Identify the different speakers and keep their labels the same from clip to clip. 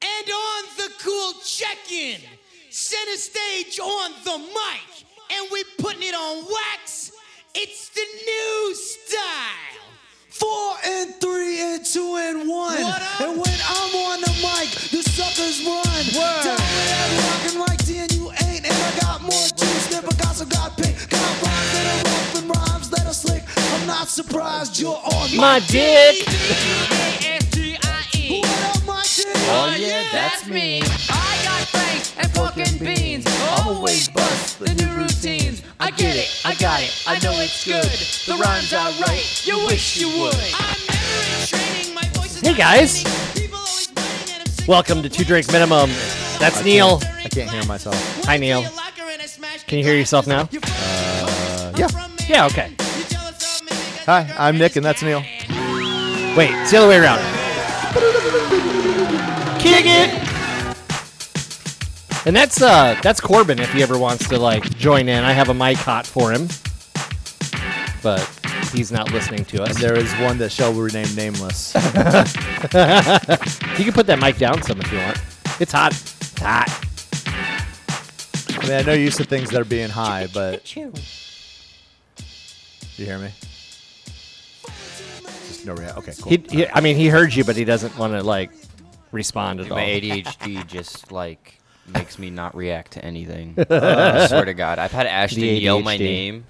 Speaker 1: And on the cool check-in, center stage on the mic, and we putting it on wax. It's the new style.
Speaker 2: Four and three and two and one.
Speaker 1: What up?
Speaker 2: And when I'm on the mic, the suckers run.
Speaker 1: Word.
Speaker 2: Down with that rock and mic, then you ain't. And I got more juice than Picasso got pink. Got rhymes that are rough and rhymes that are slick. I'm not surprised you're on my.
Speaker 3: My dick.
Speaker 1: D-A-S-T-I-E.
Speaker 2: What up, my team?
Speaker 3: Oh yeah, that's me.
Speaker 1: I got franks and pork and beans. Always bust the new routines. I get it, I got it, I know it's good. The rhymes are right, you wish you would.
Speaker 3: Hey, guys. Welcome to Two Drink Minimum. That's Neil.
Speaker 4: I can't hear myself.
Speaker 3: Hi, Neil. Can you hear yourself now?
Speaker 1: Uh,
Speaker 4: yeah.
Speaker 3: Yeah, okay.
Speaker 4: Hi, I'm Nick, and that's Neil.
Speaker 3: Wait, it's the other way around. Kick it. And that's uh that's Corbin if he ever wants to like join in. I have a mic hot for him. But he's not listening to us.
Speaker 4: There is one that shall remain nameless.
Speaker 3: You can put that mic down some if you want. It's hot. It's hot.
Speaker 4: I mean, I know you're used to things that are being high, but you hear me? Just no reaction. Okay, cool.
Speaker 3: He, he I mean he heard you but he doesn't want to like respond at all.
Speaker 5: My ADHD just like makes me not react to anything. I swear to God, I've had Ashton
Speaker 3: The
Speaker 5: yell my
Speaker 3: ADHD.
Speaker 5: name.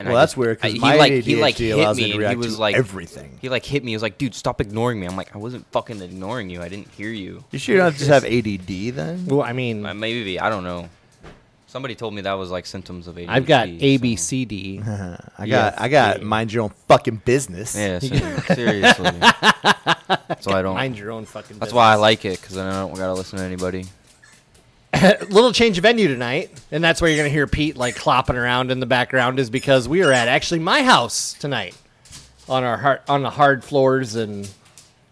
Speaker 5: And
Speaker 4: well,
Speaker 5: I
Speaker 4: that's
Speaker 5: just-
Speaker 4: weird
Speaker 5: I-
Speaker 4: because my ADHD
Speaker 5: hit
Speaker 4: allows
Speaker 5: me
Speaker 4: me to
Speaker 5: and
Speaker 4: react
Speaker 5: he was
Speaker 4: to
Speaker 5: like,
Speaker 4: everything.
Speaker 5: He like hit me. He was like, "Dude, stop ignoring me." I'm like, "I wasn't fucking ignoring you. I didn't hear you."
Speaker 4: You sure you don't just have ADD then?
Speaker 3: Well, I mean
Speaker 5: Uh, Maybe I don't know. Somebody told me that was like symptoms of ADHD.
Speaker 3: I've got A
Speaker 5: so-
Speaker 3: B C D.
Speaker 4: I got, I got. Mind your own fucking business.
Speaker 5: Yeah, ser- seriously. That's why I
Speaker 3: Mind
Speaker 5: don't.
Speaker 3: your own fucking
Speaker 5: That's why I like it because then I don't gotta listen to anybody.
Speaker 3: little change of venue tonight, and that's where you're gonna hear Pete like clopping around in the background is because we are at actually my house tonight on our hard on the hard floors and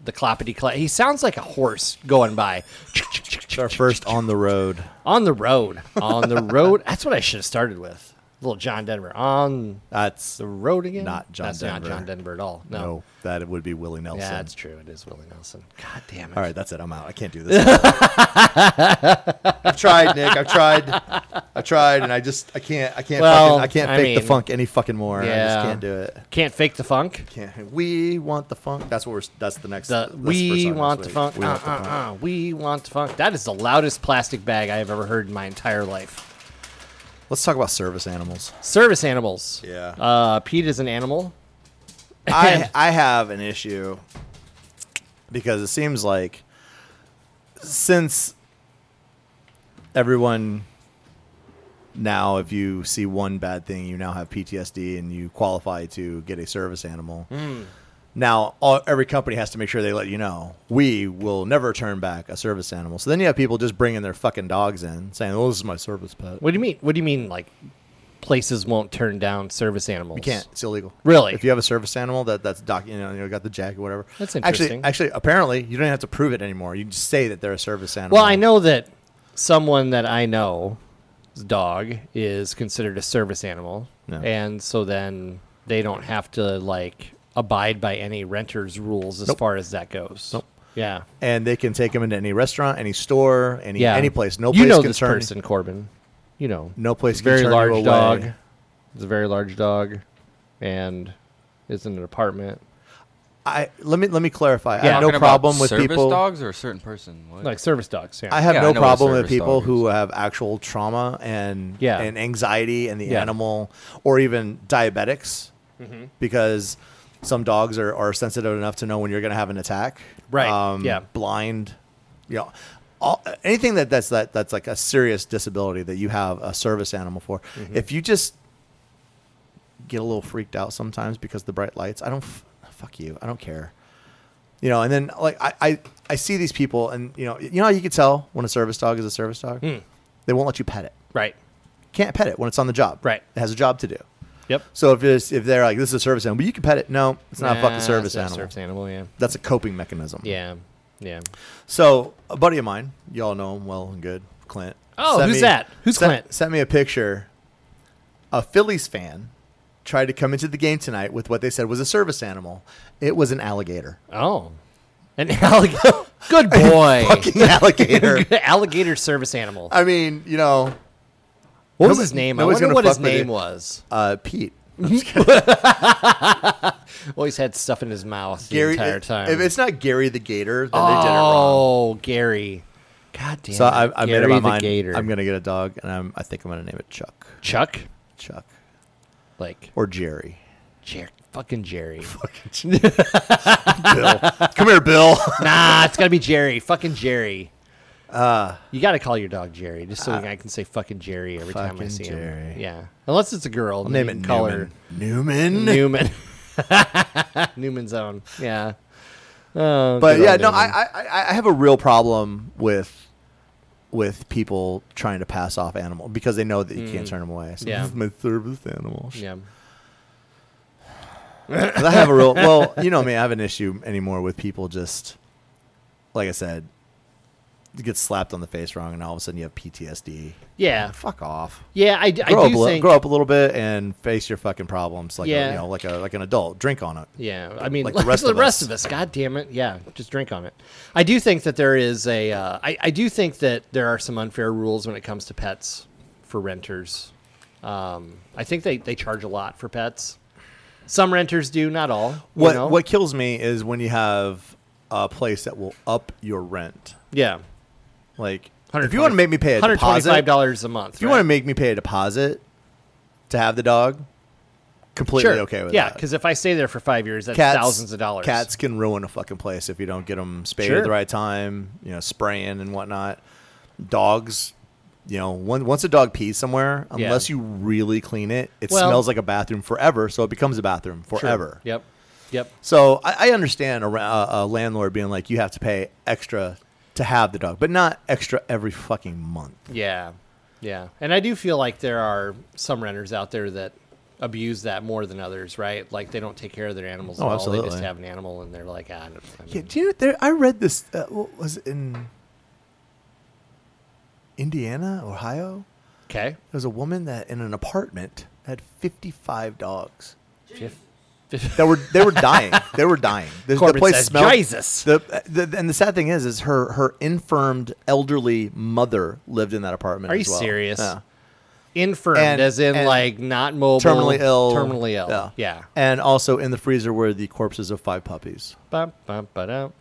Speaker 3: the cloppity clop. He sounds like a horse going by
Speaker 4: It's our first on the road.
Speaker 3: on the road, on the road. That's what I should have started with. Little John Denver on
Speaker 4: That's
Speaker 3: the road again.
Speaker 4: Not John
Speaker 3: That's
Speaker 4: Denver.
Speaker 3: not John Denver at all. No.
Speaker 4: no, that would be Willie Nelson.
Speaker 3: Yeah, that's true. It is Willie Nelson. God damn it.
Speaker 4: All right, that's it. I'm out. I can't do this. I've tried, Nick. I've tried. I tried, and I just I can't. I can't.
Speaker 3: Well,
Speaker 4: fucking, I can't
Speaker 3: I
Speaker 4: fake the
Speaker 3: mean-
Speaker 4: funk any fucking more. I
Speaker 3: Yeah.
Speaker 4: just can't do it.
Speaker 3: Can't fake the funk.
Speaker 4: Can't. We want the funk. That's what we're. That's the next.
Speaker 3: The
Speaker 4: that's the first
Speaker 3: we
Speaker 4: song
Speaker 3: want the
Speaker 4: next
Speaker 3: funk.
Speaker 4: week. We
Speaker 3: uh,
Speaker 4: want the
Speaker 3: uh,
Speaker 4: funk.
Speaker 3: uh, we want the funk. That is the loudest plastic bag I have ever heard in my entire life.
Speaker 4: Let's talk about service animals.
Speaker 3: Service animals.
Speaker 4: Yeah.
Speaker 3: Uh, Pete is an animal.
Speaker 4: I I have an issue because it seems like since everyone now if you see one bad thing you now have PTSD and you qualify to get a service animal. Now all, every company has to make sure they let you know we will never turn back a service animal. So then you have people just bringing their fucking dogs in saying, "Oh, this is my service pet."
Speaker 3: What do you mean? What do you mean? Like places won't turn down service animals?
Speaker 4: You can't. It's illegal.
Speaker 3: Really?
Speaker 4: If you have a service animal that that's doc, you know, you got the jacket, whatever.
Speaker 3: That's interesting.
Speaker 4: Actually, actually, apparently, you don't have to prove it anymore. You just say that they're a service animal.
Speaker 3: Well, I know that someone that I know's dog is considered a service animal,
Speaker 4: No.
Speaker 3: and so then they don't have to like abide by any renter's rules as
Speaker 4: Nope.
Speaker 3: far as that goes.
Speaker 4: Nope.
Speaker 3: Yeah.
Speaker 4: And they can take them into any restaurant, any store, any
Speaker 3: yeah.
Speaker 4: any place. No
Speaker 3: you
Speaker 4: place
Speaker 3: know
Speaker 4: can
Speaker 3: this
Speaker 4: turn.
Speaker 3: person, Corbin. You know,
Speaker 4: No place can
Speaker 3: very
Speaker 4: turn you
Speaker 3: large
Speaker 4: away.
Speaker 3: dog. It's a very large dog, and is in an apartment.
Speaker 4: I let me let me clarify. I
Speaker 3: Yeah.
Speaker 4: have
Speaker 5: Talking
Speaker 4: no
Speaker 5: about
Speaker 4: problem with
Speaker 5: service
Speaker 4: people.
Speaker 5: dogs or a certain person. What?
Speaker 3: Like service dogs. Yeah.
Speaker 4: I have
Speaker 5: Yeah, I
Speaker 4: no
Speaker 5: know what a
Speaker 4: problem with
Speaker 5: service
Speaker 4: people
Speaker 5: dog
Speaker 4: who have actual trauma and
Speaker 3: Yeah.
Speaker 4: and anxiety and the
Speaker 3: Yeah.
Speaker 4: animal, or even diabetics, because some dogs are, are sensitive enough to know when you're going to have an attack. Um,
Speaker 3: Right, yeah.
Speaker 4: Blind. You know, all, anything that that's that that's like a serious disability that you have a service animal for.
Speaker 3: Mm-hmm.
Speaker 4: If you just get a little freaked out sometimes because the bright lights. I don't f- fuck you. I don't care. You know, and then like I, I I see these people, and you know, you know, how you can tell when a service dog is a service dog.
Speaker 3: Hmm.
Speaker 4: They won't let you pet it.
Speaker 3: right.
Speaker 4: Can't pet it when it's on the job.
Speaker 3: Right.
Speaker 4: It has a job to do.
Speaker 3: Yep.
Speaker 4: So if it's, if they're like this is a service animal, but you can pet it. No, it's not a
Speaker 3: Nah,
Speaker 4: fucking
Speaker 3: it's
Speaker 4: service
Speaker 3: not a
Speaker 4: animal.
Speaker 3: Service animal. Yeah.
Speaker 4: That's a coping mechanism.
Speaker 3: Yeah. Yeah.
Speaker 4: So a buddy of mine, y'all know him well and good, Clint.
Speaker 3: Oh,
Speaker 4: sent
Speaker 3: who's that? Who's
Speaker 4: sent-
Speaker 3: Clint?
Speaker 4: Sent me a picture. A Phillies fan tried to come into the game tonight with what they said was a service animal. It was an alligator.
Speaker 3: Oh. An alligator. Good boy.
Speaker 4: Fucking alligator.
Speaker 3: alligator service animal.
Speaker 4: I mean, you know,
Speaker 3: What was
Speaker 4: Uh, nobody-
Speaker 3: his name? I
Speaker 4: nobody's
Speaker 3: wonder
Speaker 4: gonna
Speaker 3: what his
Speaker 4: fuck with
Speaker 3: name
Speaker 4: it.
Speaker 3: was.
Speaker 4: uh, Pete.
Speaker 3: Always had stuff in his mouth the
Speaker 4: Gary.
Speaker 3: entire
Speaker 4: if-
Speaker 3: time.
Speaker 4: If it's not Gary the Gator, then they did it wrong.
Speaker 3: oh, Gary. God damn.
Speaker 4: So
Speaker 3: it.
Speaker 4: I, I made
Speaker 3: Gary
Speaker 4: up my
Speaker 3: the
Speaker 4: mind.
Speaker 3: Gator.
Speaker 4: I'm gonna get a dog, and I'm, I think I'm gonna name it Chuck.
Speaker 3: Chuck.
Speaker 4: Chuck
Speaker 3: Like
Speaker 4: or Jerry.
Speaker 3: Jer- fucking Jerry.
Speaker 4: Bill, come here, Bill.
Speaker 3: nah, it's gotta be Jerry. Fucking Jerry. Uh, you gotta call your dog Jerry, just so I can say fucking Jerry every time I
Speaker 4: Uh, fucking
Speaker 3: see him.
Speaker 4: Jerry.
Speaker 3: Yeah, unless it's a girl. I'll
Speaker 4: name it
Speaker 3: Call
Speaker 4: Newman. Newman.
Speaker 3: her Newman. Newman's own. Yeah. Oh,
Speaker 4: but
Speaker 3: good
Speaker 4: yeah,
Speaker 3: old
Speaker 4: no,
Speaker 3: Newman.
Speaker 4: I, I I- I have a real problem with with people trying to pass off animal because they know that you can't turn them away. So
Speaker 3: Mm. Yeah.
Speaker 4: this is my service animal.
Speaker 3: Yeah.
Speaker 4: 'Cause I have a real well, you know me, I have an issue anymore with people just like I said, you get slapped on the face wrong and all of a sudden you have PTSD.
Speaker 3: Yeah.
Speaker 4: Fuck off.
Speaker 3: Yeah. I, d- I
Speaker 4: Grow up, a
Speaker 3: do
Speaker 4: li-
Speaker 3: think.
Speaker 4: grow up a little bit and face your fucking problems like
Speaker 3: Yeah.
Speaker 4: a, you know, like a like an adult. Drink on it.
Speaker 3: Yeah, I mean,
Speaker 4: Like the rest of us.
Speaker 3: God damn it. Yeah, just drink on it. I do think that there is a. Uh, I, I do think that there are some unfair rules when it comes to pets for renters. Um, I think they, they charge a lot for pets. Some renters do, not all. you
Speaker 4: What
Speaker 3: know?
Speaker 4: what kills me is when you have a place that will up your rent.
Speaker 3: Yeah,
Speaker 4: Like if you want to make me pay a
Speaker 3: hundred twenty-five
Speaker 4: deposit,
Speaker 3: dollars a month.
Speaker 4: if you want to make me pay a deposit to have the dog, completely okay with
Speaker 3: yeah,
Speaker 4: that.
Speaker 3: because if I stay there for five years, that's
Speaker 4: Cats-
Speaker 3: thousands of dollars.
Speaker 4: Cats can ruin a fucking place if you don't get them spayed
Speaker 3: Sure.
Speaker 4: at the right time. You know, spraying and whatnot. Dogs, you know, one, once a dog pees somewhere,
Speaker 3: Yeah.
Speaker 4: unless you really clean it, it
Speaker 3: Well-
Speaker 4: smells like a bathroom forever. So it becomes a bathroom
Speaker 3: Sure.
Speaker 4: forever.
Speaker 3: Yep, yep.
Speaker 4: So I, I understand a, ra- a a landlord being like, you have to pay extra to have the dog, but not extra every fucking month.
Speaker 3: Yeah, yeah, and I do feel like there are some renters out there that abuse that more than others, right? Like they don't take care of their animals. at
Speaker 4: Oh,
Speaker 3: all. They
Speaker 4: absolutely.
Speaker 3: just have an animal, and they're like, ah, I don't- I
Speaker 4: Yeah,
Speaker 3: mean,
Speaker 4: do you know there? I read this. Uh, what was it in Indiana, Ohio?
Speaker 3: okay,
Speaker 4: There was a woman that in an apartment had fifty-five dogs that were they were dying. they were dying. The, the
Speaker 3: Corbin
Speaker 4: place
Speaker 3: says,
Speaker 4: smelled.
Speaker 3: "Jesus."
Speaker 4: The, the and the sad thing is, is her her infirmed elderly mother lived in that apartment.
Speaker 3: Are
Speaker 4: as
Speaker 3: you
Speaker 4: well.
Speaker 3: serious?
Speaker 4: Yeah.
Speaker 3: infirmed,
Speaker 4: And-
Speaker 3: as in
Speaker 4: and
Speaker 3: like not mobile,
Speaker 4: Terminally ill.
Speaker 3: terminally ill. Yeah.
Speaker 4: And also in the freezer were the corpses of five puppies.
Speaker 3: Bum, bum, ba-dum.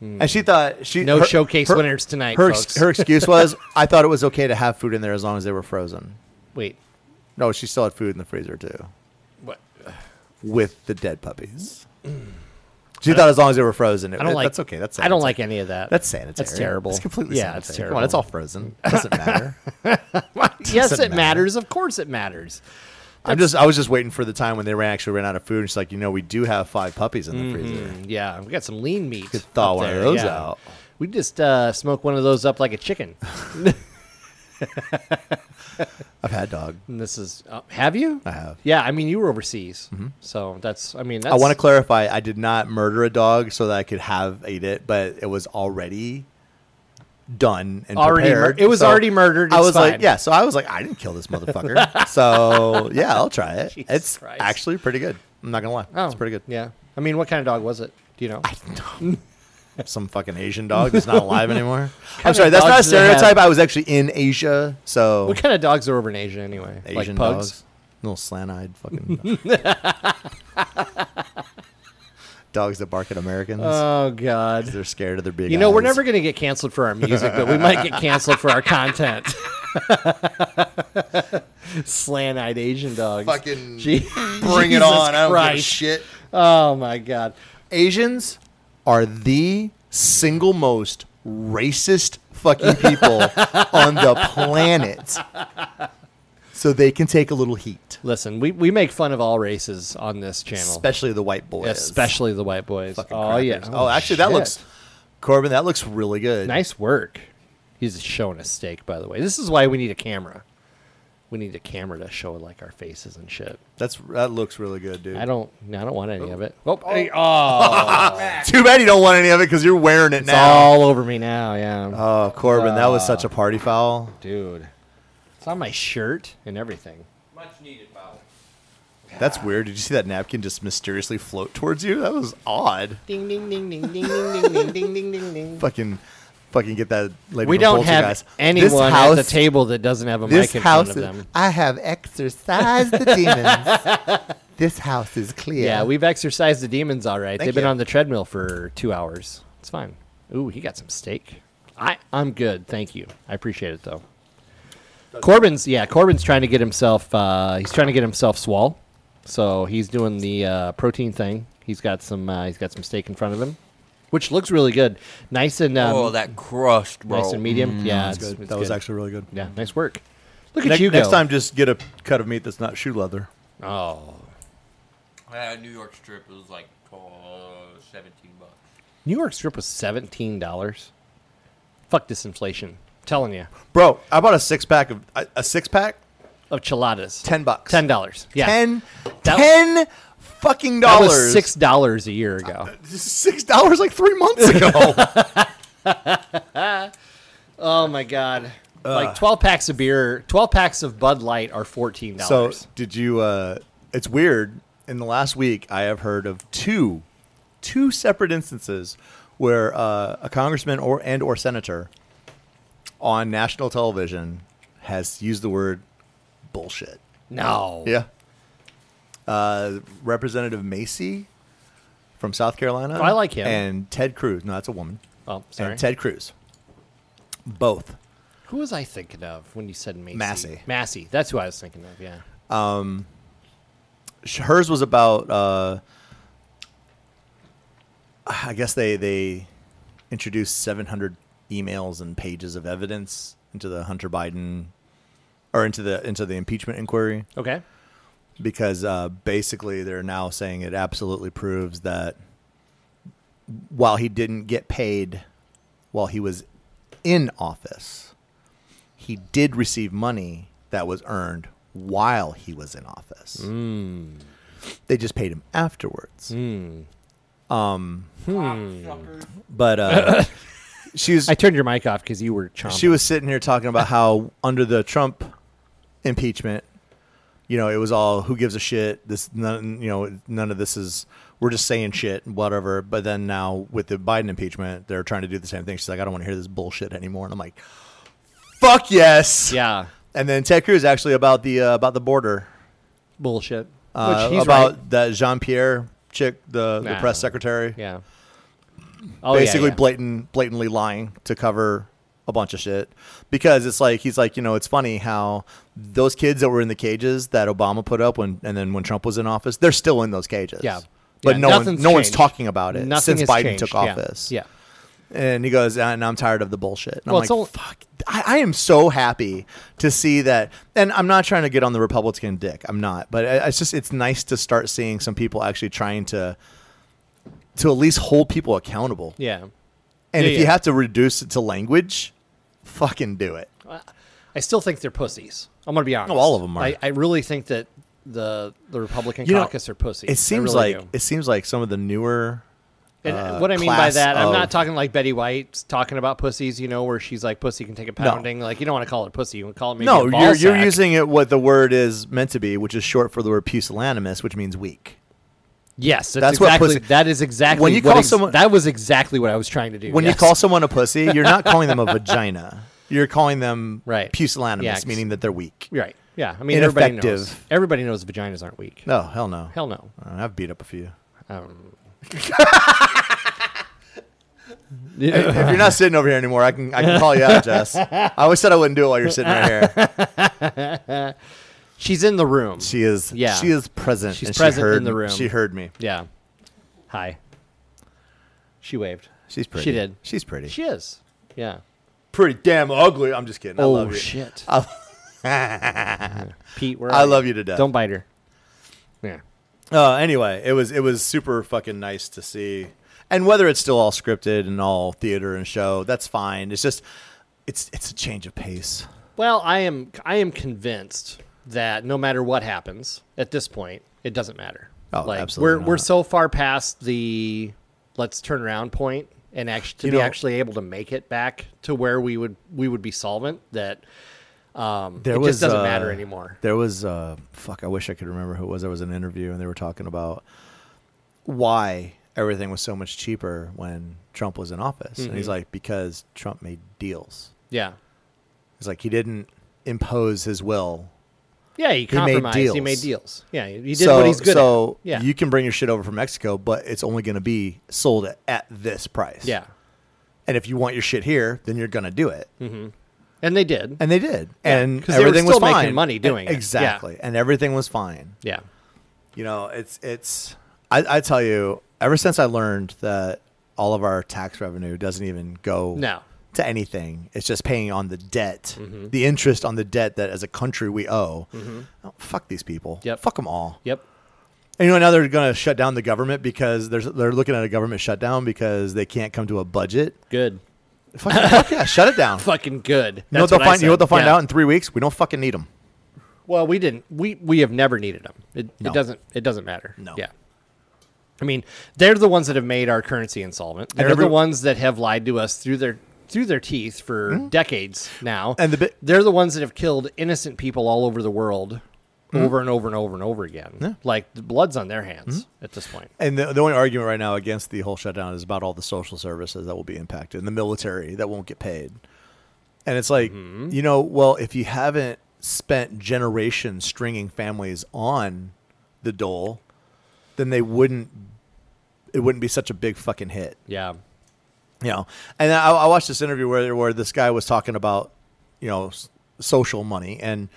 Speaker 4: And she thought she
Speaker 3: Mm. No
Speaker 4: her-
Speaker 3: showcase
Speaker 4: her-
Speaker 3: winners tonight,
Speaker 4: Her
Speaker 3: folks.
Speaker 4: her excuse was, I thought it was okay to have food in there as long as they were frozen.
Speaker 3: Wait,
Speaker 4: No, she still had food in the freezer too,
Speaker 3: what? Mm.
Speaker 4: with the dead puppies. She thought as long as they were frozen, it,
Speaker 3: I don't like.
Speaker 4: that's okay. That's
Speaker 3: I don't
Speaker 4: sanitary.
Speaker 3: like any of that.
Speaker 4: That's sanitary.
Speaker 3: That's terrible.
Speaker 4: It's completely
Speaker 3: yeah,
Speaker 4: sanitary.
Speaker 3: it's terrible.
Speaker 4: Come on, it's all frozen. Doesn't matter.
Speaker 3: yes,
Speaker 4: doesn't
Speaker 3: it
Speaker 4: matter.
Speaker 3: matters. Of course, it matters.
Speaker 4: I'm just I was just waiting for the time when they ran actually ran out of food. And she's like, you know, we do have five puppies in the
Speaker 3: Mm-hmm.
Speaker 4: freezer.
Speaker 3: Yeah, we got some lean meat. Could
Speaker 4: thaw one of those out.
Speaker 3: We just uh, smoke one of those up like a chicken.
Speaker 4: I've had dog.
Speaker 3: And this is, uh, have you?
Speaker 4: I have. Mm-hmm.
Speaker 3: Yeah, I mean, you were overseas, so that's. I mean, that's,
Speaker 4: I want to clarify. I did not murder a dog so that I could have ate it, but it was already done and
Speaker 3: Already mur-
Speaker 4: prepared.
Speaker 3: it was
Speaker 4: So
Speaker 3: already murdered,
Speaker 4: I
Speaker 3: it's
Speaker 4: was
Speaker 3: fine.
Speaker 4: like, yeah. So I was like, I didn't kill this motherfucker. so yeah, I'll try it.
Speaker 3: Jesus
Speaker 4: it's
Speaker 3: Christ.
Speaker 4: actually pretty good. I'm not gonna lie.
Speaker 3: Oh,
Speaker 4: It's pretty good.
Speaker 3: Yeah, I mean, what kind of dog was it? Do you know?
Speaker 4: Some fucking Asian dog that's not alive anymore. I'm
Speaker 3: of
Speaker 4: sorry, that's not a
Speaker 3: dogs do they have?
Speaker 4: stereotype. I was actually in Asia, so
Speaker 3: What kind of dogs are over in Asia anyway? like
Speaker 4: Asian
Speaker 3: pugs.
Speaker 4: dogs, little slant-eyed fucking dogs that bark at Americans.
Speaker 3: Oh God!
Speaker 4: they're scared of their big.
Speaker 3: You know, we're
Speaker 4: eyes.
Speaker 3: never going to get canceled for our music, but we might get canceled for our content. Slant-eyed Asian dogs.
Speaker 4: Fucking
Speaker 3: Gee-
Speaker 4: Bring it
Speaker 3: Jesus
Speaker 4: on. I don't give a
Speaker 3: Christ.
Speaker 4: shit.
Speaker 3: Oh my God!
Speaker 4: Asians are the single most racist fucking people on the planet. So they can take a little heat,
Speaker 3: Listen, we, we make fun of all races on this channel,
Speaker 4: especially the white boys.
Speaker 3: especially the white boys.
Speaker 4: Fucking
Speaker 3: oh
Speaker 4: crackers.
Speaker 3: yeah.
Speaker 4: Oh, actually, that
Speaker 3: shit.
Speaker 4: looks, Corbin, that looks really good.
Speaker 3: nice work. He's showing a steak, by the way. This is why we need a camera. We need a camera to show like our faces and shit.
Speaker 4: That's that looks really good, dude.
Speaker 3: I don't. I don't want any of it. Oh, hey, oh.
Speaker 4: Too bad you don't want any of it because you're wearing it
Speaker 3: it's
Speaker 4: now.
Speaker 3: all Uh. over me now. Yeah.
Speaker 4: oh, Corbin, that was such a party foul.
Speaker 3: dude. It's on my shirt and everything.
Speaker 5: Much needed, Bob.
Speaker 4: That's weird. Did you see that napkin just mysteriously float towards you? That was odd.
Speaker 3: Ding ding ding ding ding ding ding ding ding ding ding.
Speaker 4: Fucking, fucking get that lady.
Speaker 3: We
Speaker 4: from
Speaker 3: don't have
Speaker 4: Poltergeist.
Speaker 3: anyone
Speaker 4: This
Speaker 3: at the
Speaker 4: house-
Speaker 3: table that doesn't have a
Speaker 4: This
Speaker 3: mic in
Speaker 4: house.
Speaker 3: front of
Speaker 4: is-
Speaker 3: them.
Speaker 4: I have exercised the demons. this house is clear.
Speaker 3: Yeah, we've exercised the demons all right.
Speaker 4: Thank
Speaker 3: They've been
Speaker 4: you.
Speaker 3: on the treadmill for two hours. It's fine. Ooh, he got some steak. I, I'm good. Thank you. I appreciate it though. Corbin's yeah, Corbin's trying to get himself uh, he's trying to get himself swole. So he's doing the uh, protein thing. He's got some uh, he's got some steak in front of him, which looks really good. Nice and um,
Speaker 5: oh, that crust, bro.
Speaker 3: nice and medium. yeah,
Speaker 4: Mm, That's
Speaker 3: it's-
Speaker 4: good.
Speaker 3: it's
Speaker 4: That was
Speaker 3: good.
Speaker 4: actually really good.
Speaker 3: yeah, nice work. Look
Speaker 4: Ne-
Speaker 3: at you
Speaker 4: next
Speaker 3: go.
Speaker 4: time, just get a cut of meat that's not shoe leather.
Speaker 3: Oh,
Speaker 5: Uh, New York strip it was like 12, 17 bucks.
Speaker 3: New York strip was seventeen dollars. Fuck this inflation. I'm telling you.
Speaker 4: Bro, I bought a six pack of a, a six pack,
Speaker 3: of chiladas.
Speaker 4: ten bucks,
Speaker 3: Ten dollars. Yeah.
Speaker 4: ten,
Speaker 3: That-
Speaker 4: ten fucking
Speaker 3: That
Speaker 4: dollars.
Speaker 3: was six dollars a year ago.
Speaker 4: six dollars like three months ago.
Speaker 3: Oh my god. like twelve packs of beer, twelve packs of Bud Light are fourteen
Speaker 4: so
Speaker 3: dollars.
Speaker 4: did you? uh It's weird. In the last week, I have heard of two, two separate instances where uh, a congressman or and or senator on national television has used the word bullshit.
Speaker 3: no.
Speaker 4: Yeah. Uh, Representative Macy from South Carolina.
Speaker 3: Oh, I like him.
Speaker 4: And Ted Cruz. No, that's a woman.
Speaker 3: Oh, sorry.
Speaker 4: And Ted Cruz. Both.
Speaker 3: who was I thinking of when you said Macy?
Speaker 4: Massey.
Speaker 3: Massey. That's who I was thinking of. Yeah.
Speaker 4: Sh- Hers was about. Uh, I guess they they introduced 700 emails and pages of evidence into the Hunter Biden, or into the into the impeachment inquiry.
Speaker 3: Okay.
Speaker 4: because uh, basically they're now saying it absolutely proves that while he didn't get paid while he was in office, he did receive money that was earned while he was in office. They just paid him afterwards. Um, But uh, she was
Speaker 3: I turned your mic off because you were chomping.
Speaker 4: she was sitting here talking about how under the Trump impeachment, you know, it was all who gives a shit. This none, you know, none of this is. We're just saying shit, and whatever. But then now with the Biden impeachment, they're trying to do the same thing. She's like, I don't want to hear this bullshit anymore, and I'm like, fuck yes.
Speaker 3: yeah.
Speaker 4: And then Ted Cruz actually about the uh, about the border,
Speaker 3: Bullshit.
Speaker 4: uh,
Speaker 3: Which he's
Speaker 4: about
Speaker 3: right.
Speaker 4: that Jean Pierre chick, the, the
Speaker 3: Nah.
Speaker 4: press secretary,
Speaker 3: Yeah. Oh, yeah,
Speaker 4: basically
Speaker 3: yeah.
Speaker 4: blatant blatantly lying to cover a bunch of shit because it's like he's like you know it's funny how those kids that were in the cages that Obama put up when and then when Trump was in office they're still in those cages
Speaker 3: Yeah.
Speaker 4: but
Speaker 3: Yeah,
Speaker 4: no one no
Speaker 3: nothing's
Speaker 4: one's
Speaker 3: changed.
Speaker 4: talking about it
Speaker 3: Nothing
Speaker 4: since
Speaker 3: has
Speaker 4: Biden
Speaker 3: changed.
Speaker 4: took
Speaker 3: Yeah.
Speaker 4: office
Speaker 3: Yeah.
Speaker 4: and he goes and I'm tired of the bullshit and
Speaker 3: Well,
Speaker 4: I'm
Speaker 3: it's
Speaker 4: like
Speaker 3: all-
Speaker 4: fuck I, I am so happy to see that and I'm not trying to get on the Republican dick I'm not but I- it's just it's nice to start seeing some people actually trying to to at least hold people accountable
Speaker 3: Yeah.
Speaker 4: and
Speaker 3: Yeah,
Speaker 4: if
Speaker 3: yeah.
Speaker 4: you have to reduce it to language, fucking do it.
Speaker 3: I still think they're pussies. I'm gonna be honest.
Speaker 4: all of 'em are.
Speaker 3: I, I really think that the the Republican
Speaker 4: You know,
Speaker 3: caucus are pussies. I
Speaker 4: It seems
Speaker 3: really
Speaker 4: like
Speaker 3: do.
Speaker 4: it seems like some of the newer
Speaker 3: And
Speaker 4: uh,
Speaker 3: what I mean by
Speaker 4: class
Speaker 3: that, I'm
Speaker 4: of-
Speaker 3: not talking like Betty White's talking about pussies, you know, where she's like, pussy can take a pounding. Like, you don't want to call it pussy. You would call it maybe
Speaker 4: no,
Speaker 3: a ball
Speaker 4: you're you're
Speaker 3: sack.
Speaker 4: using it what the word is meant to be, which is short for the word pusillanimous, which means weak.
Speaker 3: Yes, that's,
Speaker 4: That's what
Speaker 3: exactly.
Speaker 4: pussy-
Speaker 3: That is exactly
Speaker 4: When you
Speaker 3: what
Speaker 4: call
Speaker 3: ex-
Speaker 4: someone-
Speaker 3: That was exactly what I was trying to do.
Speaker 4: When
Speaker 3: yes.
Speaker 4: you call someone a pussy, you're not calling them a vagina. You're calling them
Speaker 3: Right.
Speaker 4: pusillanimous,
Speaker 3: Yeah, 'cause-
Speaker 4: meaning that they're weak.
Speaker 3: right? Yeah, I mean, everybody knows.
Speaker 4: Ineffective.
Speaker 3: Everybody knows vaginas aren't weak.
Speaker 4: No, hell no.
Speaker 3: Hell no.
Speaker 4: Uh, I've beat up a few.
Speaker 3: Um,
Speaker 4: If you're not sitting over here anymore, I can I can call you out, Jess. I always said I wouldn't do it while you're sitting right here.
Speaker 3: she's in the room.
Speaker 4: She is
Speaker 3: Yeah.
Speaker 4: she is present.
Speaker 3: She's
Speaker 4: and
Speaker 3: present
Speaker 4: she heard,
Speaker 3: in the room.
Speaker 4: She heard me.
Speaker 3: yeah. Hi. She waved.
Speaker 4: She's pretty.
Speaker 3: She did.
Speaker 4: She's pretty.
Speaker 3: She is. Yeah.
Speaker 4: pretty damn ugly. I'm just kidding. I love
Speaker 3: oh
Speaker 4: you.
Speaker 3: shit.
Speaker 4: I-
Speaker 3: Pete, where
Speaker 4: I
Speaker 3: are
Speaker 4: love you to death.
Speaker 3: Don't bite her. Yeah.
Speaker 4: Uh, anyway, it was it was super fucking nice to see, and whether it's still all scripted and all theater and show, that's fine. It's just it's it's a change of pace.
Speaker 3: Well, I am I am convinced that no matter what happens at this point, it doesn't matter.
Speaker 4: Oh,
Speaker 3: like,
Speaker 4: absolutely
Speaker 3: We're we're
Speaker 4: not.
Speaker 3: so far past the let's turn around point and actually to
Speaker 4: You
Speaker 3: be
Speaker 4: know-
Speaker 3: actually able to make it back to where we would we would be solvent that Um,
Speaker 4: there
Speaker 3: it
Speaker 4: was
Speaker 3: just doesn't
Speaker 4: uh,
Speaker 3: matter anymore.
Speaker 4: There was uh, fuck. I wish I could remember who it was. There was an interview, and they were talking about why everything was so much cheaper when Trump was in office. And he's
Speaker 3: Mm-hmm.
Speaker 4: like, because Trump made deals.
Speaker 3: Yeah,
Speaker 4: He's like, he didn't impose his will.
Speaker 3: yeah. He
Speaker 4: made
Speaker 3: compromised. He made deals.
Speaker 4: deals.
Speaker 3: Yeah, he did
Speaker 4: so
Speaker 3: what he's good
Speaker 4: so
Speaker 3: at. Yeah,
Speaker 4: you can bring your shit over from Mexico, but it's only going to be sold at, at this price.
Speaker 3: yeah.
Speaker 4: And if you want your shit here, then you're going to do it.
Speaker 3: And they did.
Speaker 4: And they did. and
Speaker 3: Hmm. 'cause they were
Speaker 4: everything
Speaker 3: still
Speaker 4: was
Speaker 3: making
Speaker 4: fine. E-
Speaker 3: money doing it. Yeah.
Speaker 4: exactly. And everything was fine.
Speaker 3: yeah,
Speaker 4: You know, it's it's. I, I tell you, ever since I learned that all of our tax revenue doesn't even go
Speaker 3: No. Mm-hmm.
Speaker 4: to anything, it's just paying on the debt, the interest on the debt that as a country we owe. Oh, fuck these people.
Speaker 3: Yep.
Speaker 4: Fuck them all.
Speaker 3: yep.
Speaker 4: And you know now they're going to shut down the government because they're they're looking at a government shutdown because they can't come to a budget.
Speaker 3: Good.
Speaker 4: Fuck, fuck yeah, shut it down.
Speaker 3: Fucking good.
Speaker 4: You know
Speaker 3: That's
Speaker 4: what they'll
Speaker 3: what I
Speaker 4: find, you know what
Speaker 3: said.
Speaker 4: they'll find
Speaker 3: Yeah.
Speaker 4: out in three weeks? We don't fucking need them.
Speaker 3: Well, we didn't. We we have never needed them. It,
Speaker 4: No.
Speaker 3: it doesn't. It doesn't matter.
Speaker 4: No.
Speaker 3: Yeah. I mean, they're the ones that have made our currency insolvent. They're
Speaker 4: every-
Speaker 3: the ones that have lied to us through their through their teeth for decades now.
Speaker 4: Hmm? And the bi-
Speaker 3: they're the ones that have killed innocent people all over the world,
Speaker 4: Hmm?
Speaker 3: over and over and over and over again. Like the blood's on their hands
Speaker 4: Hmm?
Speaker 3: at this point.
Speaker 4: And the, the only argument right now against the whole shutdown is about all the social services that will be impacted and the military that won't get paid. And it's like,
Speaker 3: Mm-hmm.
Speaker 4: you know, well, if you haven't spent generations stringing families on the dole, then they wouldn't, it wouldn't be such a big fucking hit
Speaker 3: Yeah.
Speaker 4: you know and I, I watched this interview where where this guy was talking about you know s- social money and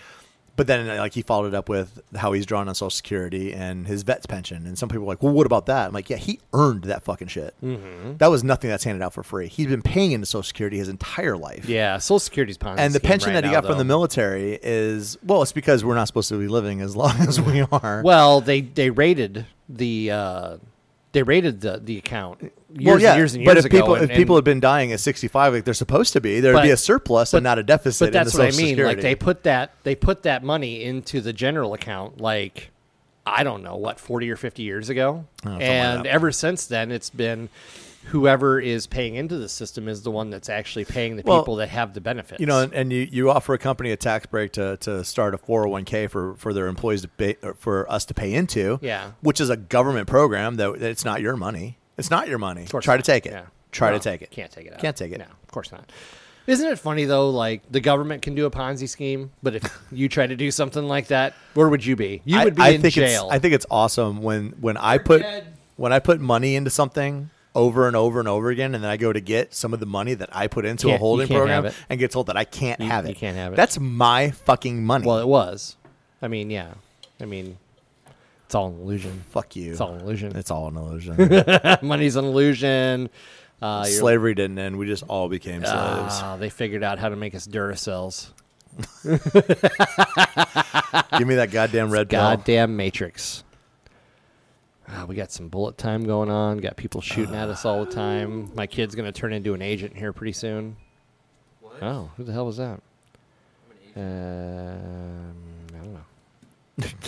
Speaker 4: but then like he followed it up with how he's drawn on social security and his vet's pension and some people were like well what about that i'm like yeah he earned that fucking shit
Speaker 3: Mm-hmm.
Speaker 4: that was nothing that's handed out for free he's been paying into social security his entire life
Speaker 3: Yeah. Social Security's Ponzi.
Speaker 4: and the
Speaker 3: scheme
Speaker 4: pension
Speaker 3: right
Speaker 4: that he
Speaker 3: now,
Speaker 4: got from the
Speaker 3: though.
Speaker 4: military is well it's because we're not supposed to be living as long as we are
Speaker 3: Well, they they raided the uh, they raided the the account years and years and years
Speaker 4: but if
Speaker 3: ago.
Speaker 4: people
Speaker 3: and-
Speaker 4: if people
Speaker 3: and-
Speaker 4: had been dying at 65 like they're supposed to be, there'd
Speaker 3: But-
Speaker 4: be a surplus and
Speaker 3: but-
Speaker 4: not a deficit.
Speaker 3: but that's
Speaker 4: in the
Speaker 3: what I mean.
Speaker 4: Social Security.
Speaker 3: Like they put that they put that money into the general account. Like I don't know what forty or fifty years ago,
Speaker 4: like
Speaker 3: and
Speaker 4: Oh, that.
Speaker 3: ever since then, it's been whoever is paying into the system is the one that's actually paying the
Speaker 4: Well,
Speaker 3: people that have the benefits.
Speaker 4: you know, and, and you, you offer a company a tax break to, to start a 401k for, for their employees to pay, or for us to pay into,
Speaker 3: Yeah.
Speaker 4: which is a government program that that it's not your money. It's not your money.
Speaker 3: course
Speaker 4: Try to
Speaker 3: not.
Speaker 4: take it.
Speaker 3: Yeah.
Speaker 4: Try
Speaker 3: No,
Speaker 4: to take it.
Speaker 3: Can't take it. Out.
Speaker 4: Can't take it.
Speaker 3: No, of course not. Isn't it funny though? Like the government can do a Ponzi scheme, but if you try to do something like that, where would you be? You
Speaker 4: I-
Speaker 3: would be
Speaker 4: I,
Speaker 3: in
Speaker 4: think
Speaker 3: jail.
Speaker 4: It's, I think it's awesome when when I put
Speaker 1: dead.
Speaker 4: when I put money into something over and over and over again, and then I go to get some of the money that I put into a
Speaker 3: Can't- you
Speaker 4: holding
Speaker 3: can't
Speaker 4: program
Speaker 3: have it.
Speaker 4: and get told that I can't have it.
Speaker 3: you can't have it.
Speaker 4: That's my fucking money.
Speaker 3: well, it was. I mean, yeah. I mean, it's all an illusion.
Speaker 4: fuck you.
Speaker 3: It's all an illusion.
Speaker 4: It's all an illusion.
Speaker 3: Money's an illusion. Uh, you're-
Speaker 4: Slavery didn't end. We just all became slaves.
Speaker 3: Ah, they figured out how to make us Duracells.
Speaker 4: Give me that goddamn red pill.
Speaker 3: Goddamn Matrix. Ah, we got some bullet time going on. Got people shooting at us all the time. My kid's gonna turn into an agent here pretty soon. Oh, who the hell was that? Um, I don't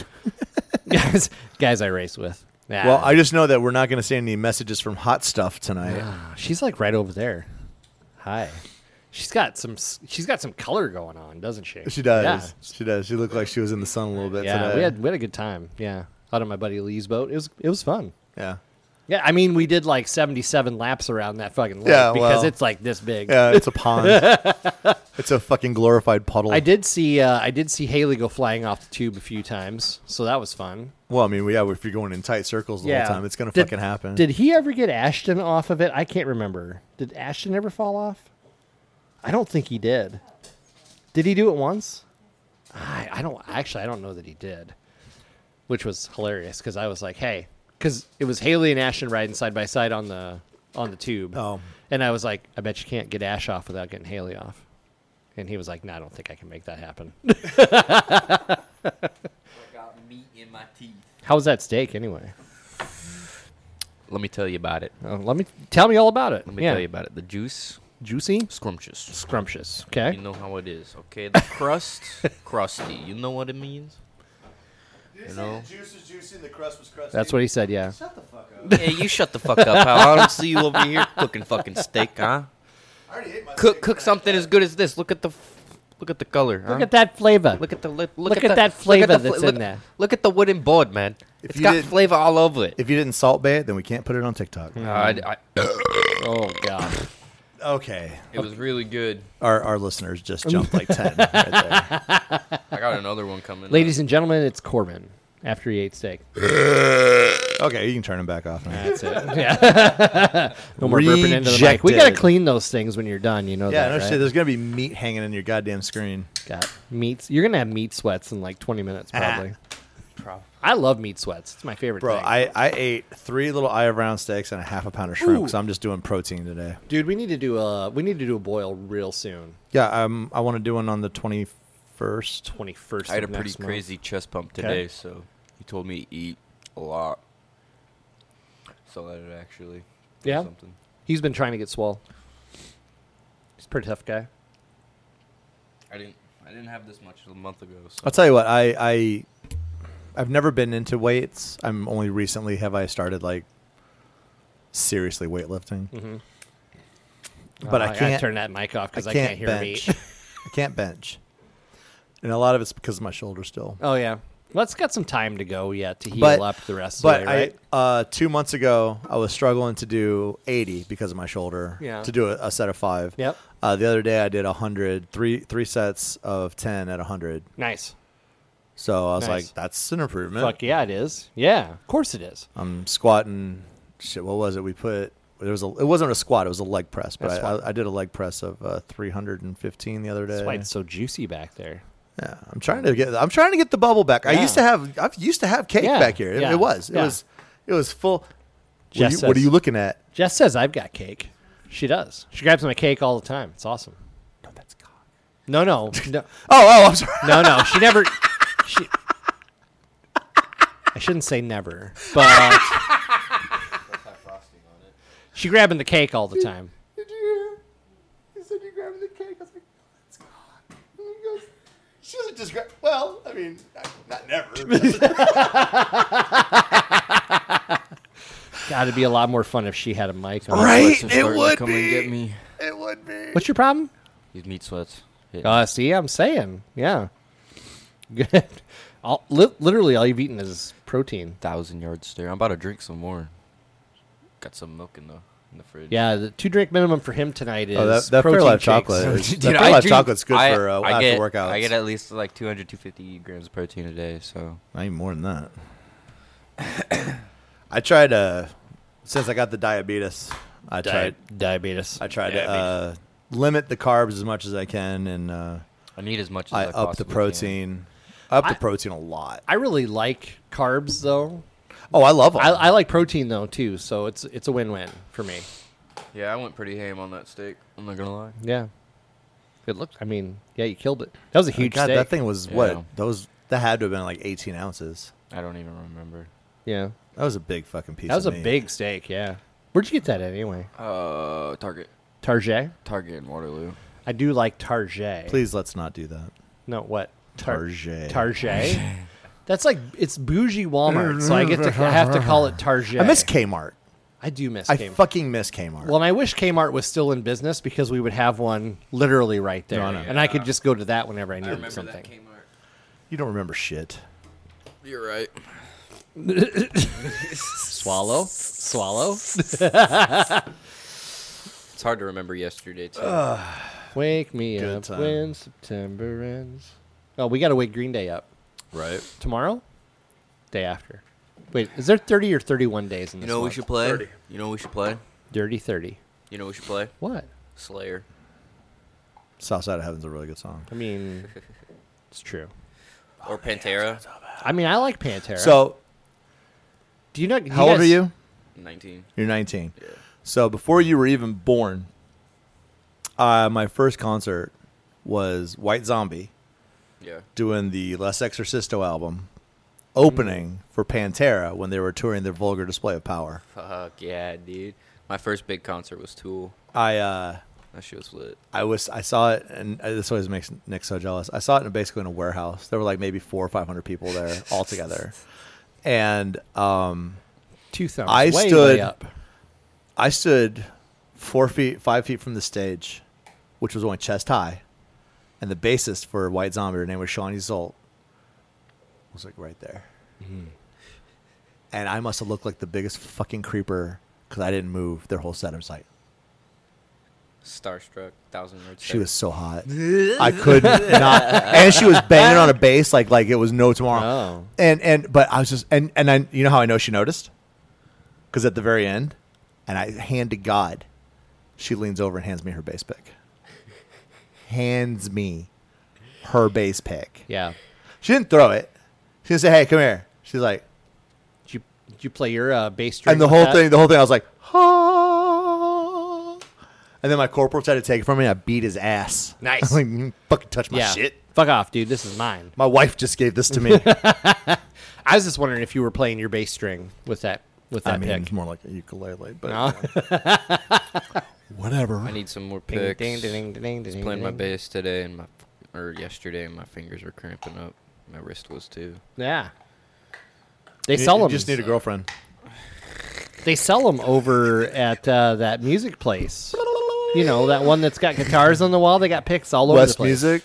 Speaker 3: know. guys, guys, I race with. Nah.
Speaker 4: Well, I just know that we're not going to see any messages from hot stuff tonight.
Speaker 3: Ah, she's like right over there. Hi. She's got some. s- She's got some color going on, doesn't she?
Speaker 4: She does.
Speaker 3: Yeah.
Speaker 4: She does. She looked like she was in the sun a little bit
Speaker 3: Yeah,
Speaker 4: today.
Speaker 3: we had we had a good time. Yeah, out of my buddy Lee's boat. It was it was fun.
Speaker 4: yeah.
Speaker 3: Yeah, I mean we did like seventy seven laps around that fucking lake
Speaker 4: Yeah,
Speaker 3: because
Speaker 4: well.
Speaker 3: it's like this big.
Speaker 4: Yeah, it's a pond. it's a fucking glorified puddle.
Speaker 3: I did see uh, I did see Haley go flying off the tube a few times, so that was fun.
Speaker 4: Well, I mean, yeah, if you're going in tight circles the
Speaker 3: yeah,
Speaker 4: whole time, it's going to
Speaker 3: Did-
Speaker 4: fucking happen.
Speaker 3: Did he ever get Ashton off of it? I can't remember. Did Ashton ever fall off? I don't think he did. Did he do it once? I, I don't actually. I don't know that he did, which was hilarious because I was like, "Hey," because it was Haley and Ashton riding side by side on the on the tube.
Speaker 4: Oh.
Speaker 3: and I was like, "I bet you can't get Ash off without getting Haley off." And he was like, "No, I don't think I can make that happen."
Speaker 5: I got meat in my teeth.
Speaker 3: How was that steak anyway?
Speaker 5: Let me tell you about it.
Speaker 3: Uh, let me tell me all about it.
Speaker 5: Let me
Speaker 3: Yeah.
Speaker 5: tell you about it. The juice,
Speaker 3: Juicy,
Speaker 5: scrumptious.
Speaker 3: scrumptious. Okay.
Speaker 5: You know how it is, okay? The crust, crusty. You know what it means? You know?
Speaker 4: juice was juicy and the crust was crusty.
Speaker 3: That's what he said. Yeah.
Speaker 5: Hey, you shut the fuck up, pal. I don't see you over here cooking fucking steak, huh?
Speaker 4: I already ate my
Speaker 5: Cook, cook something as good as this. Look at the, f- Look at the color. huh?
Speaker 3: Look at that flavor.
Speaker 5: Look at the look,
Speaker 3: Look at
Speaker 5: the-
Speaker 3: that
Speaker 5: look
Speaker 3: flavor
Speaker 5: the fl-
Speaker 3: that's in
Speaker 5: look-
Speaker 3: there.
Speaker 5: Look at the wooden board, man. it's
Speaker 4: you
Speaker 5: got
Speaker 4: didn't-
Speaker 5: flavor all over it.
Speaker 4: If you didn't salt bay it, then we can't put it on TikTok.
Speaker 5: Uh, I- I-
Speaker 3: oh god.
Speaker 4: Okay.
Speaker 5: it was really good.
Speaker 4: Our, our listeners just jumped like 10 right there.
Speaker 5: I got another one coming.
Speaker 3: Ladies and gentlemen, it's Corbin after he ate steak.
Speaker 4: Okay, you can turn them back off now.
Speaker 3: That's it. Yeah. no more burping into the mic. We
Speaker 4: Rejected.
Speaker 3: gotta clean those things when you're done. You know
Speaker 4: Yeah, no
Speaker 3: that,
Speaker 4: shit.
Speaker 3: right?
Speaker 4: There's going to be meat hanging in your goddamn screen.
Speaker 3: Got meats. You're gonna have meat sweats in like 20 minutes probably.
Speaker 5: Prob-
Speaker 3: I love meat sweats. It's my favorite.
Speaker 4: Bro,
Speaker 3: thing.
Speaker 4: I, I ate three little eye of round steaks and a half a pound of shrimp because I'm just doing protein today.
Speaker 3: dude, we need to do a we need to do a boil real soon.
Speaker 4: Yeah, um, I want to do one on the 21st.
Speaker 3: 21st.
Speaker 5: I had a
Speaker 3: of next
Speaker 5: pretty
Speaker 3: month.
Speaker 5: crazy chest pump today, so he told me to eat a lot. So that it actually. did
Speaker 3: Yeah?
Speaker 5: Something.
Speaker 3: He's been trying to get swole. He's a pretty tough guy.
Speaker 5: I didn't. I didn't have this much a month ago. So
Speaker 4: I'll tell you what, I, I I've never been into weights. I'm only recently have I started like seriously weightlifting.
Speaker 3: Mm-hmm.
Speaker 4: But
Speaker 3: Oh,
Speaker 4: I
Speaker 3: gotta
Speaker 4: can't
Speaker 3: turn that mic off because I,
Speaker 4: I
Speaker 3: can't,
Speaker 4: can't
Speaker 3: hear
Speaker 4: bench.
Speaker 3: me.
Speaker 4: I can't bench. And a lot of it's because of my shoulder still.
Speaker 3: Oh yeah. Well, it's got some time to go yet to heal
Speaker 4: But-
Speaker 3: up the rest
Speaker 4: But
Speaker 3: of the way, right?
Speaker 4: I uh, two months ago I was struggling to do 80 because of my shoulder.
Speaker 3: Yeah.
Speaker 4: To do a, a set of five.
Speaker 3: Yep.
Speaker 4: Uh, the other day I did 100, three three sets of 10 at 100.
Speaker 3: nice.
Speaker 4: So I was
Speaker 3: Nice.
Speaker 4: like, that's an improvement.
Speaker 3: Fuck yeah, it is. Yeah, of course it is.
Speaker 4: I'm squatting. Shit, what was it? We put there was a. It wasn't a squat. It was a leg press. But
Speaker 3: That's
Speaker 4: I,
Speaker 3: fine.
Speaker 4: I, I did a leg press of uh, 315 the other day.
Speaker 3: That's why it's so juicy back there.
Speaker 4: Yeah, I'm trying to get. I'm trying to get the bubble back. I
Speaker 3: Yeah.
Speaker 4: used to have. I've used to have cake
Speaker 3: Yeah,
Speaker 4: back here. It,
Speaker 3: yeah,
Speaker 4: it was. It
Speaker 3: yeah.
Speaker 4: was. It was full. What are,
Speaker 3: Jess
Speaker 4: you, what are
Speaker 3: says-
Speaker 4: you looking at?
Speaker 3: Jess says I've got cake. She does. She grabs my cake all the time. It's awesome. No, that's No, no,
Speaker 4: Oh, oh, I'm sorry.
Speaker 3: no, no, no. She never. She. I shouldn't say never, but uh, she grabbing the cake all the time.
Speaker 4: Did you hear? He said you grabbing the cake. I was like, let's go. And he goes, she doesn't just grab. Well, I mean, not, not never.
Speaker 3: Got to be a lot more fun if she had a mic. On.
Speaker 4: right?
Speaker 5: Sweats are
Speaker 4: It
Speaker 5: starting to
Speaker 4: would
Speaker 5: come
Speaker 4: be.
Speaker 5: and get me.
Speaker 4: It would be.
Speaker 3: What's your problem?
Speaker 5: These meat sweats. Hit.
Speaker 3: Uh, see, I'm saying, yeah. Good. All, li- literally, all you've eaten is protein.
Speaker 5: Thousand yard stare. I'm about to drink some more. Got some milk in the in the fridge.
Speaker 3: Yeah, the two drink minimum for him tonight is
Speaker 4: Oh, that, that Fairlife
Speaker 3: protein shakes.
Speaker 4: chocolate. Is, that
Speaker 5: Dude, I
Speaker 4: Fairlife
Speaker 5: drink-
Speaker 4: chocolate's good
Speaker 5: I-
Speaker 4: for uh,
Speaker 5: I
Speaker 4: after
Speaker 5: get,
Speaker 4: workouts.
Speaker 5: I get at least like 200, 250 grams of protein a day. So
Speaker 4: I need more than that. I tried uh, since I got the diabetes. I tried.
Speaker 3: Di- diabetes.
Speaker 4: I tried to uh, limit the carbs as much as I can, and uh,
Speaker 5: I need as much as
Speaker 4: I
Speaker 5: I,
Speaker 4: up the
Speaker 5: possibly can.
Speaker 4: protein. Up
Speaker 3: I-
Speaker 4: the protein a lot.
Speaker 3: I really like carbs though.
Speaker 4: Oh, I love them.
Speaker 3: I, I like protein though too, so it's it's a win-win for me.
Speaker 5: Yeah, I went pretty ham on that steak. I'm not gonna lie.
Speaker 3: Yeah. It looked. I mean, yeah, you killed it. That was a huge
Speaker 4: Uh, God,
Speaker 3: steak.
Speaker 4: that thing was
Speaker 5: Yeah.
Speaker 4: what those that had to have been like 18 ounces.
Speaker 5: I don't even remember.
Speaker 3: Yeah,
Speaker 4: That was a big fucking piece.
Speaker 3: that was a
Speaker 4: of meat.
Speaker 3: big steak. Yeah. Where'd you get that at anyway?
Speaker 5: Uh, Target,
Speaker 3: Target.
Speaker 5: Target in Waterloo.
Speaker 3: I do like Target.
Speaker 4: Please let's not do that.
Speaker 3: No, what?
Speaker 4: Target.
Speaker 3: Target. That's like it's bougie Walmart, so I get to I have to call it Target.
Speaker 4: I miss Kmart.
Speaker 3: I do miss
Speaker 4: I
Speaker 3: Kmart.
Speaker 4: fucking miss Kmart.
Speaker 3: well, and I wish Kmart was still in business because we would have one literally right there,
Speaker 4: No, I know.
Speaker 3: and I could just go to that whenever I needed something.
Speaker 5: Kmart.
Speaker 4: you don't remember shit.
Speaker 5: You're right.
Speaker 3: Swallow, swallow.
Speaker 5: It's hard to remember yesterday too.
Speaker 3: Wake me
Speaker 4: Good
Speaker 3: up
Speaker 4: time.
Speaker 3: when September ends. Oh, we got to wake Green Day up
Speaker 4: Right.
Speaker 3: tomorrow, day after. Wait, is there thirty or thirty-one days in
Speaker 5: you
Speaker 3: this?
Speaker 5: know what we
Speaker 3: month?
Speaker 5: should play. You know what we should play.
Speaker 3: Dirty thirty.
Speaker 5: You know what we should play.
Speaker 3: What?
Speaker 5: Slayer.
Speaker 4: South Side of Heaven's a really good song.
Speaker 3: I mean, it's true.
Speaker 5: Or Pantera.
Speaker 3: I mean, I like Pantera.
Speaker 4: So,
Speaker 3: do you know? do
Speaker 4: how old are
Speaker 3: guys-
Speaker 4: you?
Speaker 5: 19.
Speaker 4: You're 19.
Speaker 5: Yeah.
Speaker 4: So before you were even born, uh, my first concert was White Zombie
Speaker 5: Yeah.
Speaker 4: doing the Les Exorcisto album, opening
Speaker 3: Mm.
Speaker 4: for Pantera when they were touring their Vulgar Display of Power.
Speaker 5: Fuck yeah, dude. My first big concert was Tool.
Speaker 4: I uh,
Speaker 5: That shit was lit.
Speaker 4: I was I saw it, and uh, this always makes Nick so jealous. I saw it in basically in a warehouse. There were like maybe four or five hundred people there all together, and um,
Speaker 3: Two thumbs.
Speaker 4: I
Speaker 3: way, way
Speaker 4: stood-
Speaker 3: up.
Speaker 4: I stood four feet, five feet from the stage, which was only chest high, and the bassist for White Zombie, her name was Shawnee Zolt, was like right there. And I must have looked like the biggest fucking creeper because I didn't move their whole set. I was like,
Speaker 5: Starstruck, thousand words.
Speaker 4: she was so hot. I could not, and she was banging on a bass like like it was no tomorrow.
Speaker 3: Oh.
Speaker 4: And and but I was just and and I you know how I know she noticed because at the very end, and I hand to God, she leans over and hands me her bass pick. hands me her bass pick.
Speaker 3: Yeah.
Speaker 4: She didn't throw it. She didn't say, "Hey, come here." She's like,
Speaker 3: Did you, did you play your uh, bass string?
Speaker 4: and the
Speaker 3: with
Speaker 4: whole
Speaker 3: that?
Speaker 4: thing, the whole thing, I was like, "Ah." and then my corporal tried to take it from me. and I beat his ass.
Speaker 3: Nice.
Speaker 4: I'm like, "You fucking touch my
Speaker 3: Yeah.
Speaker 4: shit.
Speaker 3: Fuck off, dude. This is mine.
Speaker 4: My wife just gave this to me.
Speaker 3: I was just wondering if you were playing your bass string with that with that
Speaker 4: I mean,
Speaker 3: pick.
Speaker 4: it's more like a ukulele, but
Speaker 3: No?
Speaker 5: I
Speaker 4: whatever.
Speaker 5: need some more
Speaker 3: Ding,
Speaker 5: picks.
Speaker 3: ding, ding, ding, ding,
Speaker 5: Just playing my
Speaker 3: ding.
Speaker 5: bass today and my, or yesterday, and my fingers were cramping up. My wrist was too.
Speaker 3: Yeah. They
Speaker 4: You-
Speaker 3: sell
Speaker 4: you
Speaker 3: them.
Speaker 4: just need a girlfriend.
Speaker 3: They sell them over at uh, that music place. You know that one that's got guitars on the wall. They got picks all over the
Speaker 4: West
Speaker 3: place.
Speaker 4: Music?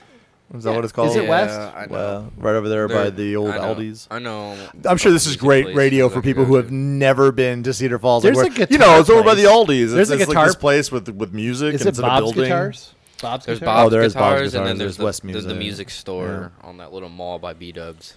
Speaker 4: Is that what it's called?
Speaker 3: Is it
Speaker 5: Yeah,
Speaker 3: West?
Speaker 5: I know.
Speaker 4: Well, right over there by
Speaker 5: They're-
Speaker 4: the old
Speaker 5: I know,
Speaker 4: Aldi's.
Speaker 5: I know.
Speaker 4: I'm sure this is
Speaker 5: Music
Speaker 4: great
Speaker 5: places
Speaker 4: radio
Speaker 5: I
Speaker 4: for
Speaker 5: can
Speaker 4: people
Speaker 5: go
Speaker 4: who have
Speaker 5: to.
Speaker 4: never been to Cedar Falls.
Speaker 3: There's
Speaker 4: like
Speaker 3: a
Speaker 4: where- you know,
Speaker 3: guitar
Speaker 4: it's over by the
Speaker 3: place.
Speaker 4: Aldi's.
Speaker 3: There's
Speaker 4: it's,
Speaker 3: a
Speaker 4: it's
Speaker 3: guitar-
Speaker 4: like this place with with music.
Speaker 3: Is
Speaker 4: and
Speaker 3: it
Speaker 4: it's in a
Speaker 3: Bob's
Speaker 4: building.
Speaker 3: guitars? Bob's
Speaker 5: There's
Speaker 3: guitars.
Speaker 5: Bob's
Speaker 4: Oh, there is
Speaker 5: guitars,
Speaker 4: Bob's Guitars,
Speaker 5: and then there's,
Speaker 4: there's
Speaker 5: the,
Speaker 4: West
Speaker 5: there's the
Speaker 4: Music.
Speaker 5: music store on that little mall by B Dubs.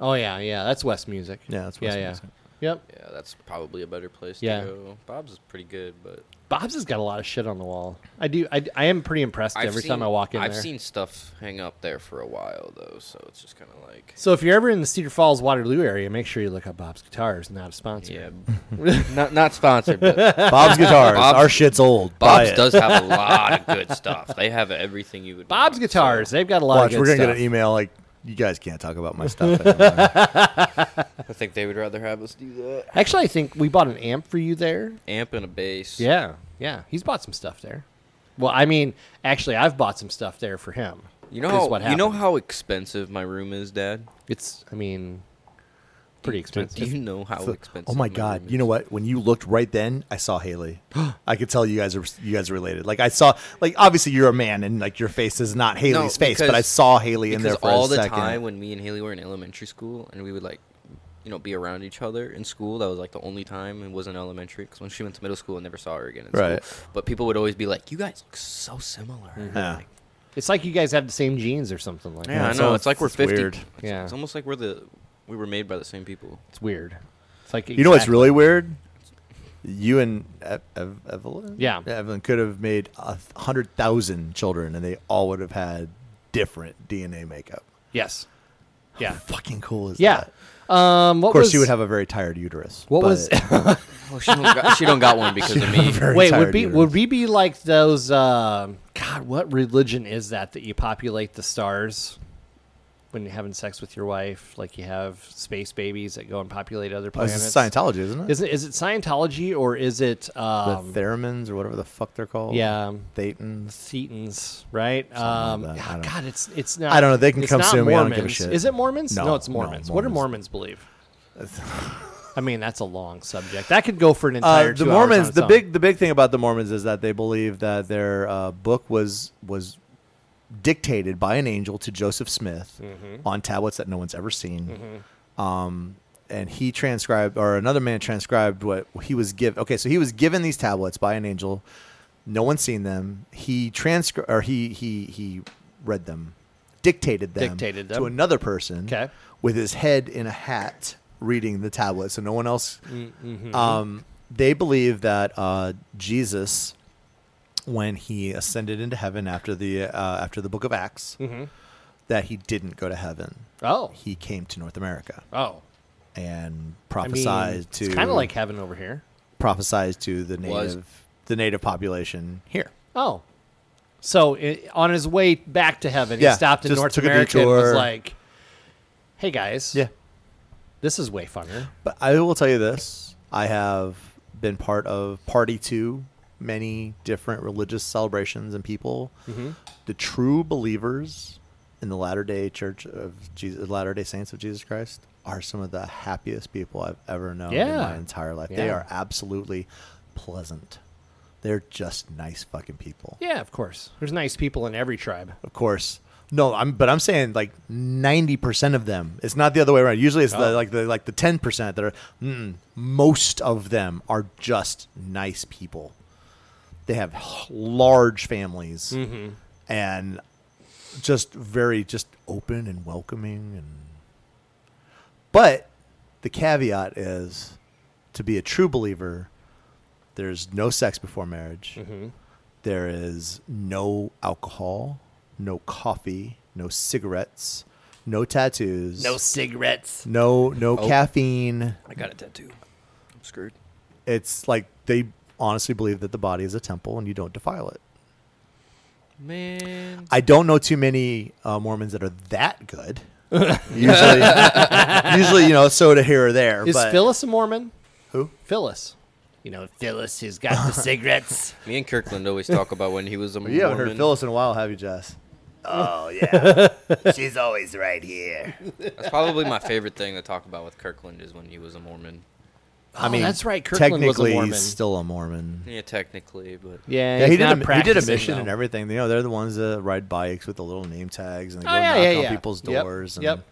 Speaker 3: Oh yeah, yeah. That's West Music.
Speaker 4: Yeah, that's West
Speaker 3: yeah, yeah.
Speaker 4: Music.
Speaker 3: Yep.
Speaker 5: Yeah, that's probably a better place
Speaker 3: Yeah.
Speaker 5: to go. Bob's is pretty good, but
Speaker 3: Bob's has got a lot of shit on the wall. I do. I, I am pretty impressed
Speaker 5: I've
Speaker 3: every
Speaker 5: seen,
Speaker 3: time I walk in
Speaker 5: I've
Speaker 3: there.
Speaker 5: seen stuff hang up there for a while though, so it's just kind of like
Speaker 3: so if you're ever in the Cedar Falls Waterloo area, make sure you look up Bob's Guitars, not a sponsor.
Speaker 5: yeah, not not sponsored, but
Speaker 4: Bob's guitars.
Speaker 5: Bob's-
Speaker 4: Our shit's old. Buy
Speaker 5: Bob's
Speaker 4: it.
Speaker 5: does have a lot of good stuff. They have everything you would.
Speaker 3: Bob's
Speaker 5: want, so-
Speaker 3: Guitars. They've got a lot
Speaker 4: Watch,
Speaker 3: of good
Speaker 4: we're gonna
Speaker 3: stuff.
Speaker 4: get an email like you guys can't talk about my stuff. anymore."
Speaker 5: I think they would rather have us do that.
Speaker 3: Actually, I think we bought an amp for you there.
Speaker 5: Amp and a bass.
Speaker 3: Yeah, yeah. He's bought some stuff there. Well, I mean, actually, I've bought some stuff there for him.
Speaker 5: You know
Speaker 3: is
Speaker 5: how,
Speaker 3: what
Speaker 5: you know
Speaker 3: happened.
Speaker 5: how expensive my room is, Dad.
Speaker 3: It's, I mean, pretty
Speaker 5: Do
Speaker 3: expensive.
Speaker 5: you know how expensive?
Speaker 4: oh my
Speaker 5: room
Speaker 4: god!
Speaker 5: is?
Speaker 4: You know what? When you looked right then, I saw Haley. I could tell you guys are you guys are related. Like I saw, like obviously you're a man, and like your face is not Haley's face, but
Speaker 5: because-
Speaker 4: I saw Haley in
Speaker 5: because
Speaker 4: there for
Speaker 5: all
Speaker 4: a
Speaker 5: the
Speaker 4: second.
Speaker 5: time when me and Haley were in elementary school and we would like, you know, be around each other in school. That was like the only time it was in elementary. Because when she went to middle school, I never saw her again. In
Speaker 4: Right.
Speaker 5: School. But people would always be like, "You guys look so similar."
Speaker 4: Yeah.
Speaker 5: Like,
Speaker 3: It's like you guys have the same genes or something like
Speaker 5: Mm-hmm. yeah,
Speaker 3: that.
Speaker 5: I know.
Speaker 4: so
Speaker 5: it's like we're
Speaker 4: it's
Speaker 5: fifty.
Speaker 4: weird.
Speaker 5: It's,
Speaker 3: Yeah.
Speaker 5: it's almost like we're the we were made by the same people.
Speaker 3: It's weird. It's like
Speaker 4: You know what's
Speaker 3: exactly-
Speaker 4: really weird? You and Ev- Ev- Evelyn,
Speaker 3: Yeah.
Speaker 4: Evelyn could have made a hundred thousand children, and they all would have had different DNA makeup.
Speaker 3: Yes.
Speaker 5: Oh,
Speaker 3: Yeah.
Speaker 4: Fucking cool is
Speaker 3: Yeah.
Speaker 4: that?
Speaker 3: Um, what
Speaker 4: Of course,
Speaker 3: was,
Speaker 4: you would have a very tired uterus.
Speaker 3: What
Speaker 4: but-
Speaker 3: was?
Speaker 5: Oh, she don't got, she don't got one because of me.
Speaker 4: Very
Speaker 3: wait,
Speaker 4: tired
Speaker 3: would be
Speaker 4: uterus.
Speaker 3: would we be like those? um God, what religion is that that you populate the stars when you're having sex with your wife? Like you have space babies that go and populate other
Speaker 4: Oh,
Speaker 3: planets.
Speaker 4: this is Scientology, isn't it?
Speaker 3: Is it is it Scientology or is it
Speaker 4: the
Speaker 3: um,
Speaker 4: Theremins or whatever the fuck they're called.
Speaker 3: yeah
Speaker 4: Thetans.
Speaker 3: Thetans, right? Um,
Speaker 4: that. I
Speaker 3: ah,
Speaker 4: don't-
Speaker 3: God, it's it's not.
Speaker 4: I don't know. They can
Speaker 3: it's
Speaker 4: come
Speaker 3: not
Speaker 4: sue me. I don't
Speaker 3: Mormons.
Speaker 4: give a shit.
Speaker 3: Is it Mormons?
Speaker 4: No,
Speaker 3: it's
Speaker 4: no,
Speaker 3: Mormons. What do Mormons
Speaker 4: Mormons.
Speaker 3: believe? I mean, that's a long subject. That could go for an
Speaker 4: Uh,
Speaker 3: entire. two
Speaker 4: the
Speaker 3: hours on
Speaker 4: Mormons.
Speaker 3: its
Speaker 4: The
Speaker 3: own.
Speaker 4: big the big thing about the Mormons is that they believe that their uh, book was was dictated by an angel to Joseph Smith
Speaker 3: Mm-hmm.
Speaker 4: on tablets that no one's ever seen. Um, and he transcribed, or another man transcribed what he was given. Okay, so he was given these tablets by an angel. No one's seen them. He transcri- or he he he read them, dictated them,
Speaker 3: Dictated them.
Speaker 4: to another person.
Speaker 3: Okay.
Speaker 4: with his head in a hat, reading the tablet, so no one else
Speaker 3: Mm-hmm.
Speaker 4: um, they believe that uh, Jesus, when he ascended into heaven after the uh, after the Book of Acts,
Speaker 3: Mm-hmm.
Speaker 4: that he didn't go to heaven.
Speaker 3: Oh,
Speaker 4: He came to North America
Speaker 3: oh.
Speaker 4: and
Speaker 3: I mean,
Speaker 4: prophesied to
Speaker 3: it's kind of like heaven over here.
Speaker 4: prophesied to the
Speaker 5: Was-
Speaker 4: native the native population here.
Speaker 3: Oh, so i on his way back to heaven,
Speaker 4: Yeah,
Speaker 3: he stopped in
Speaker 4: just
Speaker 3: North
Speaker 4: took a
Speaker 3: America and was
Speaker 4: detour.
Speaker 3: like, "Hey guys, this is way funner."
Speaker 4: but I will tell you this: I have been part of party to many different religious celebrations and people.
Speaker 3: Mm-hmm.
Speaker 4: The true believers in the Latter Day Church of Jesus, Latter Day Saints of Jesus Christ, are some of the happiest people I've ever known in
Speaker 3: Yeah.
Speaker 4: my entire life. They
Speaker 3: Yeah.
Speaker 4: are absolutely pleasant. They're just nice fucking people
Speaker 3: Yeah, of course. There's nice people in every tribe.
Speaker 4: of course. No, I'm but I'm saying like ninety percent of them. It's not the other way around. Usually it's the, like the like the ten percent that are. Mm, most of them are just nice people. They have h- large families and just very just open and welcoming and. But the caveat is, to be a true believer, there's no sex before marriage. There is no alcohol, no coffee, no cigarettes, no tattoos, no
Speaker 3: cigarettes.
Speaker 4: no, no caffeine.
Speaker 5: I got a tattoo. I'm screwed.
Speaker 4: It's like they honestly believe that the body is a temple and you don't defile it.
Speaker 5: Man.
Speaker 4: I don't know too many uh, Mormons that are that good. usually, usually, you know, soda here or there.
Speaker 3: Is
Speaker 4: but
Speaker 3: Phyllis a Mormon?
Speaker 4: Who?
Speaker 3: Phyllis. You know Phyllis, who's got the cigarettes.
Speaker 5: Me and Kirkland always talk about when he was a
Speaker 4: You haven't
Speaker 5: Mormon.
Speaker 4: heard Phyllis in a while, have you, Jess?
Speaker 2: She's always right here.
Speaker 5: That's probably my favorite thing to talk about with Kirkland is when he was a Mormon.
Speaker 4: I
Speaker 3: Oh,
Speaker 4: mean,
Speaker 3: that's right, Kirkland was a
Speaker 4: technically,
Speaker 3: Mormon.
Speaker 4: he's still a Mormon.
Speaker 5: Yeah, technically, but
Speaker 3: Yeah,
Speaker 4: Yeah,
Speaker 3: he's
Speaker 4: he did,
Speaker 3: not
Speaker 4: a, he did a
Speaker 3: practicing,
Speaker 4: mission
Speaker 3: though.
Speaker 4: and everything. You know, they're the ones that ride bikes with the little name tags and they
Speaker 3: Oh
Speaker 4: go
Speaker 3: yeah,
Speaker 4: knock
Speaker 3: yeah,
Speaker 4: on
Speaker 3: yeah.
Speaker 4: people's
Speaker 3: Yep,
Speaker 4: doors. And,
Speaker 3: yep.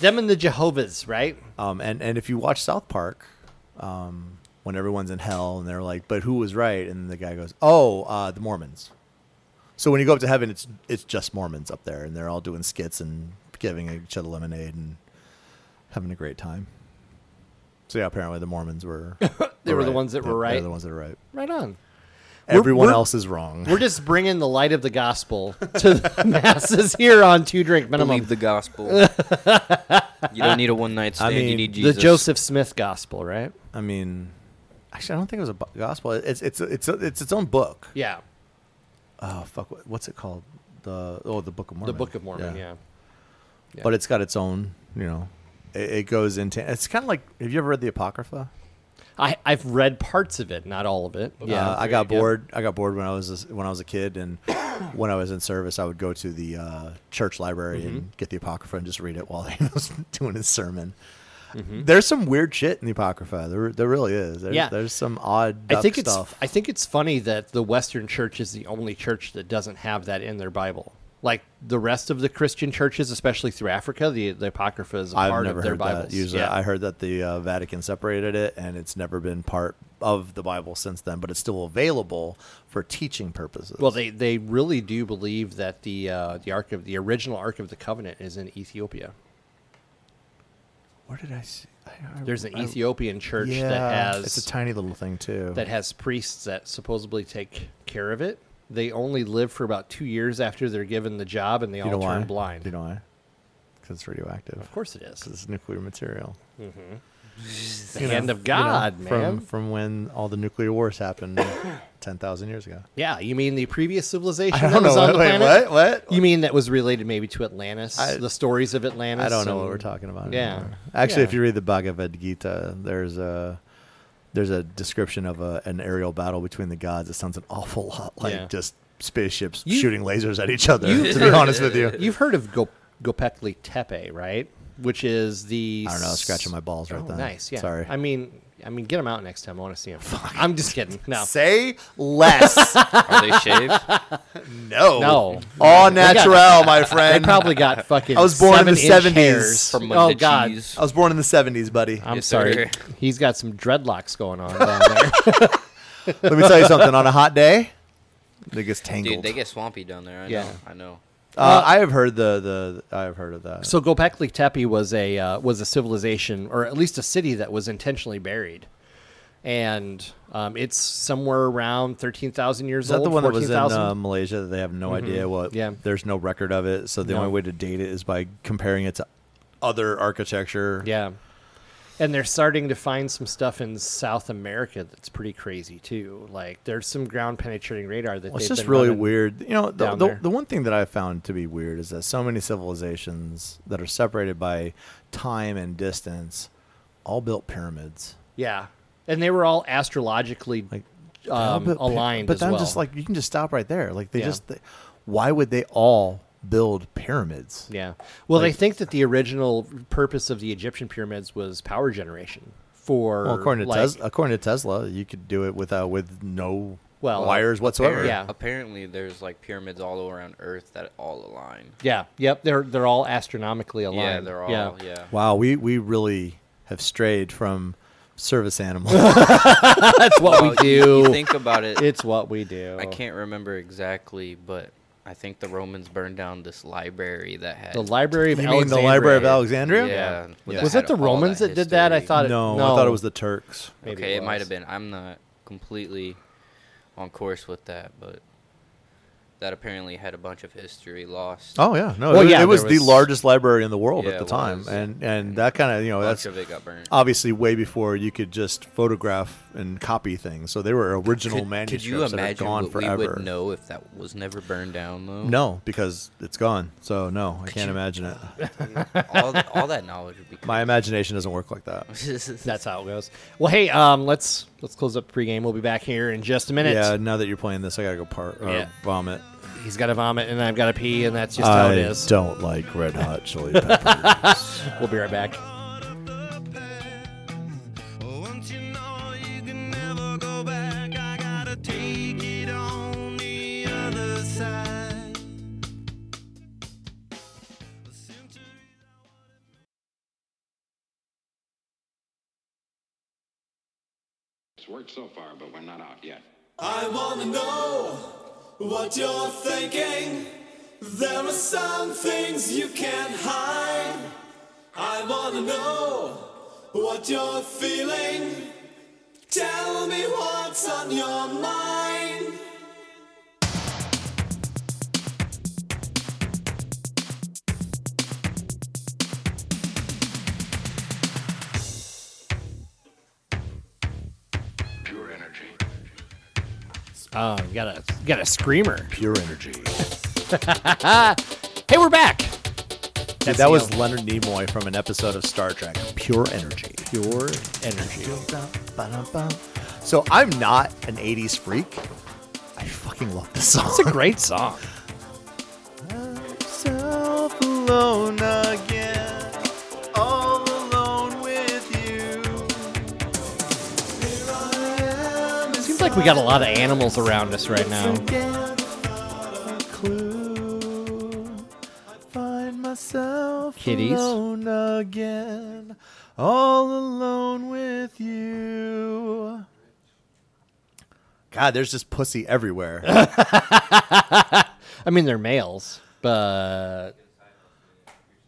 Speaker 3: Them and the Jehovah's, right?
Speaker 4: Um, and and if you watch South Park, um, when everyone's in hell and they're like, "But who was right?" and the guy goes, "Oh, uh, the Mormons." So when you go up to heaven, it's it's just Mormons up there, and they're all doing skits and giving each other lemonade and having a great time. So yeah, apparently the Mormons were
Speaker 3: They were the ones that
Speaker 4: They-
Speaker 3: were
Speaker 4: They're
Speaker 3: right.
Speaker 4: the ones that are right.
Speaker 3: Right on.
Speaker 4: Everyone
Speaker 3: we're-
Speaker 4: else is wrong.
Speaker 3: We're just bringing the light of the gospel to the masses here on Two Drink Minimum.
Speaker 5: believe the gospel. you don't need a one night stand. you
Speaker 4: mean,
Speaker 5: need
Speaker 3: the
Speaker 5: Jesus.
Speaker 3: Joseph Smith gospel, right?
Speaker 4: I mean, actually, I don't think it was a bo- gospel. It's it's it's it's its own book.
Speaker 3: Yeah,
Speaker 4: Oh fuck, what- what's it called? The oh, the Book of
Speaker 3: the
Speaker 4: Mormon.
Speaker 3: Book of Mormon. Yeah. yeah.
Speaker 4: but it's got its own. You know, it, it goes into. It's kind of like. Have you ever read the Apocrypha?
Speaker 3: I I've read parts of it, not all of it. Yeah,
Speaker 4: Uh, I got bored. I got bored when I was a, when I was a kid, and when I was in service, I would go to the uh, church library
Speaker 3: Mm-hmm.
Speaker 4: and get the Apocrypha and just read it while he was doing his sermon. There's some weird shit in the Apocrypha. There, there really is. There's,
Speaker 3: Mm-hmm. Yeah.
Speaker 4: there's some odd.
Speaker 3: I think it's
Speaker 4: stuff.
Speaker 3: I think it's funny that the Western Church is the only church that doesn't have that in their Bible. Like the rest of the Christian churches, especially through Africa, the, the Apocrypha is a
Speaker 4: I've
Speaker 3: part
Speaker 4: never
Speaker 3: of their
Speaker 4: heard
Speaker 3: Bibles.
Speaker 4: that. Usually,
Speaker 3: Yeah.
Speaker 4: I heard that the uh, Vatican separated it, and it's never been part of the Bible since then. But it's still available for teaching purposes.
Speaker 3: Well, they, they really do believe that the uh, the ark of the original Ark of the Covenant is in Ethiopia.
Speaker 4: where did I see? I, I-
Speaker 3: There's an
Speaker 4: I-
Speaker 3: Ethiopian church
Speaker 4: yeah,
Speaker 3: that has
Speaker 4: It's a tiny little thing too.
Speaker 3: that has priests that supposedly take care of it. They only live for about two years after they're given the job, and they
Speaker 4: you know
Speaker 3: all
Speaker 4: why?
Speaker 3: turn blind.
Speaker 4: You know why? Because it's radioactive.
Speaker 3: of course, it is
Speaker 4: 'Cause it's nuclear material.
Speaker 3: the hand of God,
Speaker 4: You know,
Speaker 3: man.
Speaker 4: From from when all the nuclear wars happened, ten thousand years ago.
Speaker 3: yeah, you mean the previous civilization
Speaker 4: I
Speaker 3: that
Speaker 4: don't know.
Speaker 3: was on
Speaker 4: What,
Speaker 3: the
Speaker 4: wait,
Speaker 3: planet?
Speaker 4: what? What?
Speaker 3: You mean that was related maybe to Atlantis,
Speaker 4: I-
Speaker 3: the stories of Atlantis?
Speaker 4: I don't know what
Speaker 3: and-
Speaker 4: we're talking about.
Speaker 3: yeah.
Speaker 4: anymore. Actually, if
Speaker 3: Yeah.
Speaker 4: you read the Bhagavad Gita, there's a there's a description of a, an aerial battle between the gods. It sounds an awful lot like
Speaker 3: Yeah.
Speaker 4: just spaceships
Speaker 3: You-
Speaker 4: shooting lasers at each other.
Speaker 3: You've
Speaker 4: To be
Speaker 3: heard-
Speaker 4: honest with you,
Speaker 3: You've heard of Go- Gopekli Tepe, right? Which is the
Speaker 4: I don't know. I was
Speaker 3: s-
Speaker 4: scratching my balls right
Speaker 3: Oh,
Speaker 4: then.
Speaker 3: Nice, yeah.
Speaker 4: Sorry.
Speaker 3: I mean, I mean, get him out next time. I want to see him. I'm just kidding. No,
Speaker 4: Say less.
Speaker 5: Are they shaved?
Speaker 4: no.
Speaker 3: no.
Speaker 4: All natural, my friend.
Speaker 3: They probably got fucking.
Speaker 4: uh, I was born in the
Speaker 3: seven-inch
Speaker 4: 70s.
Speaker 3: hairs.
Speaker 5: From
Speaker 3: oh
Speaker 5: Monday
Speaker 3: God,
Speaker 5: cheese.
Speaker 4: I was born in the '70s, buddy.
Speaker 3: I'm
Speaker 5: Yes,
Speaker 3: sorry.
Speaker 5: sir.
Speaker 3: He's got some dreadlocks going on down there.
Speaker 4: Let me tell you something. On a hot day, it gets tangled.
Speaker 5: Dude, they get swampy down there. I
Speaker 3: Yeah.
Speaker 5: know. I know.
Speaker 4: uh, I have heard the the. I have heard of that.
Speaker 3: so Gobekli Tepe was a uh, was a civilization, or at least a city that was intentionally buried, and um, it's somewhere around thirteen thousand years
Speaker 4: Is that
Speaker 3: old.
Speaker 4: the one that was in
Speaker 3: 14,000?
Speaker 4: uh, Malaysia that they have no idea what?
Speaker 3: Mm-hmm. Yeah.
Speaker 4: There's no record of it, so the
Speaker 3: No.
Speaker 4: only way to date it is by comparing it to other architecture.
Speaker 3: Yeah. And they're starting to find some stuff in South America that's pretty crazy too. Like there's some ground penetrating radar that
Speaker 4: Well, it's
Speaker 3: they've
Speaker 4: just
Speaker 3: been
Speaker 4: really
Speaker 3: running.
Speaker 4: weird. You know, the,
Speaker 3: down
Speaker 4: the,
Speaker 3: there.
Speaker 4: the one thing that I found to be weird is that so many civilizations that are separated by time and distance all built pyramids.
Speaker 3: Yeah, and they were all astrologically
Speaker 4: Like they all
Speaker 3: um,
Speaker 4: built py-
Speaker 3: aligned.
Speaker 4: But
Speaker 3: as
Speaker 4: I'm
Speaker 3: well.
Speaker 4: just like, you can just stop right there. Like they
Speaker 3: Yeah.
Speaker 4: just, they, why would they all build pyramids?
Speaker 3: Yeah. Well, they think that the original purpose of the Egyptian pyramids was power generation for.
Speaker 4: Well, according to
Speaker 3: like,
Speaker 4: Tesla, according to Tesla, you could do it without with no
Speaker 3: well,
Speaker 4: wires whatsoever.
Speaker 3: Yeah.
Speaker 5: Apparently, there's like pyramids all around Earth that all align.
Speaker 3: Yeah. Yep. They're they're all astronomically aligned.
Speaker 5: Yeah, they're all. Yeah. yeah.
Speaker 4: Wow, we we really have strayed from service animal.
Speaker 3: That's what we
Speaker 5: Well, you-
Speaker 3: do.
Speaker 5: You think about it.
Speaker 3: it's what we do.
Speaker 5: I can't remember exactly, but I think the Romans burned down this library that had.
Speaker 3: The Library of
Speaker 4: you mean
Speaker 3: Alexandria.
Speaker 4: the Library of Alexandria?
Speaker 5: Yeah.
Speaker 4: Yeah.
Speaker 3: Was
Speaker 5: had
Speaker 3: it the
Speaker 5: all
Speaker 3: Romans that, did that? I
Speaker 5: history.
Speaker 3: thought it,
Speaker 4: No, I thought it was the Turks.
Speaker 3: Maybe
Speaker 5: okay,
Speaker 3: it
Speaker 5: it, might
Speaker 3: was.
Speaker 5: have been. I'm not completely on course with that, but that apparently had a bunch of history lost.
Speaker 4: Oh yeah, no,
Speaker 3: Well,
Speaker 4: it,
Speaker 3: yeah,
Speaker 4: it was,
Speaker 3: there
Speaker 4: the
Speaker 3: was-
Speaker 4: largest library in the world
Speaker 5: Yeah,
Speaker 4: at the
Speaker 5: it
Speaker 4: time,
Speaker 5: was.
Speaker 4: and and that kind of you know
Speaker 5: a bunch
Speaker 4: that's
Speaker 5: of it got burned.
Speaker 4: obviously way before you could just photograph and copy things. So they were original
Speaker 5: could, could
Speaker 4: manuscripts
Speaker 5: you
Speaker 4: that are
Speaker 5: imagine
Speaker 4: gone
Speaker 5: what
Speaker 4: forever.
Speaker 5: we would know if that was never burned down though?
Speaker 4: No, because it's gone. So no, I can't imagine it.
Speaker 5: all, th- all that knowledge would be.
Speaker 4: My
Speaker 5: gone.
Speaker 4: imagination doesn't work like that.
Speaker 3: That's how it goes. Well, hey, um, let's let's close up pregame. We'll be back here in just a minute.
Speaker 4: Yeah, now that you're playing this, I gotta go part or
Speaker 3: Yeah.
Speaker 4: vomit.
Speaker 3: He's got to vomit, and I've got to pee, and that's just how
Speaker 4: I
Speaker 3: it is.
Speaker 4: don't like Red Hot Chili Peppers.
Speaker 3: We'll be right back.
Speaker 6: Once you know you can never go back, I gotta take it on the other side.
Speaker 7: It's worked so far, but we're not out yet.
Speaker 2: I wanna know what you're thinking. There are some things you can't hide. I wanna know what you're feeling. Tell me what's on your mind.
Speaker 7: Pure energy.
Speaker 3: Oh, we got a we got a screamer.
Speaker 4: Pure energy.
Speaker 3: Hey, we're back.
Speaker 4: Dude, that was Leonard Nimoy from an episode of Star Trek. Pure energy.
Speaker 3: pure energy.
Speaker 4: So I'm not an 80s freak. I fucking love this song.
Speaker 3: It's a great song.
Speaker 4: Myself alone again, all alone with you.
Speaker 3: Seems like we got a lot of animals around us right now.
Speaker 4: Forget a clue. Find myself
Speaker 3: Kitties.
Speaker 4: alone again, all alone with you. God, there's just pussy everywhere.
Speaker 3: I mean, they're males, but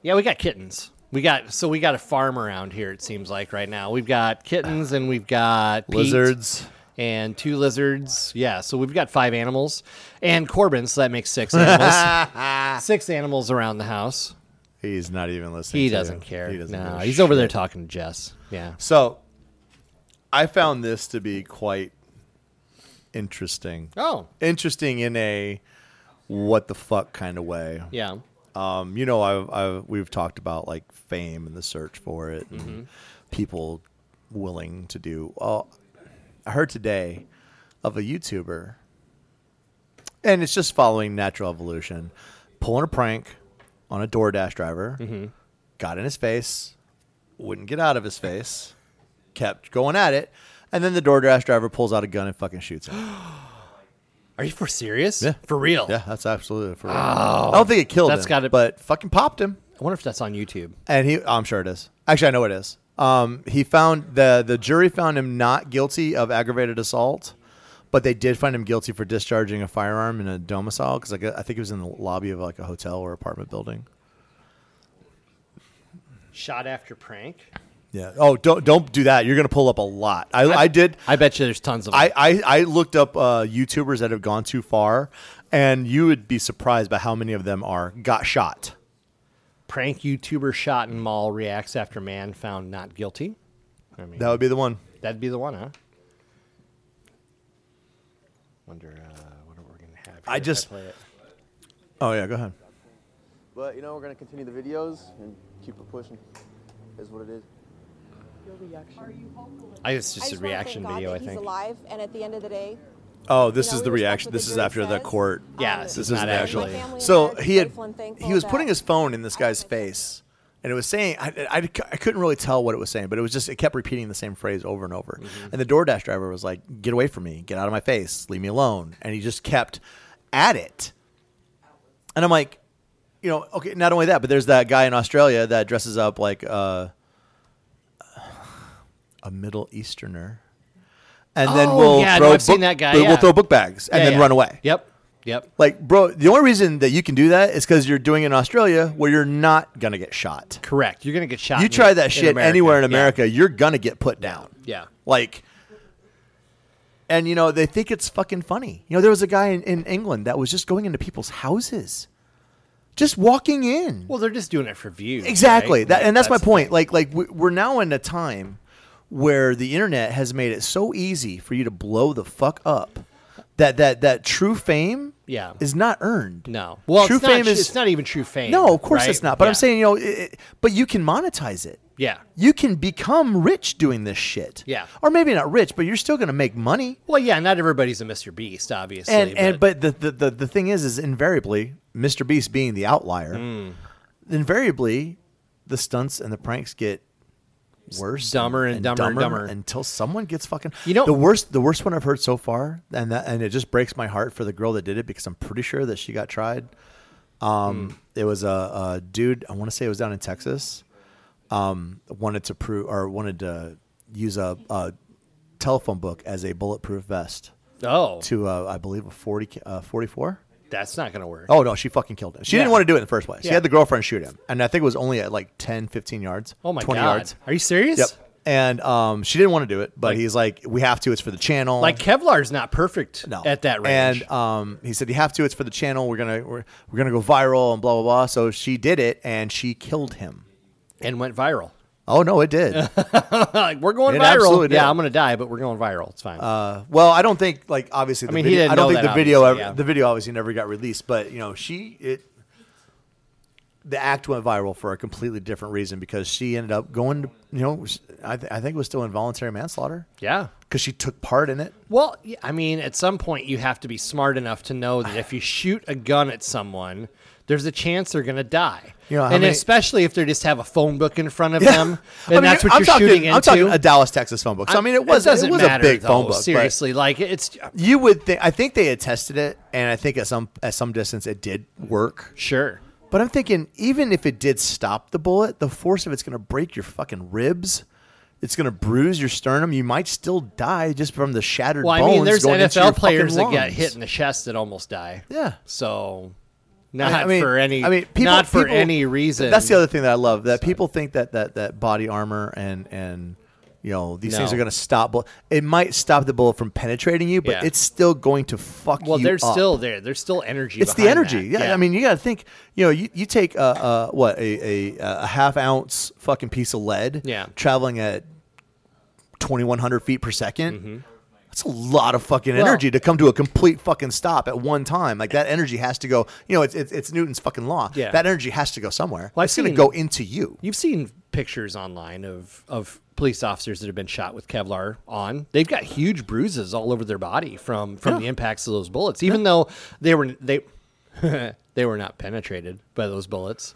Speaker 3: yeah, we got kittens. We got so we got a farm around here. It seems like right now we've got kittens and we've got Pete
Speaker 4: Lizards.
Speaker 3: and two lizards. Yeah, so we've got five animals and Corbin, so that makes six animals. six animals around the house.
Speaker 4: He's not even listening.
Speaker 3: He
Speaker 4: to
Speaker 3: doesn't
Speaker 4: you.
Speaker 3: care.
Speaker 4: He doesn't
Speaker 3: no,
Speaker 4: give a
Speaker 3: he's
Speaker 4: shit.
Speaker 3: over there talking to Jess. Yeah,
Speaker 4: So, I found this to be quite interesting.
Speaker 3: Oh.
Speaker 4: interesting in a what the fuck kind of way.
Speaker 3: yeah.
Speaker 4: Um, you know, I've, I've we've talked about like fame and the search for it, and
Speaker 3: Mm-hmm.
Speaker 4: people willing to do. Oh, I heard today of a YouTuber, and it's just following natural evolution, pulling a prank on a DoorDash driver,
Speaker 3: Mm-hmm.
Speaker 4: got in his face, wouldn't get out of his face, kept going at it, and then the DoorDash driver pulls out a gun and fucking shoots him.
Speaker 3: Are you for serious?
Speaker 4: Yeah.
Speaker 3: for real.
Speaker 4: Yeah, that's absolutely for real. I don't think it killed
Speaker 3: That's
Speaker 4: him,
Speaker 3: gotta-
Speaker 4: but fucking popped him.
Speaker 3: I wonder if that's on YouTube.
Speaker 4: And he, oh, I'm sure it is. Actually, I know it is. Um, he found the the jury found him not guilty of aggravated assault, but they did find him guilty for discharging a firearm in a domicile because I, gu- I think it was in the lobby of like a hotel or apartment building.
Speaker 3: Shot after prank.
Speaker 4: Yeah. Oh, don't don't do that. You're gonna pull up a lot. I, I did.
Speaker 3: I bet you there's tons of.
Speaker 4: I,
Speaker 3: them.
Speaker 4: I, I looked up uh, YouTubers that have gone too far, and you would be surprised by how many of them are got shot.
Speaker 3: prank YouTuber shot in mall reacts after man found not guilty. I mean,
Speaker 4: That would be the one.
Speaker 3: that'd be the one, huh? Wonder, uh, wonder what we're gonna have.
Speaker 4: I
Speaker 3: here if
Speaker 4: just-
Speaker 3: play it.
Speaker 4: Oh yeah, go ahead.
Speaker 8: But you know, we're gonna continue the videos and keep it pushing. Is what it is.
Speaker 3: I it's just
Speaker 9: I
Speaker 3: a
Speaker 9: just wanna
Speaker 3: reaction
Speaker 9: thank God
Speaker 3: video.
Speaker 9: that
Speaker 3: I
Speaker 9: he's
Speaker 3: think.
Speaker 9: alive, and at the end of the day,
Speaker 4: Oh, this
Speaker 9: You know,
Speaker 4: is
Speaker 9: we
Speaker 4: the
Speaker 9: respect
Speaker 4: reaction.
Speaker 9: what the
Speaker 4: This is
Speaker 9: jury
Speaker 4: after the
Speaker 9: says.
Speaker 4: court. Um,
Speaker 3: Yeah, this
Speaker 4: this
Speaker 3: is not
Speaker 4: isn't
Speaker 3: actually.
Speaker 4: actually.
Speaker 9: family and
Speaker 4: So
Speaker 9: I are
Speaker 4: he had
Speaker 9: grateful and thankful
Speaker 4: he was
Speaker 9: that
Speaker 4: putting his phone in this
Speaker 9: I
Speaker 4: guy's
Speaker 9: have my
Speaker 4: face, and it was saying I, I, I couldn't really tell what it was saying, but it was just it kept repeating the same phrase over and over. And the DoorDash driver was like, "Get away from me! Get out of my face! Leave me alone!" And he just kept at it. And I'm like, you know, okay. Not only that, but there's that guy in Australia that dresses up like uh, a Middle Easterner, and then
Speaker 3: Oh,
Speaker 4: we'll
Speaker 3: yeah, I know,
Speaker 4: throw
Speaker 3: I've seen
Speaker 4: book-
Speaker 3: that guy,
Speaker 4: We'll
Speaker 3: yeah.
Speaker 4: throw book bags and
Speaker 3: Yeah,
Speaker 4: then
Speaker 3: yeah.
Speaker 4: run away.
Speaker 3: Yep. Yep.
Speaker 4: Like, bro, the only reason that you can do that is because you're doing it in Australia where you're not gonna get shot.
Speaker 3: Correct. You're gonna get shot.
Speaker 4: You
Speaker 3: in-
Speaker 4: try that
Speaker 3: in
Speaker 4: shit
Speaker 3: America.
Speaker 4: anywhere in
Speaker 3: Yeah.
Speaker 4: America, you're gonna get put down.
Speaker 3: Yeah.
Speaker 4: Like, and you know they think it's fucking funny. You know there was a guy in, in England that was just going into people's houses, just walking in.
Speaker 3: Well, they're just doing it for views.
Speaker 4: exactly.
Speaker 3: right?
Speaker 4: That,
Speaker 3: Like,
Speaker 4: and that's, my
Speaker 3: the
Speaker 4: point.
Speaker 3: thing.
Speaker 4: Like, like we- we're now in a time where the internet has made it so easy for you to blow the fuck up that that that true fame
Speaker 3: Yeah.
Speaker 4: is not earned.
Speaker 3: No. Well,
Speaker 4: true
Speaker 3: it's not,
Speaker 4: fame is
Speaker 3: it's not even true fame.
Speaker 4: no, of course
Speaker 3: right?
Speaker 4: it's not. But
Speaker 3: Yeah.
Speaker 4: I'm saying, you know, it, it- but you can monetize it.
Speaker 3: Yeah.
Speaker 4: You can become rich doing this shit.
Speaker 3: Yeah.
Speaker 4: Or maybe not rich, but you're still going to make money.
Speaker 3: Well, yeah, not everybody's a Mr. Beast, obviously.
Speaker 4: And and but the, the the the thing is is invariably Mr. Beast being the outlier,
Speaker 3: Hmm.
Speaker 4: invariably the stunts and the pranks get worse,
Speaker 3: dumber and dumber and dumber.
Speaker 4: until someone gets fucking.
Speaker 3: You know-
Speaker 4: the worst the worst one I've heard so far, and that and it just breaks my heart for the girl that did it because I'm pretty sure that she got tried. Um,
Speaker 3: Hmm.
Speaker 4: it was a, a dude. I want to say it was down in Texas. Um, wanted to prove or wanted to use a, a telephone book as a bulletproof vest
Speaker 3: oh,
Speaker 4: to uh, I believe a 40 ca- uh, 44.
Speaker 3: that's not gonna work.
Speaker 4: Oh no, she fucking killed him. She
Speaker 3: Yeah.
Speaker 4: didn't want to do it in the first place. She
Speaker 3: Yeah.
Speaker 4: had the girlfriend shoot him. And I think it was only at like 10 15 yards.
Speaker 3: Oh my
Speaker 4: 20
Speaker 3: god.
Speaker 4: yards.
Speaker 3: Are you serious?
Speaker 4: Yep. And um, she didn't want to do it, but
Speaker 3: Like-
Speaker 4: he's like we have to it's for the channel.
Speaker 3: Like Kevlar's not perfect
Speaker 4: no.
Speaker 3: at that range.
Speaker 4: And um, he said you have to it's for the channel. We're going to we're, we're going to go viral and blah blah blah. So she did it and she killed him.
Speaker 3: and went viral.
Speaker 4: Oh no, it did.
Speaker 3: like Uh, we're going
Speaker 4: It
Speaker 3: viral.
Speaker 4: absolutely did.
Speaker 3: Yeah, I'm gonna die, but we're going viral. It's fine.
Speaker 4: Uh, well, I don't think like obviously. The
Speaker 3: mean, he
Speaker 4: video,
Speaker 3: didn't
Speaker 4: I don't
Speaker 3: know
Speaker 4: think
Speaker 3: that,
Speaker 4: the video ever,
Speaker 3: obviously, yeah.
Speaker 4: the video obviously never got released, but you know, she it the act went viral for a completely different reason because she ended up going to you know I, th- I think it was still involuntary manslaughter
Speaker 3: yeah.
Speaker 4: because she took part in it.
Speaker 3: Well, y- I mean, at some point you have to be smart enough to know that if you shoot a gun at someone, there's a chance they're going to die.
Speaker 4: You know, how
Speaker 3: and
Speaker 4: many-
Speaker 3: especially if they just have a phone book in front of them, and
Speaker 4: I mean,
Speaker 3: that's what
Speaker 4: I'm
Speaker 3: you're
Speaker 4: talking,
Speaker 3: shooting into.
Speaker 4: I'm talking a Dallas, Texas phone book. So I mean, it was it,
Speaker 3: doesn't
Speaker 4: was
Speaker 3: matter,
Speaker 4: a big phone
Speaker 3: though,
Speaker 4: book. but-
Speaker 3: Seriously, like it's
Speaker 4: You would think. I think they had tested it, and I think at some at some distance it did work.
Speaker 3: sure.
Speaker 4: But I'm thinking, even if it did stop the bullet, the force of it's going to break your fucking ribs. It's going to bruise your sternum. You might still die just from the shattered
Speaker 3: Well, I
Speaker 4: bones.
Speaker 3: mean, there's
Speaker 4: going into your
Speaker 3: NFL players that
Speaker 4: fucking
Speaker 3: get
Speaker 4: lungs.
Speaker 3: hit in the chest that almost die.
Speaker 4: Yeah.
Speaker 3: So, not
Speaker 4: I mean-
Speaker 3: for any.
Speaker 4: I mean, people,
Speaker 3: not for
Speaker 4: people-
Speaker 3: any reason.
Speaker 4: That's the other thing that I love that people think that that that body armor and and you know these things
Speaker 3: No.
Speaker 4: are going to stop. bull- It might stop the bullet from penetrating you, but
Speaker 3: Yeah.
Speaker 4: it's still going to fuck
Speaker 3: Well,
Speaker 4: you
Speaker 3: there's
Speaker 4: up.
Speaker 3: still there. There's still energy.
Speaker 4: It's the
Speaker 3: behind
Speaker 4: energy.
Speaker 3: that.
Speaker 4: Yeah, I mean, you got to think. You know, you, you take uh, uh, what a, a a half ounce fucking piece of lead.
Speaker 3: Yeah.
Speaker 4: traveling at twenty one hundred feet per 2nd That's a lot of fucking
Speaker 3: Mm-hmm. Well-
Speaker 4: energy to come to a complete fucking stop at one time. Like that energy has to go. You know, it's it's, it's Newton's fucking law.
Speaker 3: Yeah.
Speaker 4: that energy has to go somewhere.
Speaker 3: Well, I've
Speaker 4: it's going to
Speaker 3: seen-
Speaker 4: go into you.
Speaker 3: You've seen pictures online of of police officers that have been shot with Kevlar on. They've got huge bruises all over their body from from the impacts of those bullets. Even though they were they they were not penetrated by those bullets.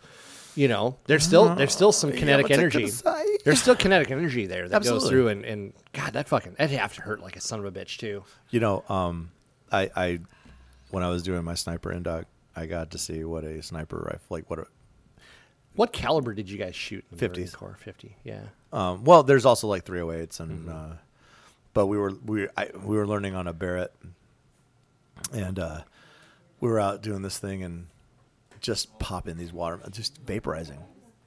Speaker 3: You know, there's still there's still some kinetic
Speaker 4: Uh-huh. what's it
Speaker 3: energy.
Speaker 4: gonna say?
Speaker 3: There's still kinetic energy there that
Speaker 4: Absolutely.
Speaker 3: goes through and, and God, that fucking that'd have to hurt like a son of a bitch too.
Speaker 4: You know, um, I, I when I was doing my sniper indoc, I got to see what a sniper rifle like what a
Speaker 3: What caliber did you guys shoot? In the Marine
Speaker 4: 50s.
Speaker 3: Corps? fifty. Yeah.
Speaker 4: Um, well, there's also like 308s and,
Speaker 3: Mm-hmm.
Speaker 4: uh, but we were we I, we were learning on a Barrett, and uh, we were out doing this thing and just popping these water, just vaporizing,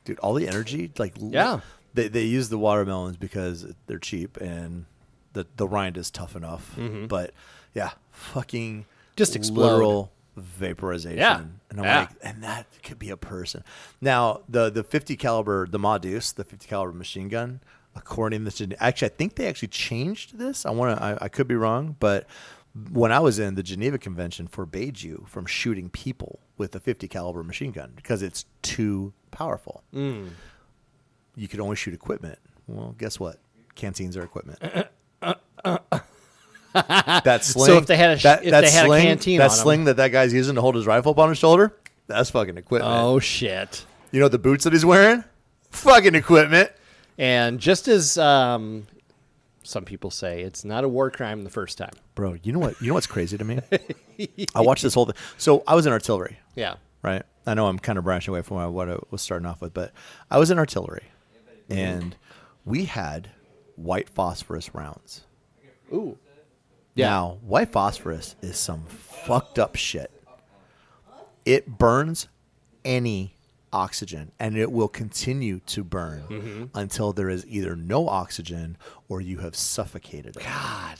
Speaker 4: dude. All the energy, like l-
Speaker 3: Yeah.
Speaker 4: they they use the watermelons because they're cheap and the the rind is tough enough, but yeah, fucking
Speaker 3: Mm-hmm. Just explode.
Speaker 4: literal vaporization.
Speaker 3: Yeah.
Speaker 4: and I'm
Speaker 3: Yeah.
Speaker 4: like, and that could be a person. Now the the 50 caliber, the Modus, the 50 caliber machine gun, according to the actually, I think they actually changed this. I want to, I, I could be wrong, but when I was in the Geneva Convention, forbade you from shooting people with a 50 caliber machine gun because it's too powerful.
Speaker 3: Mm.
Speaker 4: You could only shoot equipment. Well, guess what? Canteens are equipment. that sling.
Speaker 3: if they had a sh-
Speaker 4: that,
Speaker 3: if
Speaker 4: that
Speaker 3: they had a
Speaker 4: sling,
Speaker 3: canteen
Speaker 4: that
Speaker 3: on 'em.
Speaker 4: sling that that guy's using to hold his rifle up on his shoulder, that's fucking equipment.
Speaker 3: Oh shit.
Speaker 4: You know the boots that he's wearing? Fucking equipment.
Speaker 3: And just as um, some people say, it's not a war crime the first time.
Speaker 4: Bro, you know what? You know what's crazy to me? I watched this whole thing. So I was in artillery,
Speaker 3: Yeah.
Speaker 4: right? I know I'm kind of branching away from what I was starting off with, but I was in artillery, and we had white phosphorus rounds.
Speaker 3: Ooh.
Speaker 4: Now, white phosphorus is some fucked up shit. It burns any oxygen and it will continue to burn
Speaker 3: Mm-hmm.
Speaker 4: until there is either no oxygen or you have suffocated it. God.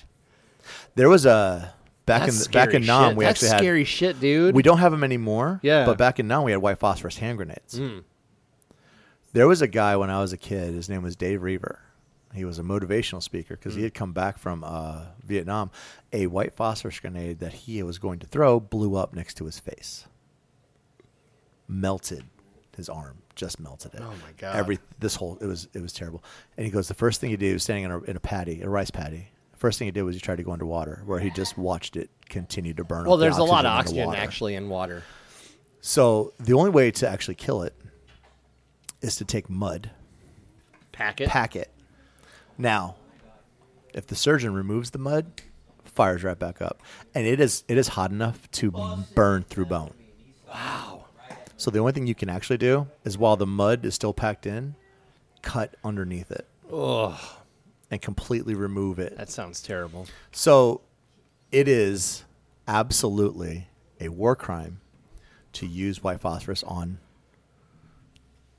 Speaker 4: There was a back
Speaker 3: That's
Speaker 4: in the,
Speaker 3: scary
Speaker 4: back in Nam
Speaker 3: shit.
Speaker 4: we
Speaker 3: That's
Speaker 4: actually
Speaker 3: scary
Speaker 4: had
Speaker 3: shit, dude.
Speaker 4: we don't have them anymore.
Speaker 3: Yeah. Mm.
Speaker 4: But back in now, we had white phosphorus hand grenades. There was a guy when I was a kid. His name was Dave Reaver. He was a motivational speaker because he
Speaker 3: Mm.
Speaker 4: had come back from uh, Vietnam. A white phosphorus grenade that he was going to throw blew up next to his face, melted his arm, just melted it. Oh
Speaker 3: my God.
Speaker 4: Every this whole it was it was terrible. And he goes, the first thing he did was standing in a, in a patty, a rice patty. First thing he did was he tried to go underwater, where he just watched it continue to burn.
Speaker 3: Well,
Speaker 4: up the
Speaker 3: there's a lot of
Speaker 4: oxygen
Speaker 3: oxygen
Speaker 4: underwater.
Speaker 3: actually in water.
Speaker 4: So the only way to actually kill it is to take mud,
Speaker 3: Pack it.
Speaker 4: pack it. Now, if the surgeon removes the mud, fires right back up, and it is it is hot enough to burn through bone. Wow. So the only thing you can actually do is while the mud is still packed in, cut underneath it. And completely remove it.
Speaker 3: That sounds terrible.
Speaker 4: So it is absolutely a war crime to use white phosphorus on.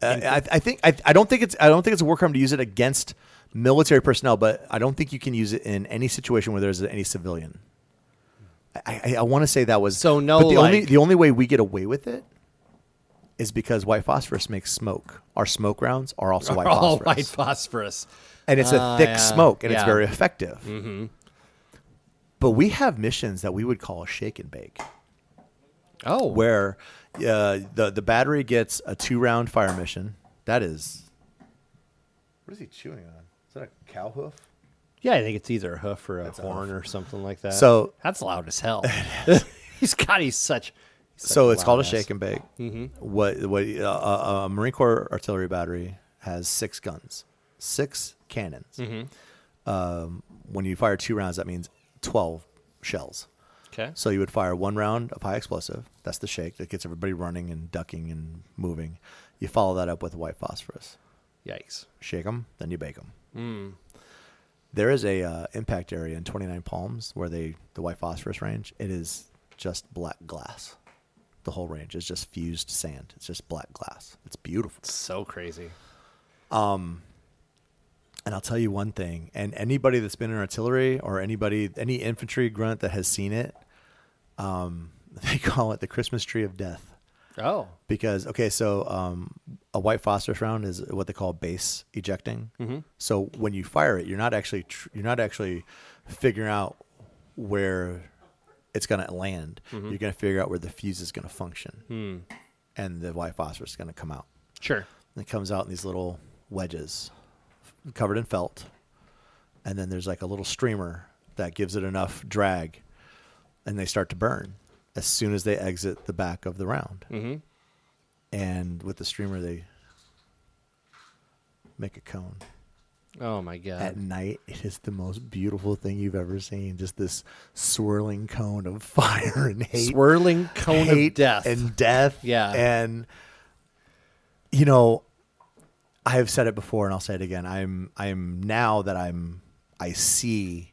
Speaker 4: Uh, I, I think I, I don't think it's I don't think it's a war crime to use it against military personnel, but I don't think you can use it in any situation where there's any civilian. I, I, I want to say that was
Speaker 3: So no,
Speaker 4: But the only
Speaker 3: like-
Speaker 4: the only way we get away with it is because white phosphorus makes smoke. Our smoke rounds are also white
Speaker 3: All
Speaker 4: phosphorus
Speaker 3: white phosphorus.
Speaker 4: and it's a
Speaker 3: Ah,
Speaker 4: thick
Speaker 3: yeah.
Speaker 4: smoke and it's
Speaker 3: Yeah.
Speaker 4: very effective. Mm-hmm. But we have missions that we would call shake and bake,
Speaker 3: Oh,
Speaker 4: where uh, the the battery gets a two round fire mission. That is, what is he chewing on? Is that a cow hoof?
Speaker 3: yeah, I think it's either a hoof or a horn or something like that.
Speaker 4: So-
Speaker 3: that's loud as hell. he's God, he's such. he's such
Speaker 4: So it's called a
Speaker 3: loud ass.
Speaker 4: shake and bake. What what uh, a a Marine Corps artillery battery has six guns, six cannons. Um, when you fire two rounds, that means twelve shells.
Speaker 3: Okay.
Speaker 4: So you would fire one round of high explosive. That's the shake that gets everybody running and ducking and moving. You follow that up with white phosphorus.
Speaker 3: Yikes.
Speaker 4: Shake them, then you bake them. There is a uh, impact area in 29 Palms where they the white phosphorus range. It is just black glass. The whole range is just fused sand. It's just black glass. It's beautiful.
Speaker 3: So crazy.
Speaker 4: And I'll tell you one thing, and anybody that's been in artillery or anybody, any infantry grunt that has seen it, um, they call it the Christmas tree of death.
Speaker 3: Oh,
Speaker 4: because okay, so um, a white phosphorus round is what they call base ejecting. So when you fire it, you're not actually tr- you're not actually figuring out where it's going to land. You're going to figure out where the fuse is going to function, and the white phosphorus is going to come out.
Speaker 3: sure.
Speaker 4: And it comes out in these little wedges, covered in felt, and then there's like a little streamer that gives it enough drag, and they start to burn as soon as they exit the back of the round and with the streamer they make a cone
Speaker 3: Oh my God.
Speaker 4: at night it is the most beautiful thing you've ever seen just this swirling cone of fire and hate
Speaker 3: Swirling cone
Speaker 4: hate
Speaker 3: of death.
Speaker 4: and death
Speaker 3: Yeah.
Speaker 4: and you know i have said it before and i'll say it again i'm i'm now that i'm i see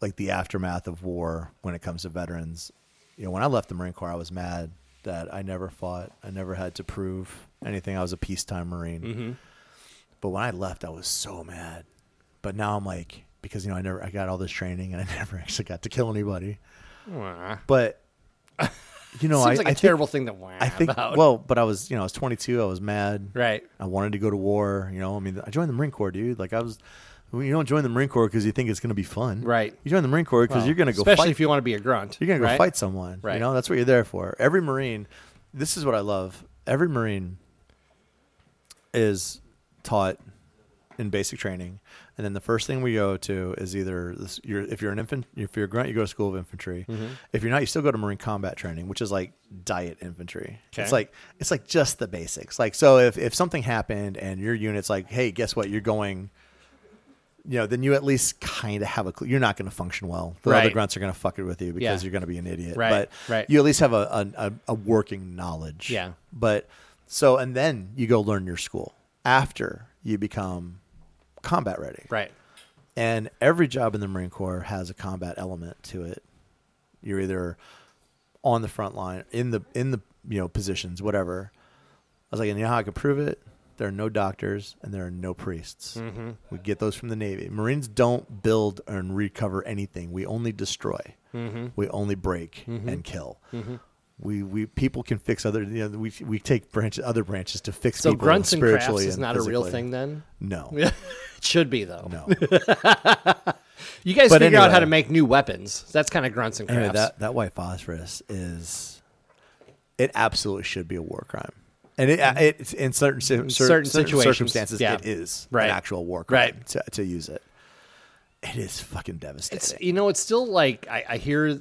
Speaker 4: like the aftermath of war when it comes to veterans you know when i left the marine corps i was mad that i never fought i never had to prove anything i was a peacetime marine
Speaker 3: Mm-hmm.
Speaker 4: but when i left i was so mad but now i'm like because you know i never i got all this training and i never actually got to kill anybody
Speaker 3: Mwah.
Speaker 4: but you know, I,
Speaker 3: Seems like
Speaker 4: I
Speaker 3: a
Speaker 4: think-
Speaker 3: terrible thing to whine
Speaker 4: I think
Speaker 3: about.
Speaker 4: well, but I was you know I was 22. I was mad.
Speaker 3: Right.
Speaker 4: I wanted to go to war. You know, I mean, I joined the Marine Corps, dude. Like I was. well, You don't join the Marine Corps because you think it's going to be fun.
Speaker 3: Right.
Speaker 4: You join the Marine Corps because
Speaker 3: Well,
Speaker 4: you're going to go
Speaker 3: especially
Speaker 4: fight.
Speaker 3: if you want to be a grunt.
Speaker 4: You're gonna go
Speaker 3: right?
Speaker 4: fight someone.
Speaker 3: Right.
Speaker 4: You know, that's what you're there for. Every Marine, this is what I love. Every Marine is taught in basic training And then the first thing we go to is either this, you're, if you're an infant, if you're a grunt, you go to school of infantry.
Speaker 3: Mm-hmm.
Speaker 4: If you're not, you still go to marine combat training, which is like diet infantry.
Speaker 3: Okay.
Speaker 4: It's like it's like just the basics. Like so, if if something happened and your unit's like, hey, guess what, you're going. You know, then you at least kind of have a clue. You're not going to function well. The other
Speaker 3: Right.
Speaker 4: grunts are going to fuck it with you because
Speaker 3: Yeah.
Speaker 4: you're going to be an idiot.
Speaker 3: Right,
Speaker 4: But
Speaker 3: right.
Speaker 4: you at least have a, a, a, a working knowledge.
Speaker 3: Yeah.
Speaker 4: But so, and then you go learn your school after you become combat ready.
Speaker 3: Right.
Speaker 4: And every job in the Marine Corps has a combat element to it. You're either on the front line, in the in the you know positions, whatever. I was like, and you know how I could prove it? There are no doctors and there are no priests.
Speaker 3: Mm-hmm.
Speaker 4: We get those from the Navy. Marines don't build and recover anything. We only destroy.
Speaker 3: Mm-hmm.
Speaker 4: We only break and kill. We, we people can fix other you know we, we take branches other branches to fix
Speaker 3: So
Speaker 4: people
Speaker 3: grunts and crafts
Speaker 4: spiritually
Speaker 3: is not a real
Speaker 4: physically.
Speaker 3: thing then.
Speaker 4: no
Speaker 3: it should be though.
Speaker 4: no
Speaker 3: You guys
Speaker 4: But
Speaker 3: figure out how
Speaker 4: anyway.
Speaker 3: to make new weapons. That's kind of grunts and crafts.
Speaker 4: Anyway, that that white phosphorus is it absolutely should be a war crime, and it, it in certain ci- cer-
Speaker 3: Mm-hmm. certain
Speaker 4: certain,
Speaker 3: situations,
Speaker 4: circumstances
Speaker 3: yeah.
Speaker 4: it is
Speaker 3: Right.
Speaker 4: an actual war crime
Speaker 3: Right.
Speaker 4: to, to use it. It is fucking
Speaker 3: It's
Speaker 4: devastating.
Speaker 3: you know, it's still like I, I hear,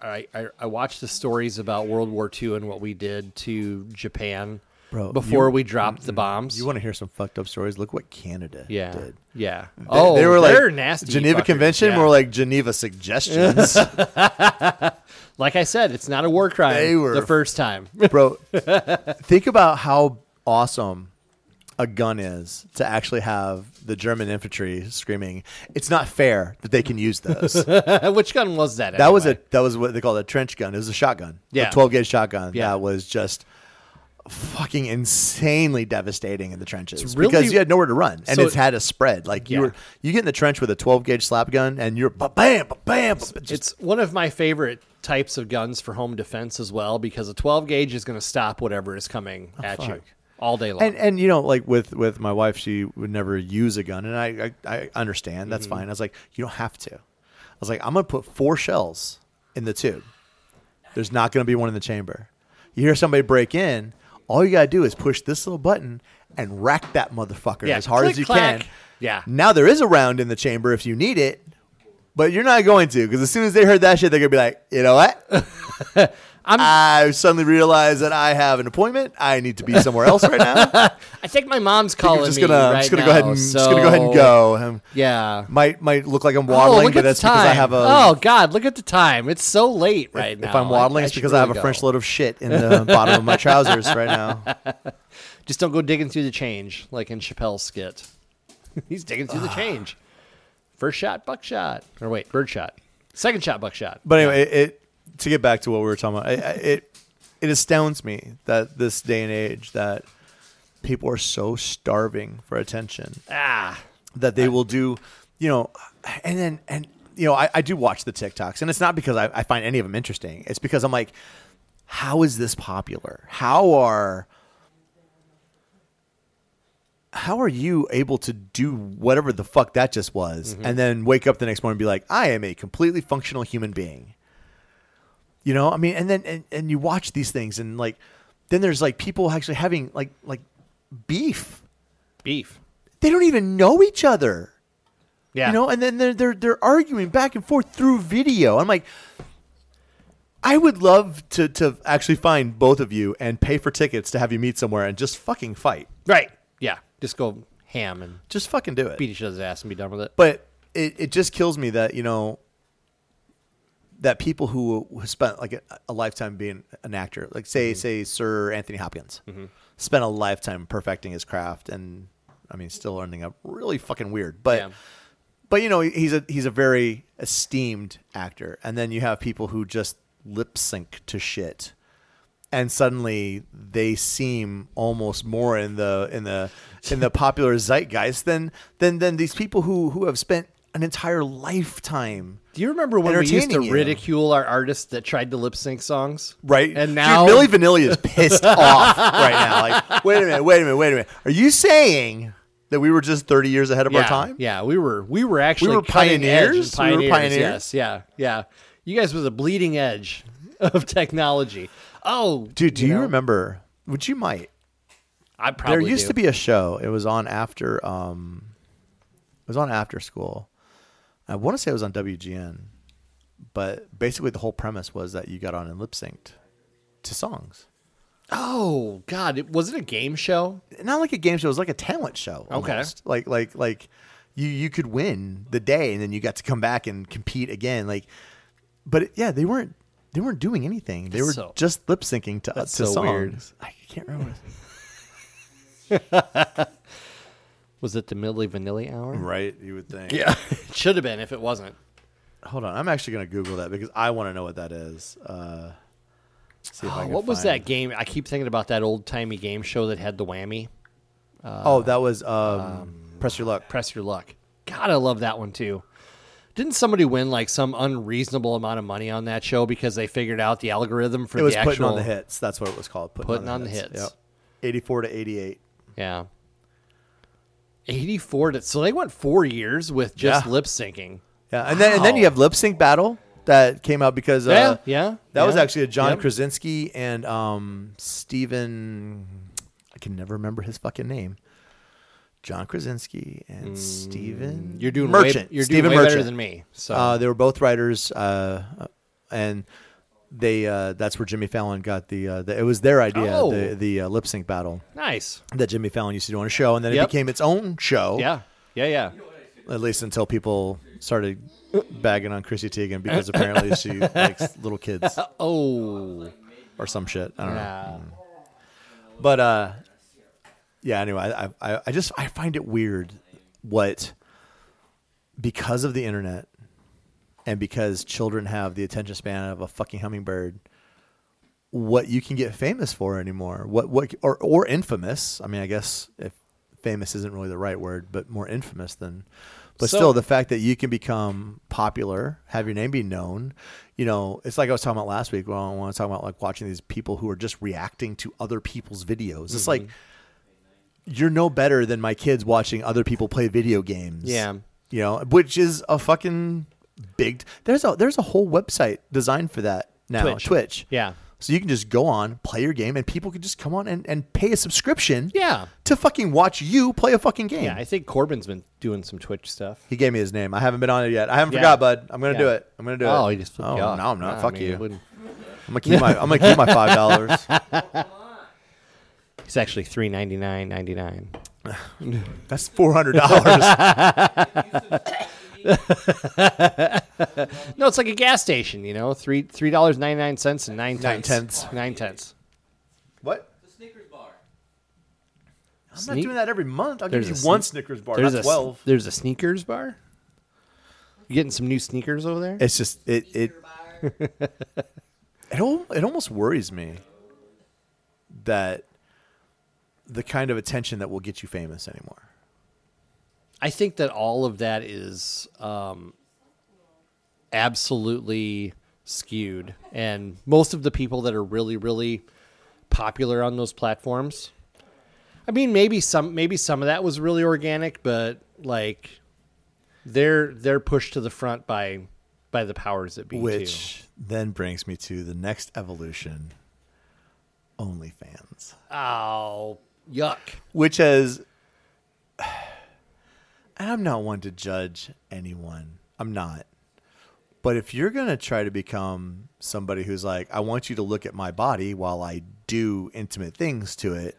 Speaker 3: I, I I watch the stories about World War II and what we did to Japan
Speaker 4: Bro, you- mm,
Speaker 3: before we dropped the bombs.
Speaker 4: you want to hear some fucked up stories? Look what Canada
Speaker 3: yeah,
Speaker 4: did.
Speaker 3: yeah. oh,
Speaker 4: they were
Speaker 3: they're
Speaker 4: like
Speaker 3: nasty.
Speaker 4: Geneva
Speaker 3: fuckers,
Speaker 4: Convention,
Speaker 3: yeah.
Speaker 4: more like Geneva suggestions,
Speaker 3: like I said, it's not a war crime.
Speaker 4: They were-
Speaker 3: the first time.
Speaker 4: bro. Think about how awesome a gun is to actually have the German infantry screaming. It's not fair that they can use those.
Speaker 3: Which gun was that?
Speaker 4: That was
Speaker 3: anyway?
Speaker 4: a that was what they called a trench gun. It was a shotgun.
Speaker 3: Yeah.
Speaker 4: a twelve gauge shotgun.
Speaker 3: Yeah.
Speaker 4: that was just fucking insanely devastating in the trenches
Speaker 3: really-
Speaker 4: because you had nowhere to run and
Speaker 3: So-
Speaker 4: it's had a spread. Like
Speaker 3: Yeah.
Speaker 4: you were you get in the trench with a twelve gauge slap gun and you're ba bam ba bam. ba- just-
Speaker 3: It's one of my favorite types of guns for home defense as well because a 12 gauge is going to stop whatever is coming at you
Speaker 4: fuck.
Speaker 3: all day long.
Speaker 4: and and you know like with with my wife she would never use a gun and I I, I understand that's
Speaker 3: Mm-hmm.
Speaker 4: fine. I was like you don't have to. I was like I'm gonna put four shells in the tube. There's not going to be one in the chamber. You hear somebody break in, all you got to do is push this little button and rack that motherfucker
Speaker 3: Yeah,
Speaker 4: as hard
Speaker 3: click,
Speaker 4: as you
Speaker 3: clack.
Speaker 4: can.
Speaker 3: Yeah.
Speaker 4: Now there is a round in the chamber if you need it, but you're not going to because as soon as they heard that shit, they're going to be like, you know what? I suddenly realized that I have an appointment. I need to be somewhere else right now.
Speaker 3: I think my mom's calling
Speaker 4: I'm just
Speaker 3: me
Speaker 4: gonna, I'm
Speaker 3: right
Speaker 4: just gonna
Speaker 3: now,
Speaker 4: go ahead and just gonna go ahead and
Speaker 3: so-
Speaker 4: go. Um,
Speaker 3: Yeah.
Speaker 4: might might look like I'm
Speaker 3: Oh,
Speaker 4: waddling,
Speaker 3: look
Speaker 4: but
Speaker 3: at the
Speaker 4: that's because I
Speaker 3: time.
Speaker 4: have a
Speaker 3: Oh God, look at the time. It's so late right now.
Speaker 4: if I'm waddling, it's
Speaker 3: should
Speaker 4: because I have
Speaker 3: really
Speaker 4: a French
Speaker 3: go.
Speaker 4: load of shit in the bottom of my trousers right now.
Speaker 3: Just don't go digging through the change like in Chappelle's skit. He's digging through the change. First shot, buckshot, or wait, bird shot. Second shot, buckshot.
Speaker 4: But anyway, it, it to get back to what we were talking about, I- I- it it astounds me that this day and age that people are so starving for attention
Speaker 3: ah,
Speaker 4: that they will do, you know, and then and you know, I, I do watch the TikToks, and it's not because I, I find any of them interesting. It's because I'm like, how is this popular? How are how are you able to do whatever the fuck that just was, and then wake up the next morning and be like, I am a completely functional human being. You know, I mean, and then and, and you watch these things, and like, then there's like people actually having like like beef.
Speaker 3: beef.
Speaker 4: They don't even know each other.
Speaker 3: Yeah.
Speaker 4: You know, and then they're they're they're arguing back and forth through video. I'm like, I would love to to actually find both of you and pay for tickets to have you meet somewhere and just fucking fight.
Speaker 3: right. Yeah. Just go ham and
Speaker 4: Just fucking do it.
Speaker 3: beat each other's ass and be done with it.
Speaker 4: But it, it just kills me that, you know, that people who who spent like a, a lifetime being an actor, like say say Sir Anthony Hopkins, spent a lifetime perfecting his craft, and I mean, still ending up really fucking weird. But
Speaker 3: Yeah.
Speaker 4: but you know, he's a he's a very esteemed actor, and then you have people who just lip sync to shit. And suddenly they seem almost more in the in the in the popular zeitgeist than than than these people who who have spent an entire lifetime
Speaker 3: Do you remember when we used to
Speaker 4: entertaining you.
Speaker 3: ridicule our artists that tried to lip sync songs?
Speaker 4: Right.
Speaker 3: And now
Speaker 4: Dude, Millie Vanilli is pissed off right now. Like, wait a minute, wait a minute, wait a minute. Are you saying that we were just 30 years ahead of
Speaker 3: yeah,
Speaker 4: our time?
Speaker 3: Yeah, we were we were actually
Speaker 4: were
Speaker 3: cutting edge and
Speaker 4: pioneers? We were pioneers?
Speaker 3: Yes, yeah, yeah. You guys were the bleeding edge of technology. Oh,
Speaker 4: Dude, do you,
Speaker 3: know,
Speaker 4: remember? Would you might?
Speaker 3: I probably
Speaker 4: there used
Speaker 3: do.
Speaker 4: to be a show. It was on after um it was on After School. I want to say it was on WGN, but basically the whole premise was that you got on and lip synced to songs.
Speaker 3: Oh God, it, was it a game show?
Speaker 4: Not like a game show; it was like a talent show.
Speaker 3: Okay.
Speaker 4: almost. like like like you you could win the day, and then you got to come back and compete again. Like, but it- yeah, they weren't they weren't doing anything. They
Speaker 3: That's
Speaker 4: were
Speaker 3: so-
Speaker 4: just lip syncing to
Speaker 3: that's
Speaker 4: to
Speaker 3: so
Speaker 4: songs.
Speaker 3: weird.
Speaker 4: I can't remember. what it was.
Speaker 3: Was it the Milli Vanilli Hour?
Speaker 4: right, you would think.
Speaker 3: Yeah, it should have been if it wasn't.
Speaker 4: Hold on, I'm actually gonna Google that because I want to know what that is. Uh, see if I
Speaker 3: Oh,
Speaker 4: can
Speaker 3: what was
Speaker 4: find-
Speaker 3: that game? I keep thinking about that old timey game show that had the whammy.
Speaker 4: oh, that was um, press your luck.
Speaker 3: Press your luck. God, I love that one too. Didn't somebody win like some unreasonable amount of money on that show because they figured out the algorithm for
Speaker 4: It was
Speaker 3: the
Speaker 4: putting
Speaker 3: actual
Speaker 4: on the hits. That's what it was called. Putting,
Speaker 3: Putting
Speaker 4: on, the hits. Yep. 84 to 88.
Speaker 3: Yeah. 84 to so they went 4 years with just
Speaker 4: Yeah.
Speaker 3: lip syncing.
Speaker 4: Yeah, and then and then
Speaker 3: Wow.
Speaker 4: you have lip sync battle that came out because uh,
Speaker 3: Yeah, yeah,
Speaker 4: that was
Speaker 3: yeah.
Speaker 4: actually a John
Speaker 3: Yep.
Speaker 4: Krasinski and um Steven I can never remember his fucking name. John Krasinski and Steven
Speaker 3: Mm, You're doing
Speaker 4: Merchant.
Speaker 3: way, you're
Speaker 4: Steven
Speaker 3: doing way
Speaker 4: Merchant.
Speaker 3: better than me. So
Speaker 4: Uh, they were both writers, uh, and they uh, that's where Jimmy Fallon got the, uh, the it was their idea
Speaker 3: Oh.
Speaker 4: the the uh, lip sync battle
Speaker 3: nice.
Speaker 4: that Jimmy Fallon used to do on a show, and then it
Speaker 3: Yep.
Speaker 4: became its own show.
Speaker 3: Yeah. Yeah, yeah.
Speaker 4: at least until people started bagging on Chrissy Teigen because apparently she likes little kids
Speaker 3: Oh.
Speaker 4: or some shit. I don't
Speaker 3: Yeah.
Speaker 4: know. But uh, yeah. Anyway, I, I I just I find it weird what because of the internet and because children have the attention span of a fucking hummingbird what you can get famous for anymore what what or or infamous i mean i guess if famous isn't really the right word but more infamous than but
Speaker 3: So-
Speaker 4: still the fact that you can become popular have your name be known you know it's like i was talking about last week when i was talking about like watching these people who are just reacting to other people's videos it's like you're no better than my kids watching other people play video games
Speaker 3: Yeah.
Speaker 4: you know, which is a fucking big. there's a there's a whole website designed for that now. Twitch.
Speaker 3: Twitch. Yeah.
Speaker 4: So you can just go on, play your game, and people can just come on and, and pay a subscription.
Speaker 3: Yeah.
Speaker 4: To fucking watch you play a fucking game.
Speaker 3: Yeah, I think Corbin's been doing some Twitch stuff.
Speaker 4: he gave me his name. I haven't been on it yet. I haven't
Speaker 3: Yeah.
Speaker 4: forgot, bud. I'm gonna
Speaker 3: Yeah.
Speaker 4: do it. I'm gonna do it.
Speaker 3: oh, he just flipped
Speaker 4: oh,
Speaker 3: you off.
Speaker 4: no, I'm not.
Speaker 3: Nah,
Speaker 4: Fuck
Speaker 3: man,
Speaker 4: you.
Speaker 3: it
Speaker 4: I'm
Speaker 3: wouldn't-
Speaker 4: gonna keep my. I'm gonna keep my five dollars.
Speaker 3: It's actually three ninety nine ninety nine.
Speaker 4: That's four hundred dollars.
Speaker 3: No, it's like a gas station, you know, three three dollars ninety nine cents and nine
Speaker 4: Nine
Speaker 3: tenths.
Speaker 4: tenths.
Speaker 3: Nine tenths.
Speaker 4: what? I'm not
Speaker 3: Sneak-
Speaker 4: doing that every month. I'll
Speaker 3: There's
Speaker 4: give
Speaker 3: a
Speaker 4: you one
Speaker 3: sneak-
Speaker 4: Snickers bar.
Speaker 3: There's
Speaker 4: not
Speaker 3: a
Speaker 4: twelve.
Speaker 3: there's a sneakers bar. You getting some new sneakers over there?
Speaker 4: It's just it it it, al- it almost worries me that the kind of attention that will get you famous anymore.
Speaker 3: I think that all of that is um, absolutely skewed, and most of the people that are really really popular on those platforms. I mean, maybe some maybe some of that was really organic, but like they're they're pushed to the front by by the powers that be. too.
Speaker 4: Which then brings me to the next evolution OnlyFans,
Speaker 3: oh yuck.
Speaker 4: which has and I'm not one to judge anyone. I'm not. But if you're going to try to become somebody who's like, I want you to look at my body while I do intimate things to it,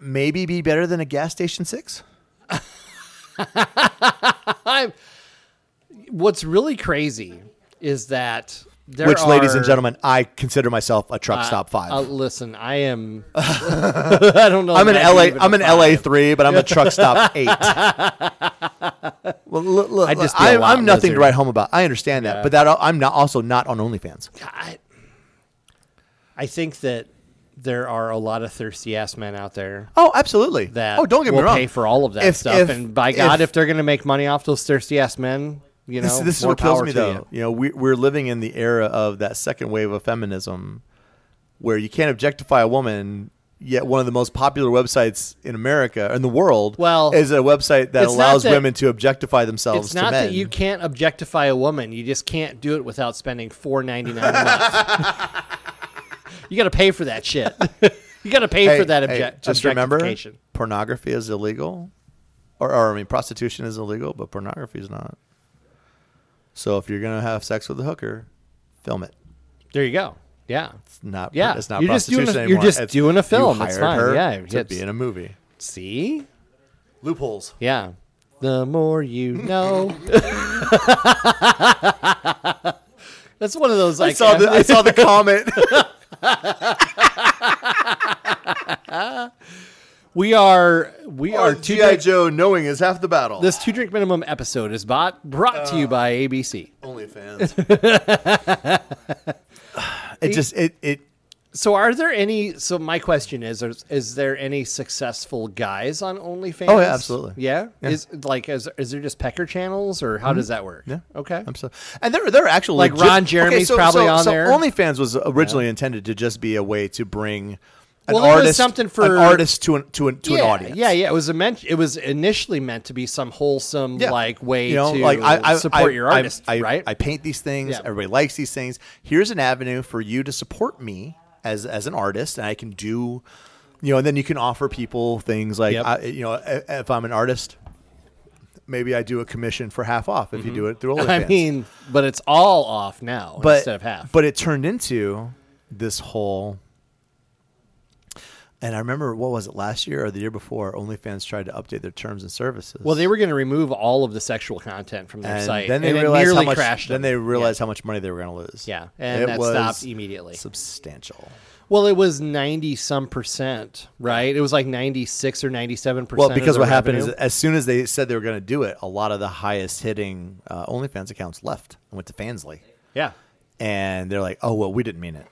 Speaker 4: maybe be better than a gas station six.
Speaker 3: I'm. What's really crazy is that there
Speaker 4: Which, ladies and
Speaker 3: are-
Speaker 4: gentlemen, I consider myself a truck stop five.
Speaker 3: Uh, listen, I am. I don't know.
Speaker 4: I'm an
Speaker 3: that
Speaker 4: LA.
Speaker 3: even
Speaker 4: I'm an
Speaker 3: if I-
Speaker 4: LA three, but I'm a truck stop eight. well, look, look,
Speaker 3: I'd just
Speaker 4: look,
Speaker 3: be a
Speaker 4: I'm,
Speaker 3: lot
Speaker 4: I'm nothing to
Speaker 3: lizard.
Speaker 4: write home about. I understand that, but that I'm not also not on OnlyFans.
Speaker 3: I, I think that there are a lot of thirsty ass men out there
Speaker 4: Oh, absolutely.
Speaker 3: that
Speaker 4: oh, don't get
Speaker 3: will
Speaker 4: me wrong.
Speaker 3: pay for all of that
Speaker 4: If-
Speaker 3: stuff.
Speaker 4: if-
Speaker 3: and by God, if,
Speaker 4: if-
Speaker 3: they're going to make money off those thirsty ass men, you know,
Speaker 4: this, this is
Speaker 3: more
Speaker 4: what kills
Speaker 3: power
Speaker 4: me
Speaker 3: to
Speaker 4: though.
Speaker 3: you.
Speaker 4: You know, we, we're living in the era of that second wave of feminism, where you can't objectify a woman. Yet one of the most popular websites in America in the world,
Speaker 3: Well,
Speaker 4: is a website that
Speaker 3: it's not
Speaker 4: allows
Speaker 3: that-
Speaker 4: women to objectify themselves
Speaker 3: It's
Speaker 4: to
Speaker 3: not
Speaker 4: men.
Speaker 3: that you can't objectify a woman; you just can't do it without spending four ninety nine a month. you got to pay for that shit. You got to pay for that
Speaker 4: hey,
Speaker 3: obje-
Speaker 4: just remember,
Speaker 3: objectification.
Speaker 4: pornography is illegal, or, or I mean, prostitution is illegal, but pornography is not. So if you're gonna have sex with a hooker, film it.
Speaker 3: There you go. Yeah.
Speaker 4: It's not.
Speaker 3: Yeah,
Speaker 4: it's not
Speaker 3: you're just doing
Speaker 4: prostitution
Speaker 3: a- you're
Speaker 4: anymore.
Speaker 3: just
Speaker 4: It's-
Speaker 3: doing a film.
Speaker 4: You
Speaker 3: It's
Speaker 4: hired
Speaker 3: fine.
Speaker 4: her
Speaker 3: Yeah,
Speaker 4: to
Speaker 3: it's-
Speaker 4: be in a movie.
Speaker 3: See?
Speaker 4: Loopholes.
Speaker 3: Yeah. The more you know. That's one of those like uh,
Speaker 4: I saw the I saw the comment.
Speaker 3: we are we
Speaker 4: Our
Speaker 3: are two
Speaker 4: GI
Speaker 3: drink,
Speaker 4: Joe knowing is half the battle.
Speaker 3: this two drink minimum episode is bought, brought to
Speaker 4: Uh.
Speaker 3: you by ABC.
Speaker 4: only fans. it just it it
Speaker 3: So are there any so my question is is, is there any successful guys on OnlyFans?
Speaker 4: Oh, yeah, absolutely.
Speaker 3: Yeah?
Speaker 4: Yeah. Mm-hmm.
Speaker 3: Is like is, is there just pecker channels or how does that work?
Speaker 4: Yeah.
Speaker 3: Okay.
Speaker 4: I'm so, and there, there are actual
Speaker 3: Like Ron Jeremy's probably
Speaker 4: so,
Speaker 3: on
Speaker 4: so
Speaker 3: there.
Speaker 4: OnlyFans was originally intended to just be a way to bring an
Speaker 3: Well, it was
Speaker 4: artist,
Speaker 3: something
Speaker 4: an
Speaker 3: for-
Speaker 4: artist to an, to an, to
Speaker 3: yeah,
Speaker 4: an audience.
Speaker 3: Yeah, yeah. It was a meant. It was initially meant to be some wholesome
Speaker 4: Yeah.
Speaker 3: like way
Speaker 4: You know,
Speaker 3: to
Speaker 4: like, I, I,
Speaker 3: support
Speaker 4: I-
Speaker 3: your
Speaker 4: I-
Speaker 3: artist,
Speaker 4: I,
Speaker 3: right?
Speaker 4: I paint these things.
Speaker 3: Yeah.
Speaker 4: Everybody likes these things. Here's an avenue for you to support me as as an artist, and I can do, you know, and then you can offer people things like,
Speaker 3: Yep.
Speaker 4: I, you know, i- if I'm an artist, maybe I do a commission for half off if you do it through
Speaker 3: I
Speaker 4: OnlyFans.
Speaker 3: mean, but it's all off now
Speaker 4: but,
Speaker 3: instead of half.
Speaker 4: But it turned into this whole. And I remember what was it last year or the year before? OnlyFans tried to update their terms and services.
Speaker 3: well, they were going to remove all of the sexual content from their
Speaker 4: and
Speaker 3: site,
Speaker 4: then they
Speaker 3: and
Speaker 4: realized
Speaker 3: it
Speaker 4: how
Speaker 3: nearly
Speaker 4: much.
Speaker 3: crashed.
Speaker 4: then
Speaker 3: them.
Speaker 4: they realized how much money they were going to lose.
Speaker 3: Yeah, and that stopped immediately.
Speaker 4: Substantial.
Speaker 3: well, it was ninety some percent, right? It was like ninety six or ninety seven percent.
Speaker 4: Well, because what happened is, as soon as they said they were going to do it, a lot of the highest hitting uh, OnlyFans accounts left and went to Fansly.
Speaker 3: yeah,
Speaker 4: and they're like, "Oh well, we didn't mean it.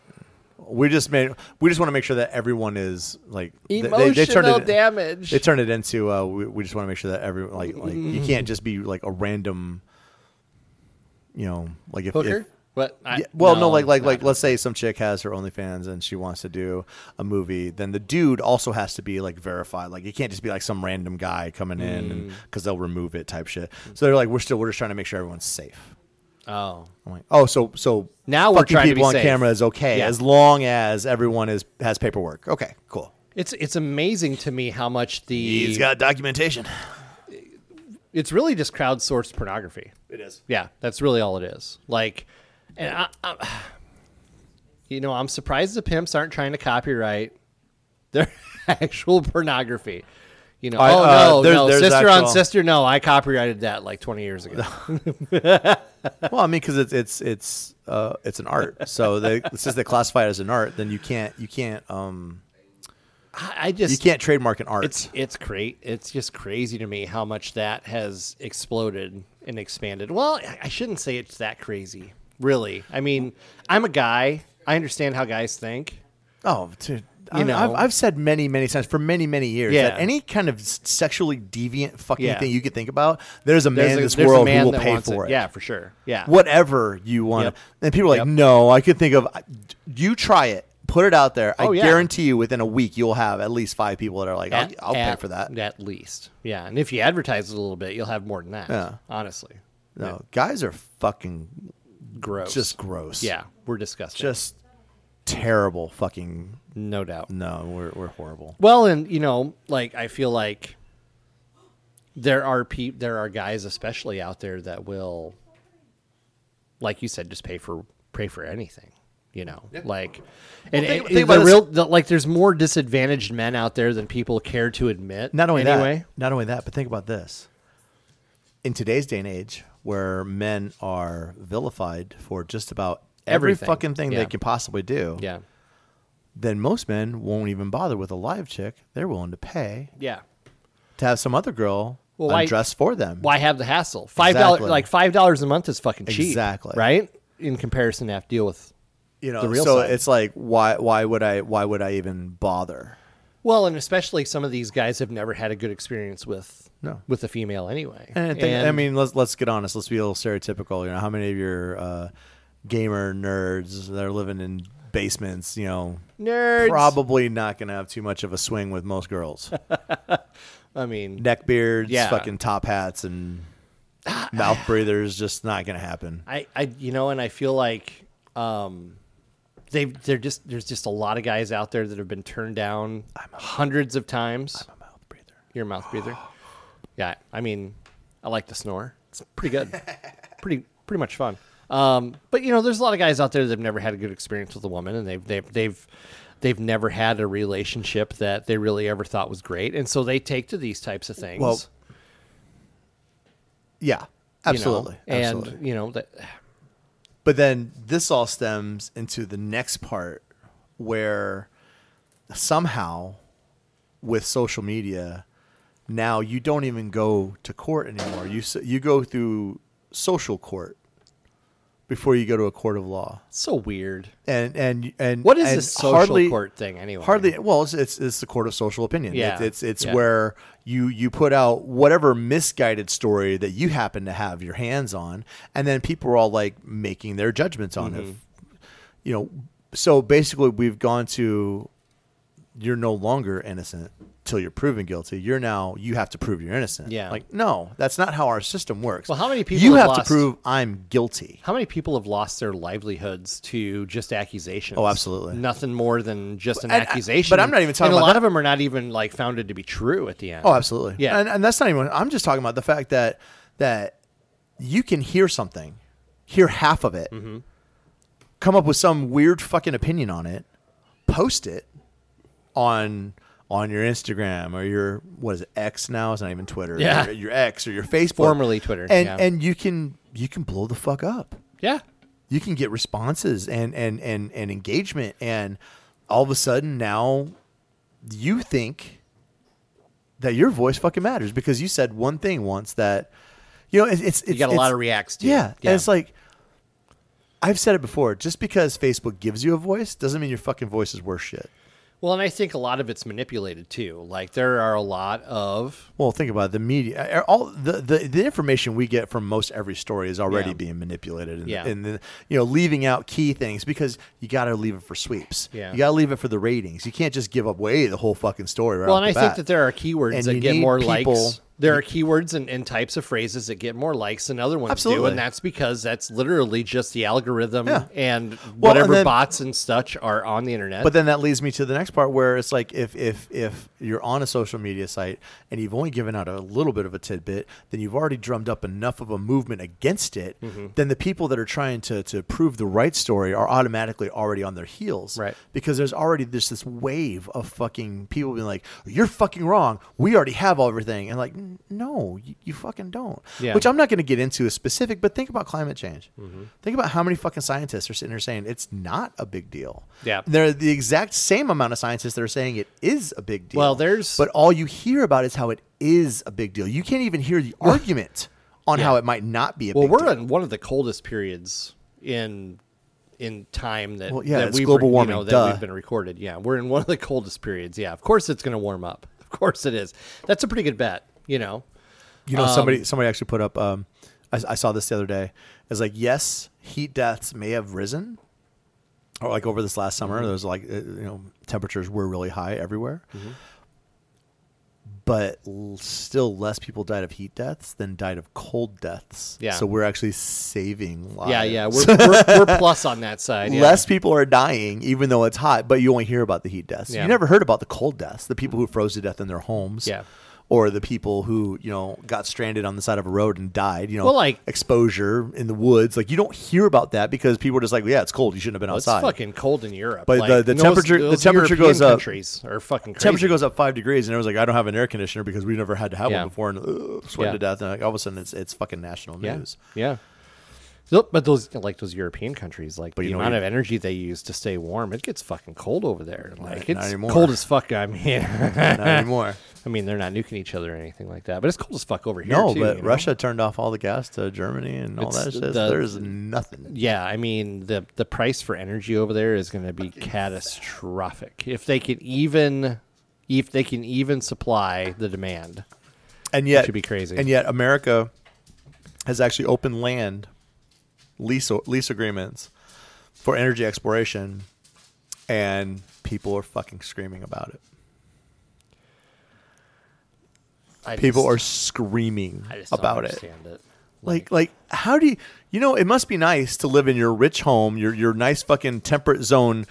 Speaker 4: We just made. We just want to make sure that everyone is like they- They, they turned
Speaker 3: Emotional
Speaker 4: it,
Speaker 3: damage. Mm-hmm.
Speaker 4: They turned it into. Uh, we, we just want to make sure that everyone like like you can't just be like a random, you know, like if,
Speaker 3: hooker.
Speaker 4: if
Speaker 3: what? I,
Speaker 4: yeah, well, no, like like like let's say some chick has her OnlyFans and she wants to do a movie, then the dude also has to be like verified. Like it can't just be like some random guy coming in
Speaker 3: Mm.
Speaker 4: and because they'll remove it type shit. So they're like, we're still we're just trying to make sure everyone's safe.
Speaker 3: oh,
Speaker 4: I'm like, oh, so so
Speaker 3: Now we're
Speaker 4: fucking
Speaker 3: trying to
Speaker 4: people
Speaker 3: be
Speaker 4: on
Speaker 3: safe.
Speaker 4: camera is okay
Speaker 3: Yeah.
Speaker 4: as long as everyone is has paperwork. Okay, cool.
Speaker 3: it's it's amazing to me how much the
Speaker 4: He's got documentation.
Speaker 3: it's really just crowdsourced pornography.
Speaker 4: It is.
Speaker 3: Yeah, that's really all it is. Like, and I, I, you know, I'm surprised the pimps aren't trying to copyright their actual pornography. You know,
Speaker 4: I-
Speaker 3: oh
Speaker 4: uh,
Speaker 3: no,
Speaker 4: there's-
Speaker 3: no,
Speaker 4: there's
Speaker 3: sister on
Speaker 4: actual-
Speaker 3: sister, no, I copyrighted that like 20 years ago.
Speaker 4: Well, I mean, because it's it's it's uh, it's an art. So they, since they classify it as an art, then you can't you can't um
Speaker 3: I, I
Speaker 4: you
Speaker 3: just
Speaker 4: can't trademark an art.
Speaker 3: It's it's great. It's just crazy to me how much that has exploded and expanded. Well, I- I shouldn't say it's that crazy, really. I mean, I'm a guy. I understand how guys think.
Speaker 4: oh, dude. I
Speaker 3: You
Speaker 4: know, I've,
Speaker 3: know.
Speaker 4: I've said many, many times for many, many years
Speaker 3: Yeah.
Speaker 4: that any kind of s- sexually deviant fucking
Speaker 3: Yeah.
Speaker 4: thing you could think about, there's a man
Speaker 3: There's
Speaker 4: in
Speaker 3: a-
Speaker 4: this
Speaker 3: there's a
Speaker 4: world
Speaker 3: man
Speaker 4: who will
Speaker 3: that
Speaker 4: pay
Speaker 3: wants
Speaker 4: for it.
Speaker 3: Yeah, for sure. Yeah.
Speaker 4: whatever you want.
Speaker 3: Yep.
Speaker 4: And people are
Speaker 3: Yep.
Speaker 4: like, no, I could think of. I- You try it, put it out there.
Speaker 3: Oh,
Speaker 4: I
Speaker 3: yeah.
Speaker 4: guarantee you, within a week, you'll have at least five people that are like, I'll, I'll pay for that.
Speaker 3: At least. Yeah. And if you advertise it a little bit, you'll have more than that.
Speaker 4: Yeah.
Speaker 3: Honestly.
Speaker 4: No, guys are fucking
Speaker 3: Gross.
Speaker 4: just gross.
Speaker 3: Yeah. We're disgusting.
Speaker 4: just terrible. Fucking
Speaker 3: no doubt.
Speaker 4: no, we're we're horrible.
Speaker 3: Well, and you know, like I feel like there are pe- there are guys especially out there that will like you said just pay for pay for anything, you know. Like and
Speaker 4: think-
Speaker 3: it-
Speaker 4: think about
Speaker 3: the
Speaker 4: this-
Speaker 3: real the, like there's more disadvantaged men out there than people care to admit.
Speaker 4: Not only
Speaker 3: anyway.
Speaker 4: that, not only that, but think about this. In today's day and age, where men are vilified for just about every
Speaker 3: Everything.
Speaker 4: fucking thing
Speaker 3: Yeah.
Speaker 4: they can possibly do,
Speaker 3: Yeah.
Speaker 4: then most men won't even bother with a live chick. They're willing to pay
Speaker 3: Yeah.
Speaker 4: to have some other girl
Speaker 3: Well, why-
Speaker 4: undress for them.
Speaker 3: why have the hassle? Five dollars,
Speaker 4: Exactly.
Speaker 3: like five dollars a month is fucking cheap,
Speaker 4: Exactly.
Speaker 3: Right? In comparison, to have to deal with.
Speaker 4: You know,
Speaker 3: the real
Speaker 4: so
Speaker 3: side.
Speaker 4: it's like why why would I why would I even bother?
Speaker 3: Well, and especially some of these guys have never had a good experience with
Speaker 4: No.
Speaker 3: with a female anyway.
Speaker 4: And I, think, I mean, let's let's get honest. Let's be a little stereotypical. You know, how many of your uh, gamer nerds that are living in basements, you know,
Speaker 3: nerds.
Speaker 4: probably not going to have too much of a swing with most girls.
Speaker 3: I mean,
Speaker 4: Neck beards,
Speaker 3: Yeah.
Speaker 4: fucking top hats, and mouth breathers. Just not going to happen.
Speaker 3: I, I, you know, and I feel like um, they they're just there's just a lot of guys out there that have been turned down hundreds of times.
Speaker 4: I'm a mouth breather.
Speaker 3: Your mouth breather. Yeah, I mean, I like to snore. It's pretty good. pretty pretty much fun. Um, but you know, there's a lot of guys out there that have never had a good experience with a woman, and they've they've they've they've never had a relationship that they really ever thought was great, and so they take to these types of things.
Speaker 4: Well, Yeah,
Speaker 3: you know,
Speaker 4: absolutely, absolutely.
Speaker 3: and you know that
Speaker 4: But then this all stems into the next part where somehow with social media now you don't even go to court anymore. You s- you go through social court before you go to a court of law.
Speaker 3: it's so weird.
Speaker 4: And and and
Speaker 3: What is
Speaker 4: and
Speaker 3: this social
Speaker 4: hardly-
Speaker 3: court thing anyway?
Speaker 4: Hardly. Well, it's, it's it's the court of social opinion.
Speaker 3: Yeah.
Speaker 4: It's it's, it's
Speaker 3: Yeah.
Speaker 4: where you you put out whatever misguided story that you happen to have your hands on, and then people are all like making their judgments on it.
Speaker 3: Mm-hmm.
Speaker 4: You know, so basically we've gone to you're no longer innocent till you're proven guilty. You're now you have to prove you're innocent.
Speaker 3: Yeah.
Speaker 4: Like no, that's not how our system works.
Speaker 3: Well, how many people
Speaker 4: you
Speaker 3: have
Speaker 4: have
Speaker 3: lost-
Speaker 4: to prove I'm guilty?
Speaker 3: How many people have lost their livelihoods to just accusations?
Speaker 4: Oh, absolutely.
Speaker 3: Nothing more than just an
Speaker 4: And I-
Speaker 3: accusation.
Speaker 4: but I'm not even talking
Speaker 3: and a
Speaker 4: about
Speaker 3: lot
Speaker 4: that.
Speaker 3: of them are not even like founded to be true at the end.
Speaker 4: Oh, absolutely.
Speaker 3: Yeah.
Speaker 4: and, and that's not even. I'm just talking about the fact that that you can hear something, hear half of it,
Speaker 3: Mm-hmm.
Speaker 4: come up with some weird fucking opinion on it, post it on on your Instagram or your what is it X now? It's not even Twitter.
Speaker 3: Yeah.
Speaker 4: your, your X or your Facebook,
Speaker 3: Formerly Twitter,
Speaker 4: and
Speaker 3: yeah.
Speaker 4: and you can you can blow the fuck up
Speaker 3: Yeah.
Speaker 4: you can get responses and and and and engagement and all of a sudden now you think that your voice fucking matters because you said one thing once that you know it, it's, it's
Speaker 3: You got a lot
Speaker 4: it's-
Speaker 3: of reacts to it.
Speaker 4: yeah,
Speaker 3: Yeah.
Speaker 4: and it's like I've said it before just because Facebook gives you a voice doesn't mean your fucking voice is worth shit
Speaker 3: Well, and I think a lot of it's manipulated too. Like there are a lot of
Speaker 4: well think about it, the media all the, the the information we get from most every story is already
Speaker 3: Yeah.
Speaker 4: being manipulated and,
Speaker 3: Yeah.
Speaker 4: and then you know leaving out key things because you got to leave it for sweeps
Speaker 3: Yeah.
Speaker 4: you got to leave it for the ratings you can't just give away the whole fucking story right
Speaker 3: well,
Speaker 4: off
Speaker 3: and
Speaker 4: the
Speaker 3: I
Speaker 4: bat.
Speaker 3: think that there are keywords
Speaker 4: And
Speaker 3: that
Speaker 4: you
Speaker 3: get
Speaker 4: need
Speaker 3: more
Speaker 4: people-
Speaker 3: likes. There are keywords and, and types of phrases that get more likes than other ones do,
Speaker 4: Absolutely.
Speaker 3: and that's because that's literally just the algorithm
Speaker 4: Yeah.
Speaker 3: and
Speaker 4: Well, and
Speaker 3: whatever
Speaker 4: then-
Speaker 3: bots and such are on the internet.
Speaker 4: But then that leads me to the next part where it's like if if if you're on a social media site and you've only given out a little bit of a tidbit, then you've already drummed up enough of a movement against it,
Speaker 3: Mm-hmm.
Speaker 4: then the people that are trying to to prove the right story are automatically already on their heels.
Speaker 3: Right.
Speaker 4: Because there's already this this wave of fucking people being like, You're fucking wrong. We already have everything and like, "N- no, you, you fucking don't.
Speaker 3: Yeah.
Speaker 4: Which I'm not gonna get into a specific, but think about climate change.
Speaker 3: Mm-hmm.
Speaker 4: Think about how many fucking scientists are sitting there saying it's not a big deal.
Speaker 3: Yeah.
Speaker 4: There are the exact same amount of scientists that are saying it is a big deal.
Speaker 3: Well, there's-
Speaker 4: But all you hear about is how it is a big deal. You can't even hear the argument on how it might not be a
Speaker 3: Well,
Speaker 4: big
Speaker 3: we're
Speaker 4: deal.
Speaker 3: in one of the coldest periods in in time that
Speaker 4: Well, yeah,
Speaker 3: that
Speaker 4: it's
Speaker 3: we've
Speaker 4: global
Speaker 3: you
Speaker 4: warming,
Speaker 3: know, that
Speaker 4: duh.
Speaker 3: we've been recorded. Yeah, we're in one of the coldest periods. Yeah, of course it's going to warm up. Of course it is. That's a pretty good bet. You know,
Speaker 4: You know, somebody somebody actually put up. Um, I, I saw this the other day. It's like, yes, heat deaths may have risen, or like over this last
Speaker 3: Mm-hmm.
Speaker 4: summer, there was like, uh, you know, temperatures were really high everywhere,
Speaker 3: Mm-hmm.
Speaker 4: but l- still less people died of heat deaths than died of cold deaths.
Speaker 3: Yeah.
Speaker 4: So we're actually saving lives.
Speaker 3: yeah, yeah, we're, we're, we're plus on that side. yeah.
Speaker 4: Less people are dying, even though it's hot, but you only hear about the heat deaths.
Speaker 3: Yeah.
Speaker 4: You never heard about the cold deaths, the people who froze to death in their homes.
Speaker 3: Yeah.
Speaker 4: Or the people who, you know, got stranded on the side of a road and died, you know,
Speaker 3: Well, like-
Speaker 4: exposure in the woods. Like, you don't hear about that because people are just like, yeah, it's cold. You shouldn't have been
Speaker 3: It's
Speaker 4: outside.
Speaker 3: fucking cold in Europe.
Speaker 4: But
Speaker 3: Like,
Speaker 4: the- the
Speaker 3: those-
Speaker 4: temperature- the
Speaker 3: those
Speaker 4: temperature
Speaker 3: European
Speaker 4: goes up.
Speaker 3: Countries are fucking crazy.
Speaker 4: Temperature goes up five degrees, and it was like, I don't have an air conditioner because we never had to have
Speaker 3: Yeah.
Speaker 4: one before, and ugh, sweating
Speaker 3: Yeah.
Speaker 4: to death. And like, all of a sudden, it's it's fucking national
Speaker 3: Yeah,
Speaker 4: news.
Speaker 3: yeah. So- But those like those European countries, like the
Speaker 4: you know,
Speaker 3: amount
Speaker 4: we-
Speaker 3: of energy they use to stay warm, it gets fucking cold over there. Like
Speaker 4: not
Speaker 3: it's
Speaker 4: anymore.
Speaker 3: cold as fuck. I mean,
Speaker 4: Not anymore.
Speaker 3: I mean, they're not nuking each other or anything like that, but it's cold as fuck over here.
Speaker 4: No,
Speaker 3: too,
Speaker 4: but
Speaker 3: you know?
Speaker 4: Russia turned off all the gas to Germany and all
Speaker 3: It's
Speaker 4: that shit.
Speaker 3: the-
Speaker 4: There's nothing.
Speaker 3: Yeah, I mean the the price for energy over there is going to be catastrophic if they can even if they can even supply the demand.
Speaker 4: and yet
Speaker 3: should be crazy.
Speaker 4: And yet, America has actually opened land lease lease agreements for energy exploration, and people are fucking screaming about it.
Speaker 3: I
Speaker 4: People
Speaker 3: just-
Speaker 4: are screaming
Speaker 3: I just don't
Speaker 4: about it.
Speaker 3: understand it.
Speaker 4: Like, like, how do you, you know, it must be nice to live in your rich home, your your nice fucking temperate zone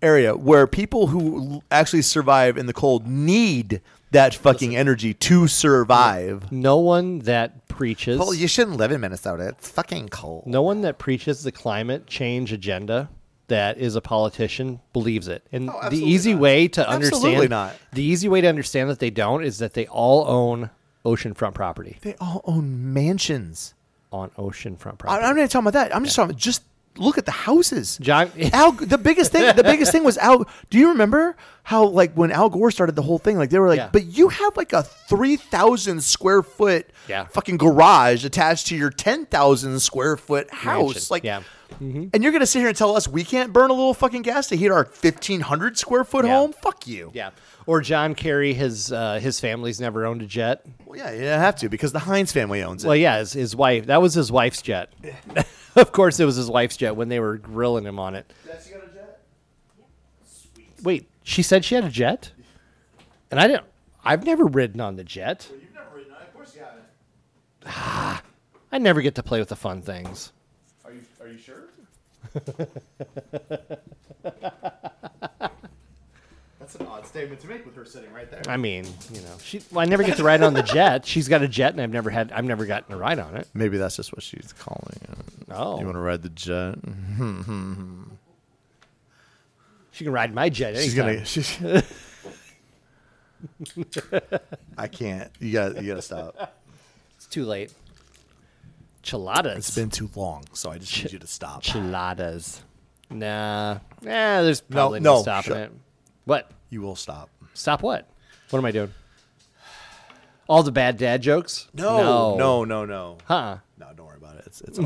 Speaker 4: area where people who l- actually survive in the cold need that fucking energy to survive.
Speaker 3: No one that preaches
Speaker 4: Well, you shouldn't live in Minnesota. It's fucking cold.
Speaker 3: no one that preaches the climate change agenda that is a politician believes it. And the easy way to understand
Speaker 4: Oh, Absolutely not.
Speaker 3: the easy way to understand that they don't is that they all own oceanfront property.
Speaker 4: They all own mansions.
Speaker 3: On oceanfront
Speaker 4: I,
Speaker 3: property.
Speaker 4: I'm not even talking about that. I'm just talking. about Just look at the houses.
Speaker 3: John-
Speaker 4: Al, the biggest thing. The biggest thing was Al. Do you remember how like when Al Gore started the whole thing? Like they were like,
Speaker 3: Yeah.
Speaker 4: but you have like a three thousand square foot
Speaker 3: Yeah.
Speaker 4: fucking garage attached to your ten thousand square foot house.
Speaker 3: Mansion,
Speaker 4: Like
Speaker 3: yeah.
Speaker 4: And you're gonna sit here and tell us we can't burn a little fucking gas to heat our fifteen hundred square foot
Speaker 3: Yeah.
Speaker 4: home? Fuck you.
Speaker 3: yeah. Or John Kerry, his uh, his family's never owned a jet.
Speaker 4: Well, yeah, you have to because the Heinz family owns it.
Speaker 3: Well, yeah, his, his wife. That was his wife's jet. of course, it was his wife's jet when they were grilling him on it. Wait, she said she had a jet, and I didn't. I've never ridden on the jet. Ah, I never get to play with the fun things.
Speaker 4: Are you, are you sure? That's an odd statement to make with her sitting right there.
Speaker 3: I mean, you know, she. Well, I never get to ride on the jet. She's got a jet, and I've never had. I've never gotten to ride on it. Oh,
Speaker 4: Maybe that's just what she's calling it.
Speaker 3: No,
Speaker 4: You want to ride the jet?
Speaker 3: she can ride my jet.
Speaker 4: She's
Speaker 3: anytime.
Speaker 4: gonna. She's. I can't. You got. You got to stop.
Speaker 3: It's too late. Chiladas.
Speaker 4: It's been too long, so I just need you to stop.
Speaker 3: enchiladas. Nah. Nah, there's
Speaker 4: No,
Speaker 3: probably no,
Speaker 4: no,
Speaker 3: stopping
Speaker 4: shut-
Speaker 3: it. What?
Speaker 4: You will stop.
Speaker 3: Stop what? What am I doing? All the bad dad jokes?
Speaker 4: No. No. No. No.
Speaker 3: Huh.
Speaker 4: No, don't worry about it. It's it's.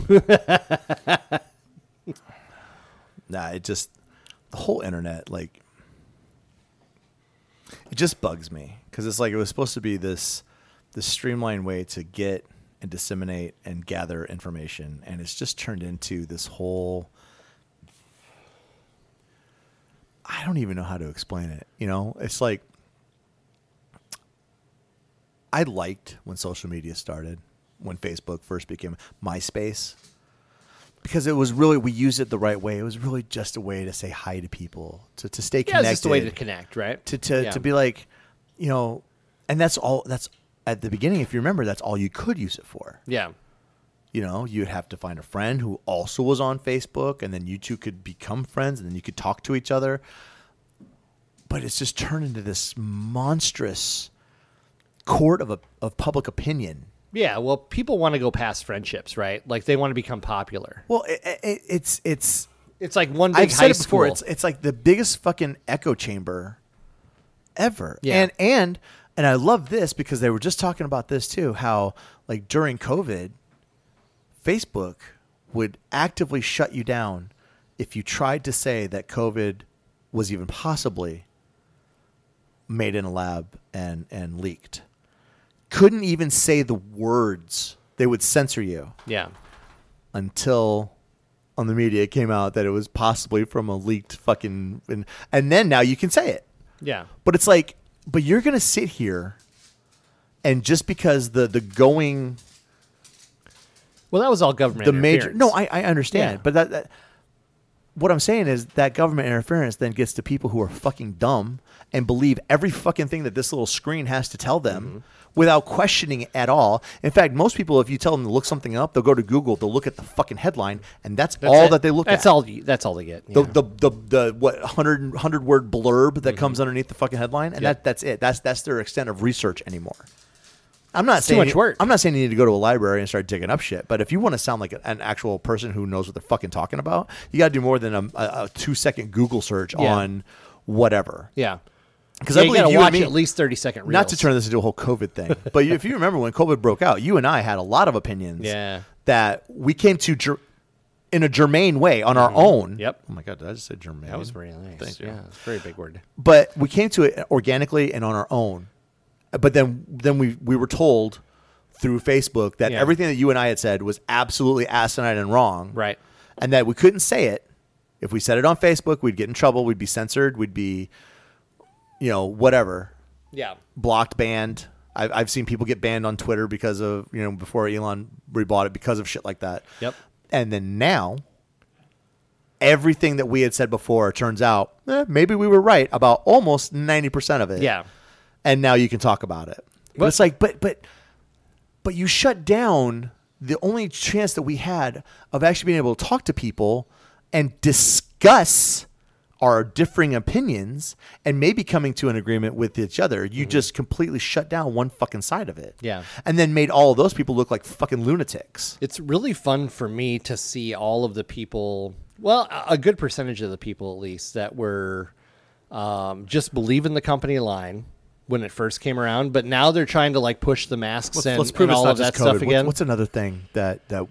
Speaker 4: okay. nah, it just the whole internet like it just bugs me because it's like it was supposed to be this this streamlined way to get and disseminate and gather information, and it's just turned into this whole. I don't even know how to explain it. You know, it's like I liked when social media started, when Facebook first became MySpace, because it was really we used it the right way. It was really just a way to say hi to people, to to stay
Speaker 3: Yeah,
Speaker 4: connected
Speaker 3: it's just a way to connect, right?
Speaker 4: to to,
Speaker 3: Yeah.
Speaker 4: to be like, you know, and that's all. That's at the beginning, if you remember, that's all you could use it for.
Speaker 3: Yeah.
Speaker 4: You know, you'd have to find a friend who also was on Facebook, and then you two could become friends, and then you could talk to each other. But it's just turned into this monstrous court of a, of public opinion.
Speaker 3: Yeah, well, people want to go past friendships, right? Like they want to become popular.
Speaker 4: Well, it, it, it's it's
Speaker 3: It's like one big
Speaker 4: I've said
Speaker 3: high
Speaker 4: it before.
Speaker 3: school.
Speaker 4: It's it's like the biggest fucking echo chamber ever.
Speaker 3: Yeah.
Speaker 4: And and and I love this because they were just talking about this too. How like during COVID, Facebook would actively shut you down if you tried to say that COVID was even possibly made in a lab and and leaked. Couldn't even say the words. They would censor you
Speaker 3: yeah.
Speaker 4: until on the media it came out that it was possibly from a leaked fucking and, and then now you can say it
Speaker 3: Yeah.
Speaker 4: but it's like but you're gonna sit here and just because the the going
Speaker 3: Well, that was all government.
Speaker 4: the major
Speaker 3: interference.
Speaker 4: no i, I understand
Speaker 3: Yeah.
Speaker 4: but that, that what i'm saying is that government interference then gets to people who are fucking dumb and believe every fucking thing that this little screen has to tell them
Speaker 3: Mm-hmm.
Speaker 4: without questioning it at all in fact most people if you tell them to look something up they'll go to google they'll look at the fucking headline and that's,
Speaker 3: That's
Speaker 4: all
Speaker 3: it.
Speaker 4: that they look at
Speaker 3: That's all. That's all they get.
Speaker 4: the,
Speaker 3: yeah.
Speaker 4: the the the what 100, 100 word blurb that
Speaker 3: Mm-hmm.
Speaker 4: comes underneath the fucking headline, and that that's it. That's that's their extent of research anymore. I'm not saying
Speaker 3: much
Speaker 4: you-
Speaker 3: work.
Speaker 4: I'm not saying you need to go to a library and start digging up shit. But if you want to sound like a- an actual person who knows what they're fucking talking about, you got to do more than a, a, a two second Google search
Speaker 3: Yeah.
Speaker 4: on whatever.
Speaker 3: yeah.
Speaker 4: Because
Speaker 3: Yeah,
Speaker 4: I
Speaker 3: you
Speaker 4: believe
Speaker 3: gotta
Speaker 4: you
Speaker 3: watch
Speaker 4: and me,
Speaker 3: at least thirty second. Reels.
Speaker 4: not to turn this into a whole COVID thing, but if you remember when COVID broke out, you and I had a lot of opinions.
Speaker 3: Yeah.
Speaker 4: That we came to ger- in a germane way on our own.
Speaker 3: Yep.
Speaker 4: Oh my god, did I just say germane?
Speaker 3: That was very nice.
Speaker 4: Mm-hmm. Thank you.
Speaker 3: yeah, it's a very big word.
Speaker 4: But we came to it organically and on our own. But then then we we were told through Facebook that
Speaker 3: Yeah.
Speaker 4: everything that you and I had said was absolutely asinine and wrong.
Speaker 3: Right.
Speaker 4: And that we couldn't say it. If we said it on Facebook, we'd get in trouble, we'd be censored, we'd be you know, whatever
Speaker 3: Yeah.
Speaker 4: blocked, banned, I've, I've seen people get banned on Twitter because of you know before Elon rebought it because of shit like that.
Speaker 3: Yep.
Speaker 4: And then now, everything that we had said before turns out eh, maybe we were right about almost ninety percent of it.
Speaker 3: Yeah.
Speaker 4: And now you can talk about it. But it's like, but but but you shut down the only chance that we had of actually being able to talk to people and discuss our differing opinions and maybe coming to an agreement with each other. You just completely shut down one fucking side of it.
Speaker 3: Yeah.
Speaker 4: And then made all of those people look like fucking lunatics.
Speaker 3: It's really fun for me to see all of the people, well, a- a good percentage of the people at least, that were um, just believe in the company line when it first came around, but now they're trying to like push the masks and, and all of that stuff
Speaker 4: What's-
Speaker 3: again.
Speaker 4: What's another thing that that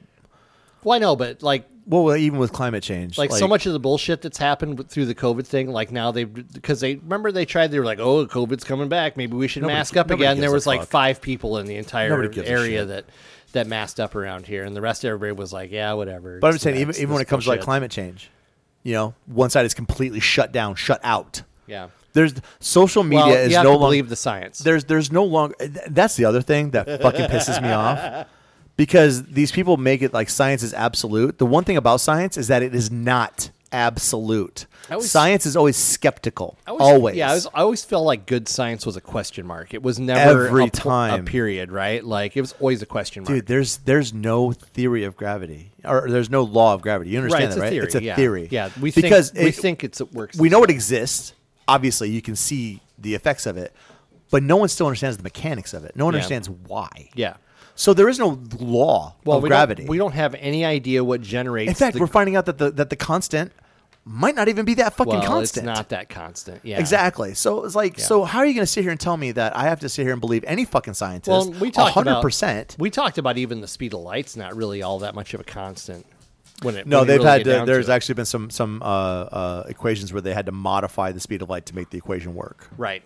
Speaker 3: well, I know, but like
Speaker 4: well even with climate change
Speaker 3: like, so much of the bullshit that's happened with- through the COVID thing. Like now they because they remember they tried they were like, oh, COVID's coming back. Maybe we should
Speaker 4: Nobody-
Speaker 3: mask up
Speaker 4: nobody
Speaker 3: again. There
Speaker 4: gives a
Speaker 3: was like
Speaker 4: fuck.
Speaker 3: five people in the entire
Speaker 4: Nobody gives a
Speaker 3: area
Speaker 4: shit.
Speaker 3: that that masked up around here, and the rest of everybody was like, yeah, whatever.
Speaker 4: But I'm
Speaker 3: it's
Speaker 4: saying,
Speaker 3: the
Speaker 4: even,
Speaker 3: vax,
Speaker 4: even
Speaker 3: this
Speaker 4: when it comes to like
Speaker 3: bullshit."
Speaker 4: climate change, you know, one side is completely shut down, shut out.
Speaker 3: yeah,
Speaker 4: There's social media
Speaker 3: well,
Speaker 4: is
Speaker 3: you have
Speaker 4: no
Speaker 3: to
Speaker 4: longer
Speaker 3: believe the science.
Speaker 4: there's there's no longer. That's the other thing that fucking pisses me off because these people make it like science is absolute. The one thing about science is that it is not absolute.
Speaker 3: I always-
Speaker 4: science is always skeptical.
Speaker 3: I
Speaker 4: always,
Speaker 3: Yeah, I, was, I always felt like good science was a question mark. It was never
Speaker 4: Every
Speaker 3: a, pl-
Speaker 4: time.
Speaker 3: a period, right? Like it was always a question mark.
Speaker 4: Dude, there's there's no theory of gravity, or there's no law of gravity. You
Speaker 3: right,
Speaker 4: understand
Speaker 3: it's
Speaker 4: that,
Speaker 3: a
Speaker 4: right?
Speaker 3: theory.
Speaker 4: it's a
Speaker 3: yeah.
Speaker 4: theory.
Speaker 3: Yeah, we
Speaker 4: because
Speaker 3: think, we
Speaker 4: it-
Speaker 3: think it's, it works.
Speaker 4: we know it exists. Obviously, you can see the effects of it, but no one still understands the mechanics of it. No one
Speaker 3: Yeah.
Speaker 4: understands why.
Speaker 3: Yeah.
Speaker 4: So there is no law
Speaker 3: Well,
Speaker 4: of
Speaker 3: we
Speaker 4: gravity.
Speaker 3: Don't, we don't have any idea what generates.
Speaker 4: In fact,
Speaker 3: the,
Speaker 4: we're finding out that the that the constant might not even be that fucking
Speaker 3: well,
Speaker 4: constant.
Speaker 3: It's not that constant. Yeah,
Speaker 4: Exactly. So it's like, so how are you going to sit here and tell me that I have to sit here and believe any fucking scientist?
Speaker 3: Well, we talked
Speaker 4: hundred
Speaker 3: about
Speaker 4: percent.
Speaker 3: we talked about even the speed of light's not really all that much of a constant. When it
Speaker 4: No,
Speaker 3: when you
Speaker 4: they've
Speaker 3: really
Speaker 4: had
Speaker 3: get
Speaker 4: to,
Speaker 3: down
Speaker 4: there's
Speaker 3: to it.
Speaker 4: actually been some some uh, uh, equations where they had to modify the speed of light to make the equation work.
Speaker 3: right.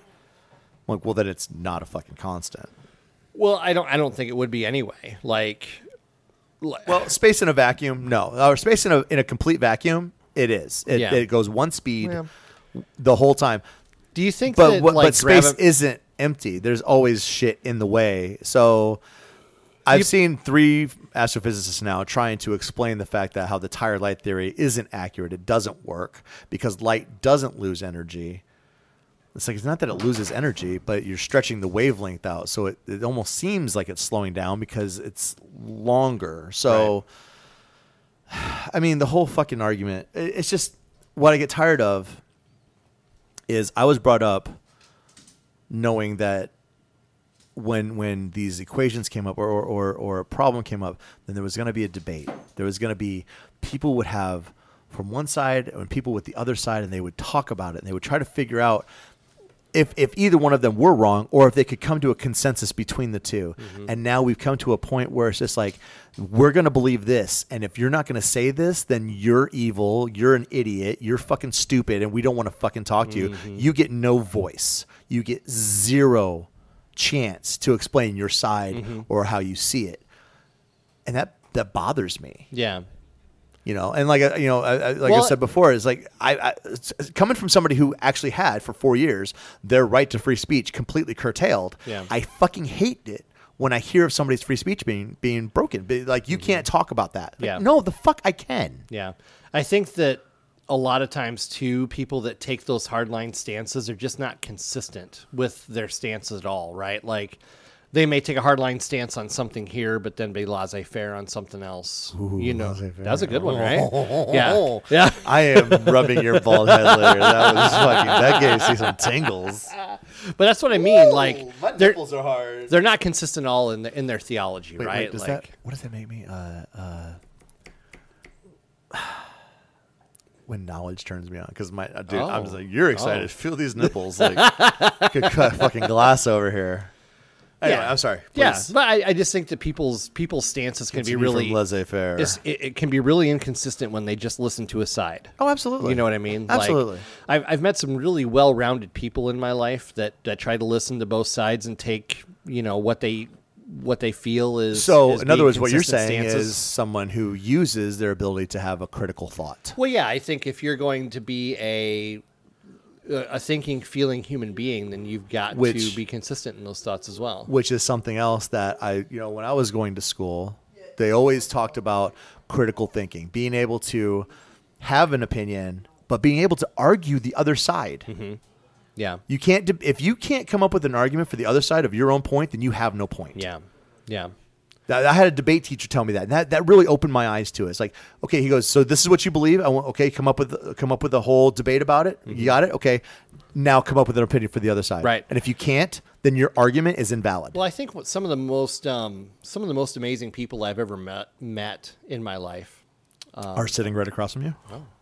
Speaker 4: Like, well, then it's not a fucking constant.
Speaker 3: Well, I don't I don't think it would be anyway. Like,
Speaker 4: Well, space in a vacuum, no. Or space in a in a complete vacuum, it is. It,
Speaker 3: Yeah.
Speaker 4: it goes one speed
Speaker 3: Yeah.
Speaker 4: the whole time.
Speaker 3: do you think
Speaker 4: But
Speaker 3: that
Speaker 4: what,
Speaker 3: like
Speaker 4: but space
Speaker 3: gravi-
Speaker 4: isn't empty. There's always shit in the way. So I've seen three astrophysicists now trying to explain the fact that how the tire light theory isn't accurate. It doesn't work because light doesn't lose energy. It's like it's not that it loses energy, but you're stretching the wavelength out, so it, it almost seems like it's slowing down because it's longer. So, I mean, the whole fucking argument. i- It's just what I get tired of is I was brought up knowing that when when these equations came up or or, or, or a problem came up, then there was going to be a debate. There was going to be people would have from one side and people with the other side, and they would talk about it and they would try to figure out if if either one of them were wrong or if they could come to a consensus between the 2 And now we've come to a point where it's just like we're going to believe this and if you're not going to say this then you're evil, you're an idiot, you're fucking stupid and we don't want to fucking talk to you. You get no voice. You get zero chance to explain your side or how you see it. And that that bothers me
Speaker 3: yeah.
Speaker 4: you know and like uh, you know I, I, like
Speaker 3: Well-
Speaker 4: i said before it's like I, I it's- it's coming from somebody who actually had for four years their right to free speech completely curtailed
Speaker 3: Yeah.
Speaker 4: i fucking hate it when i hear of somebody's free speech being being broken Be- like you can't talk about that Like,
Speaker 3: Mm-hmm. Yeah.
Speaker 4: no the fuck i can
Speaker 3: Yeah. I think that a lot of times too, people that take those hardline stances are just not consistent with their stances at all, right? Like they may take a hardline stance on something here, but then be laissez faire on something else. you know, that's a good one, right? yeah, yeah.
Speaker 4: i am rubbing your bald head later that was fucking that gave me some tingles
Speaker 3: But that's what I mean. like they're
Speaker 4: are hard
Speaker 3: they're not consistent at all in the, in their theology, right?
Speaker 4: does
Speaker 3: like
Speaker 4: that, what does that make me? Uh, uh, when knowledge turns me on, because my uh, dude, I'm just
Speaker 3: Oh.
Speaker 4: like, you're excited. Feel these nipples, like could cut fucking glass over here. Anyway, I'm sorry.
Speaker 3: yeah,
Speaker 4: Please.
Speaker 3: but I, I just think that people's people's stances can be
Speaker 4: Continue
Speaker 3: really
Speaker 4: from laissez-faire.
Speaker 3: it's- It, it can be really inconsistent when they just listen to a side.
Speaker 4: Oh, absolutely.
Speaker 3: You know what I mean?
Speaker 4: Absolutely.
Speaker 3: Like, I've, I've met some really well rounded people in my life that, that try to listen to both sides and take, you know, what they what they feel is.
Speaker 4: so,
Speaker 3: is
Speaker 4: in other
Speaker 3: being
Speaker 4: words, what you're
Speaker 3: consistent
Speaker 4: saying
Speaker 3: stances.
Speaker 4: is someone who uses their ability to have a critical thought.
Speaker 3: Well, yeah, I think if you're going to be a uh, a thinking, feeling human being, then you've got
Speaker 4: Which-
Speaker 3: to be consistent in those thoughts as well.
Speaker 4: which is something else that I, you know, when I was going to school, they always talked about critical thinking, being able to have an opinion, but being able to argue the other side.
Speaker 3: Mm-hmm. Yeah,
Speaker 4: You can't deb- if you can't come up with an argument for the other side of your own point, then you have no point.
Speaker 3: yeah, yeah.
Speaker 4: That- I had a debate teacher tell me that, and that, that really opened my eyes to it. It's like, okay, he goes, so this is what you believe. I want, okay, come up with come up with a whole debate about it. You got it, okay. Now come up with an opinion for the other side,
Speaker 3: Mm-hmm. Right.
Speaker 4: And if you can't, then your argument is invalid.
Speaker 3: Well, I think what some of the most um, some of the most amazing people I've ever met met in my life
Speaker 4: Are sitting right across from you?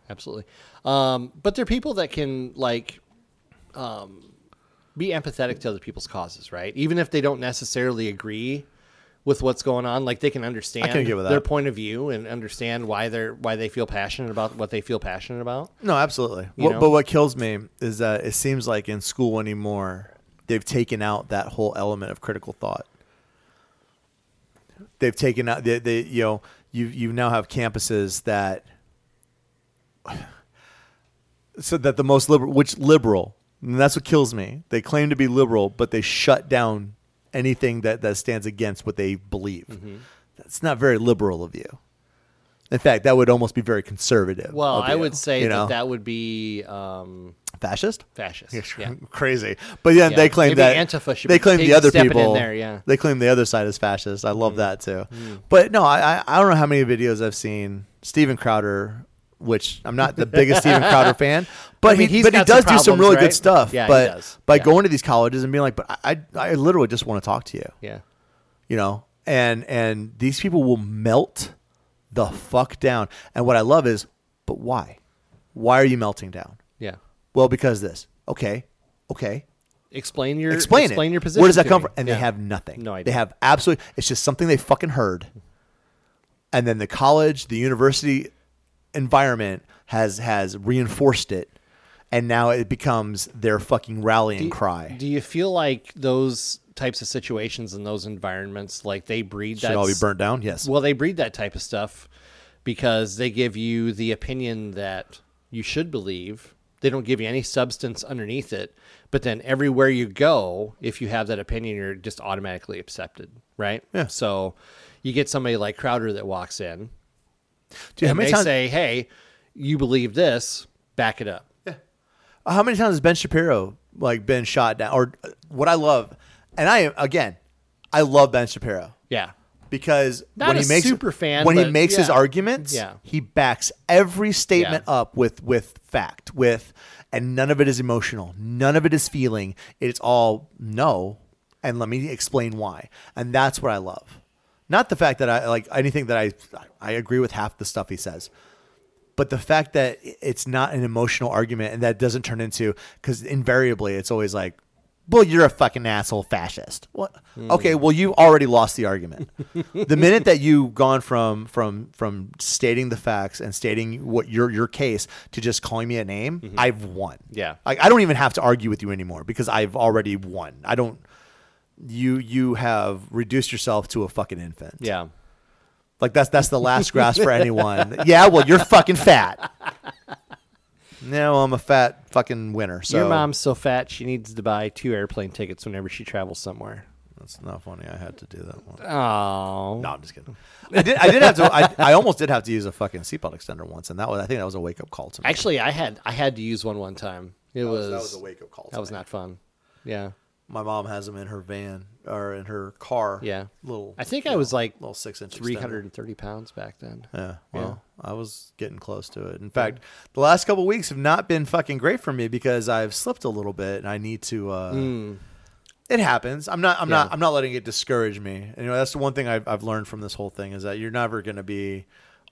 Speaker 3: absolutely. Um, but they're people that can like um, be empathetic to other people's causes, right? Even if they don't necessarily agree with what's going on, like they can understand
Speaker 4: get with
Speaker 3: their
Speaker 4: that.
Speaker 3: point of view and understand why they're why they feel passionate about what they feel passionate about.
Speaker 4: No, absolutely.
Speaker 3: You
Speaker 4: What,
Speaker 3: know?
Speaker 4: But what kills me is that it seems like in school anymore, they've taken out that whole element of critical thought. They've taken out they, they you know you you now have campuses that so that the most liberal which liberal and that's what kills me. They claim to be liberal, but they shut down anything that that stands against what they believe.
Speaker 3: Mm-hmm.
Speaker 4: That's not very liberal of you. In fact, that would almost be very conservative.
Speaker 3: Well,
Speaker 4: of
Speaker 3: I
Speaker 4: you,
Speaker 3: would say
Speaker 4: you
Speaker 3: that
Speaker 4: know?
Speaker 3: that would be um,
Speaker 4: fascist.
Speaker 3: fascist.
Speaker 4: Yeah,
Speaker 3: Yeah.
Speaker 4: crazy. But then
Speaker 3: Yeah.
Speaker 4: they claim
Speaker 3: Maybe
Speaker 4: that
Speaker 3: Antifa should
Speaker 4: they
Speaker 3: be
Speaker 4: claim
Speaker 3: big
Speaker 4: the other
Speaker 3: stepping in
Speaker 4: people.
Speaker 3: there, yeah. Mm.
Speaker 4: they claim the other side is fascist. I love that too. But no, I I- I don't know how many videos I've seen Steven Crowder, which I'm not the biggest Steven Crowder fan, but
Speaker 3: mean,
Speaker 4: he
Speaker 3: he's
Speaker 4: but he
Speaker 3: got some
Speaker 4: does do some
Speaker 3: problems,
Speaker 4: really
Speaker 3: right?
Speaker 4: good stuff.
Speaker 3: Yeah, he
Speaker 4: but
Speaker 3: does.
Speaker 4: by
Speaker 3: Yeah.
Speaker 4: going to these colleges and being like, but I I I literally just want to talk to you
Speaker 3: Yeah.
Speaker 4: you know and and these people will melt the fuck down and what i love is but why why are you melting down
Speaker 3: Yeah.
Speaker 4: well because this okay okay
Speaker 3: Explain your
Speaker 4: explain,
Speaker 3: explain,
Speaker 4: it
Speaker 3: your position.
Speaker 4: where does that
Speaker 3: to
Speaker 4: come
Speaker 3: me.
Speaker 4: from and
Speaker 3: Yeah.
Speaker 4: they have nothing
Speaker 3: No idea.
Speaker 4: they have absolutely it's just something they fucking heard and then the college the university environment has has reinforced it and now it becomes their fucking rallying cry
Speaker 3: Do you feel like those types of situations and those environments, like they breed that?
Speaker 4: should all be burnt down yes
Speaker 3: Well, they breed that type of stuff because they give you the opinion that you should believe. They don't give you any substance underneath it. But then everywhere you go, if you have that opinion, you're just automatically accepted, right?
Speaker 4: Yeah.
Speaker 3: So you get somebody like Crowder that walks in
Speaker 4: Dude, how
Speaker 3: and
Speaker 4: many
Speaker 3: they
Speaker 4: times-
Speaker 3: say, "Hey, you believe this? Back it up."
Speaker 4: How many times has Ben Shapiro like been shot down? Or uh, what I love, and I am again, I love Ben Shapiro
Speaker 3: Yeah.
Speaker 4: because
Speaker 3: Not
Speaker 4: when
Speaker 3: a
Speaker 4: he makes
Speaker 3: super fan,
Speaker 4: when he
Speaker 3: but
Speaker 4: makes his
Speaker 3: yeah.
Speaker 4: arguments,
Speaker 3: Yeah.
Speaker 4: he backs every statement
Speaker 3: Yeah.
Speaker 4: up with with fact, with and none of it is emotional, none of it is feeling. It's all no, and let me explain why. And that's what I love. Not the fact that I like anything that I I agree with half the stuff he says, but the fact that it's not an emotional argument and that doesn't turn into because invariably it's always like well you're a fucking asshole fascist what
Speaker 3: Hmm.
Speaker 4: okay well you already lost the argument the minute that you gone from from from stating the facts and stating what your your case to just calling me a name i've won
Speaker 3: Mm-hmm. Yeah.
Speaker 4: like i don't even have to argue with you anymore because i've already won i don't you you have reduced yourself to a fucking infant
Speaker 3: Yeah.
Speaker 4: like that's that's the last grasp for anyone. Yeah, well, you're fucking fat. No, I'm a fat fucking winner. So
Speaker 3: Your mom's so fat she needs to buy two airplane tickets whenever she travels somewhere.
Speaker 4: That's not funny. I had to do that one.
Speaker 3: Oh.
Speaker 4: No, I'm just kidding. I did. I did have to. I, I almost did have to use a fucking seatbelt extender once, and that was. I think that was a wake up call to me.
Speaker 3: Actually, I had I had to use one one time. It was,
Speaker 4: Oh, that was a wake up call.
Speaker 3: that was not fun. Yeah.
Speaker 4: My mom has them in her van or in her car.
Speaker 3: Yeah.
Speaker 4: Little.
Speaker 3: I think I was like
Speaker 4: little six inch. extender.
Speaker 3: 330 pounds back then.
Speaker 4: Yeah. Well, I was getting close to it. In fact, the last couple weeks have not been fucking great for me because I've slipped a little bit and I need to uh it happens. I'm not I'm not
Speaker 3: Hmm. Yeah.
Speaker 4: I'm not letting it discourage me. And, you know, that's the one thing I've I've learned from this whole thing is that you're never going to be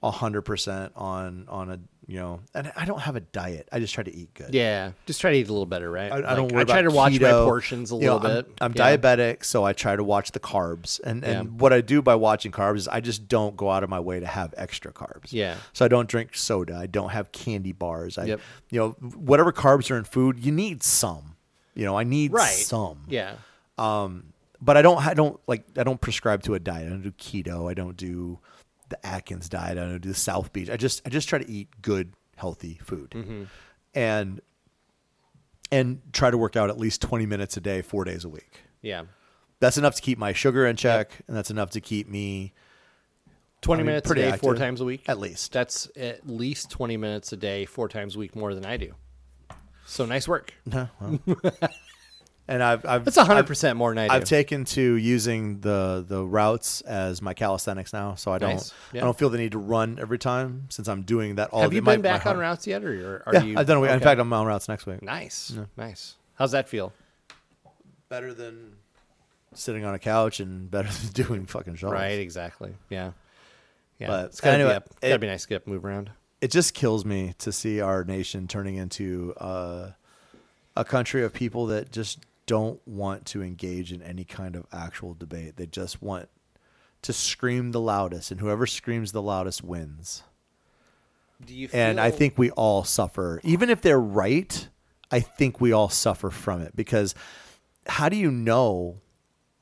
Speaker 4: 100% on on a, you know, and I don't have a diet. I just try to eat good.
Speaker 3: Yeah. Just try to eat a little better, right?
Speaker 4: I,
Speaker 3: Like,
Speaker 4: I don't. Worry
Speaker 3: I try
Speaker 4: about
Speaker 3: to watch my
Speaker 4: keto.
Speaker 3: portions a
Speaker 4: You know,
Speaker 3: little
Speaker 4: I'm-
Speaker 3: bit.
Speaker 4: I'm,
Speaker 3: Yeah.
Speaker 4: diabetic, so I try to watch the carbs. And and
Speaker 3: Yeah.
Speaker 4: what I do by watching carbs is I just don't go out of my way to have extra carbs.
Speaker 3: Yeah.
Speaker 4: So I don't drink soda. I don't have candy bars. I,
Speaker 3: Yep.
Speaker 4: you know, whatever carbs are in food, you need some. You know, I need
Speaker 3: Right.
Speaker 4: some.
Speaker 3: Yeah.
Speaker 4: But I don't. I don't like. I don't prescribe to a diet. I don't do keto. I don't do the Atkins diet. I don't do the South
Speaker 3: Mm-hmm.
Speaker 4: Beach. I just. I just try to eat good, healthy food. And and try to work out at least 20 minutes a day, four days a week.
Speaker 3: Yeah.
Speaker 4: That's enough to keep my sugar in check, and that's enough to keep me
Speaker 3: 20
Speaker 4: I mean,
Speaker 3: minutes a
Speaker 4: pretty
Speaker 3: day, four
Speaker 4: active,
Speaker 3: times a week.
Speaker 4: at least.
Speaker 3: That's at least 20 minutes a day, four times a week more than I do. So nice work.
Speaker 4: And I've, I've
Speaker 3: That's 100%
Speaker 4: I've-
Speaker 3: more than I do.
Speaker 4: I've taken to using the the routes as my calisthenics now, so I don't
Speaker 3: Nice. Yeah.
Speaker 4: I don't feel the need to run every time since I'm doing that all.
Speaker 3: Have
Speaker 4: the-
Speaker 3: you
Speaker 4: my-
Speaker 3: been
Speaker 4: my
Speaker 3: back on
Speaker 4: heart-
Speaker 3: routes yet, or are
Speaker 4: Yeah,
Speaker 3: you?
Speaker 4: I've done a week. In
Speaker 3: okay.
Speaker 4: fact, I'm on routes next week.
Speaker 3: nice, nice. How's that feel?
Speaker 4: Better than sitting on a couch and better than doing fucking shuttles.
Speaker 3: Right, exactly. Yeah, yeah.
Speaker 4: But
Speaker 3: it's gotta
Speaker 4: anyway,
Speaker 3: be up. It's gotta
Speaker 4: it-
Speaker 3: be nice to get move around.
Speaker 4: It just kills me to see our nation turning into uh, a country of people that just don't want to engage in any kind of actual debate. They just want to scream the loudest, and whoever screams the loudest wins.
Speaker 5: Do you
Speaker 4: and I think we all suffer. Even if they're right, I think we all suffer from it because how do you know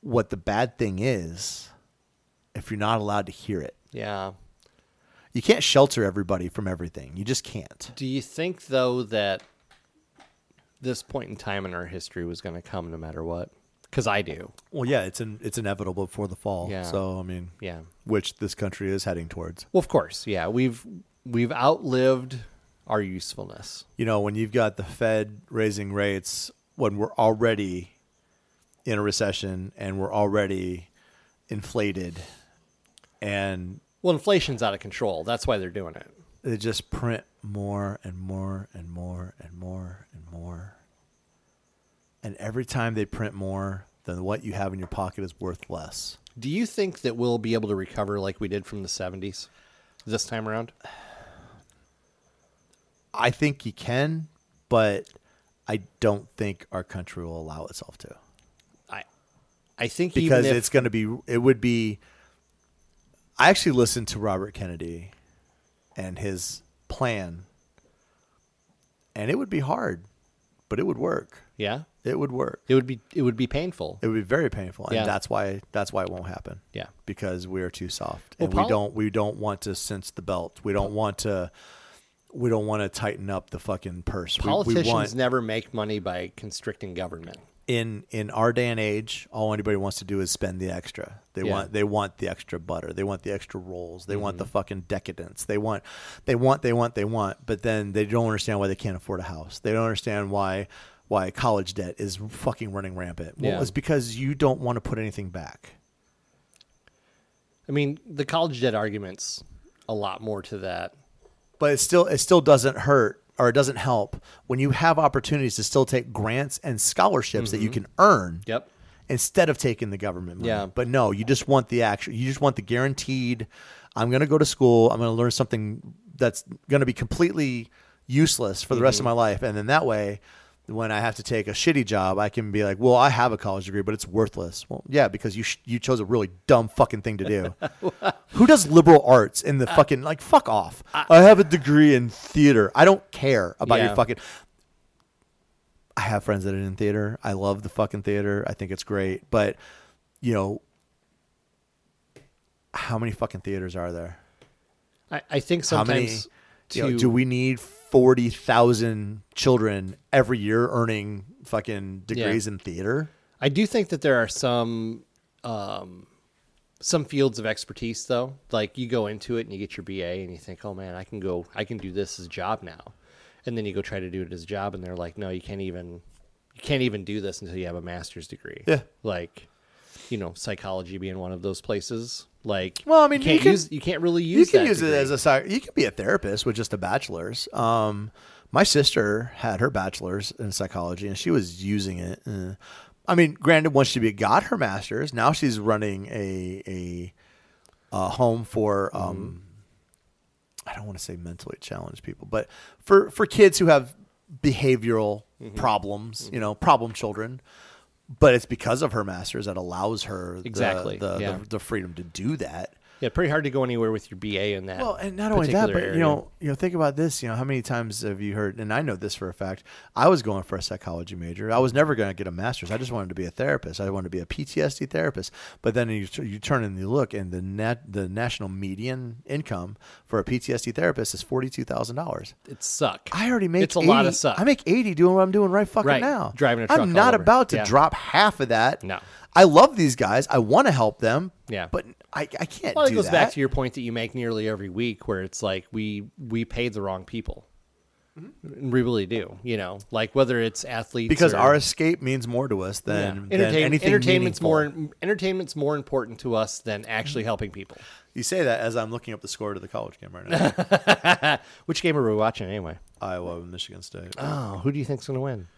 Speaker 4: what the bad thing is if you're not allowed to hear it?
Speaker 3: Yeah.
Speaker 4: You can't shelter everybody from everything. You just can't.
Speaker 3: Do you think though that this point in time in our history was going to come no matter what? Because I do.
Speaker 4: Well, yeah, it's an, it's inevitable for the fall.
Speaker 3: Yeah.
Speaker 4: So I mean,
Speaker 3: Yeah.
Speaker 4: which this country is heading towards.
Speaker 3: Well, of course. Yeah, we've we've outlived our usefulness.
Speaker 4: you know, when you've got the Fed raising rates when we're already in a recession and we're already inflated and
Speaker 3: Well, inflation's out of control. That's why they're doing it.
Speaker 4: they just print more and more and more and more and more. And every time they print more, then what you have in your pocket is worth less.
Speaker 3: Do you think that we'll be able to recover like we did from the 70s this time around?
Speaker 4: I think you can, but I don't think our country will allow itself to.
Speaker 3: I I think
Speaker 4: because
Speaker 3: even if,
Speaker 4: it's going to be it would be i actually listened to robert kennedy and his plan and it would be hard but it would work
Speaker 3: yeah,
Speaker 4: it would work
Speaker 3: it would be it would be painful.
Speaker 4: it would be very painful and
Speaker 3: Yeah.
Speaker 4: that's why that's why it won't happen
Speaker 3: Yeah.
Speaker 4: because we are too soft
Speaker 3: Well,
Speaker 4: and
Speaker 3: Paul-
Speaker 4: we don't we don't want to cinch the belt we don't want to we don't want to tighten up the fucking purse We-
Speaker 3: Politicians
Speaker 4: we want,
Speaker 3: never make money by constricting government.
Speaker 4: in in our day and age, all anybody wants to do is spend the extra. They
Speaker 3: Yeah.
Speaker 4: want they want the extra butter. They want the extra rolls. They want the
Speaker 3: Mm-hmm.
Speaker 4: fucking decadence. They want they want they want they want. But then they don't understand why they can't afford a house. They don't understand why why college debt is fucking running rampant. Well,
Speaker 3: Yeah.
Speaker 4: it's because you don't want to put anything back.
Speaker 3: I mean, the college debt arguments a lot more to that.
Speaker 4: But it still it still doesn't hurt or it doesn't help when you have opportunities to still take grants and scholarships that you can earn.
Speaker 3: Mm-hmm. Yep.
Speaker 4: instead of taking the government money.
Speaker 3: Yeah.
Speaker 4: But no, you just want the actual, you just want the guaranteed, I'm going to go to school, I'm going to learn something that's going to be completely useless for the rest of
Speaker 3: Mm-hmm.
Speaker 4: my life. And then that way, when I have to take a shitty job, I can be like, well, I have a college degree, but it's worthless. Well, yeah, because you, sh- you chose a really dumb fucking thing to do. Who does liberal arts in the
Speaker 3: Uh,
Speaker 4: fucking, like, fuck off. I, have a degree in theater. I don't care about
Speaker 3: Yeah.
Speaker 4: your fucking, I have friends that are in theater. I love the fucking theater. I think it's great. But, you know, how many fucking theaters are there?
Speaker 3: I, I think
Speaker 4: how many?
Speaker 3: sometimes
Speaker 4: you know,
Speaker 3: to-
Speaker 4: do we need 40,000 children every year earning fucking degrees in theater?
Speaker 3: I do think that there are some um, some fields of expertise though. Like you go into it and you get your BA and you think, oh man, I can go, I can do this as a job now. And then you go try to do it as a job, and they're like, no, you can't even you can't even do this until you have a master's degree.
Speaker 4: Yeah.
Speaker 3: like you know, psychology being one of those places. Like,
Speaker 4: Well, I mean,
Speaker 3: you
Speaker 4: you
Speaker 3: can't
Speaker 4: can-
Speaker 3: use you can't really
Speaker 4: You
Speaker 3: use
Speaker 4: can
Speaker 3: that
Speaker 4: use it
Speaker 3: degree.
Speaker 4: as a psych- you can be a therapist with just a bachelor's. Um, my sister had her bachelor's in psychology and she was using it. Uh, I mean, granted, once she got her master's, now she's running a a, a home for
Speaker 3: Mm-hmm.
Speaker 4: um, I don't want to say mentally challenged people, but for for kids who have behavioral
Speaker 3: Mm-hmm.
Speaker 4: problems, you know, problem children. But it's because of her master's that allows her the-
Speaker 3: Exactly,
Speaker 4: the,
Speaker 3: yeah.
Speaker 4: the, the freedom to do that.
Speaker 3: Yeah, pretty hard to go anywhere with your BA in that.
Speaker 4: Well, and not only that,
Speaker 3: particular
Speaker 4: but you
Speaker 3: area.
Speaker 4: know, you know, think about this. You know, how many times have you heard? And I know this for a fact. I was going for a psychology major. I was never going to get a master's. I just wanted to be a therapist. I wanted to be a PTSD therapist. But then you you turn and you look, and the net the national median income for a PTSD therapist is forty two thousand dollars.
Speaker 3: it suck.
Speaker 4: I already make
Speaker 3: it's a lot
Speaker 4: 80
Speaker 3: of suck.
Speaker 4: I make eighty doing what I'm doing right fucking
Speaker 3: Right.
Speaker 4: now.
Speaker 3: Driving a truck
Speaker 4: I'm
Speaker 3: all
Speaker 4: not
Speaker 3: over.
Speaker 4: about to
Speaker 3: Yeah.
Speaker 4: drop half of that.
Speaker 3: No.
Speaker 4: I love these guys. I want to help them.
Speaker 3: Yeah.
Speaker 4: but I, I can't.
Speaker 3: Well, it
Speaker 4: do
Speaker 3: goes
Speaker 4: that.
Speaker 3: back to your point that you make nearly every week, where it's like we we pay the wrong people. We really do, you know, like whether it's athletes
Speaker 4: because
Speaker 3: or,
Speaker 4: our escape means more to us than, than
Speaker 3: Entertain-
Speaker 4: anything
Speaker 3: entertainment's
Speaker 4: meaningful.
Speaker 3: more entertainment's more important to us than actually helping people.
Speaker 4: You say that as I'm looking up the score to the college game right now.
Speaker 3: Which game are we watching anyway?
Speaker 4: Iowa and Michigan State.
Speaker 3: Oh, who do you think's going to win?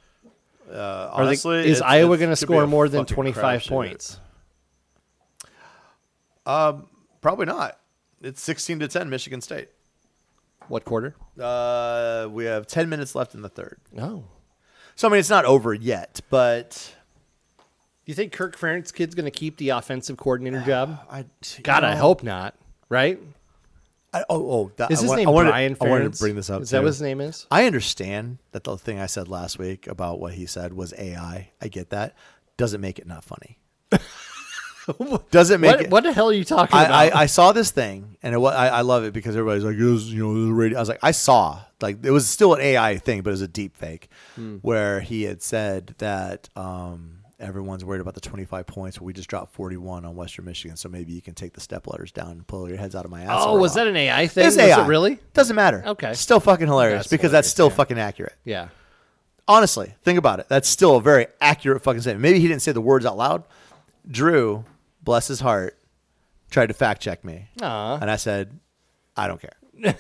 Speaker 3: Are they-
Speaker 4: Honestly,
Speaker 3: is
Speaker 4: it's-
Speaker 3: Iowa
Speaker 4: it's
Speaker 3: going to
Speaker 4: could be
Speaker 3: score
Speaker 4: a
Speaker 3: more than
Speaker 4: fucking
Speaker 3: 25
Speaker 4: crapshoot.
Speaker 3: points?
Speaker 4: Probably not. It's 16 to 10 Michigan State.
Speaker 3: What quarter?
Speaker 4: Uh, we have 10 minutes left in the third.
Speaker 3: No.
Speaker 4: So I mean, it's not over yet, but
Speaker 3: Do you think Kirk Ferentz kid's going to keep the offensive coordinator job?
Speaker 4: I
Speaker 3: God, I hope not. Right?
Speaker 4: I, oh, oh, that,
Speaker 3: Is
Speaker 4: I
Speaker 3: his
Speaker 4: wa-
Speaker 3: name
Speaker 4: I wanted,
Speaker 3: Brian
Speaker 4: I wanted
Speaker 3: Ferentz?
Speaker 4: to bring this up.
Speaker 3: Is that
Speaker 4: too.
Speaker 3: what his name is?
Speaker 4: I understand that the thing I said last week about what he said was AI. I get that. Doesn't make it not funny. Doesn't make
Speaker 3: What,
Speaker 4: it.
Speaker 3: what the hell are you talking about?
Speaker 4: I, I, I saw this thing and it was, I, I love it because everybody's like, it was, you know, it was radio. I was like, I saw like it was still an AI thing, but it was a deep fake
Speaker 3: Hmm.
Speaker 4: where he had said that um, everyone's worried about the 25 points. We just dropped 41 on Western Michigan, so maybe you can take the step letters down and pull your heads out of my ass.
Speaker 3: oh,
Speaker 4: for a
Speaker 3: was
Speaker 4: while."
Speaker 3: that an AI thing?
Speaker 4: It's
Speaker 3: Was
Speaker 4: AI.
Speaker 3: it really?
Speaker 4: Doesn't matter.
Speaker 3: Okay.
Speaker 4: Still fucking hilarious
Speaker 3: That's
Speaker 4: because that's
Speaker 3: hilarious,
Speaker 4: still
Speaker 3: yeah.
Speaker 4: fucking accurate.
Speaker 3: Yeah.
Speaker 4: Honestly, think about it. That's still a very accurate fucking statement. Maybe he didn't say the words out loud. Drew, bless his heart, tried to fact check me.
Speaker 3: Aw.
Speaker 4: And I said, I don't care.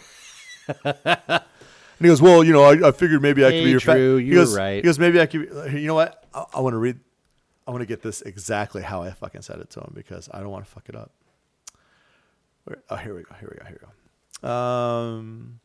Speaker 4: and he goes, Well, you know, I, I figured maybe I could
Speaker 3: Hey,
Speaker 4: be your fact."
Speaker 3: Drew,
Speaker 4: He
Speaker 3: you were
Speaker 4: goes-
Speaker 3: right.
Speaker 4: He goes, Maybe I could, be- you know what? I, I want to read, I want to get this exactly how I fucking said it to him because I don't want to fuck it up. Where- oh, here we go. Here we go. Here we go. Um,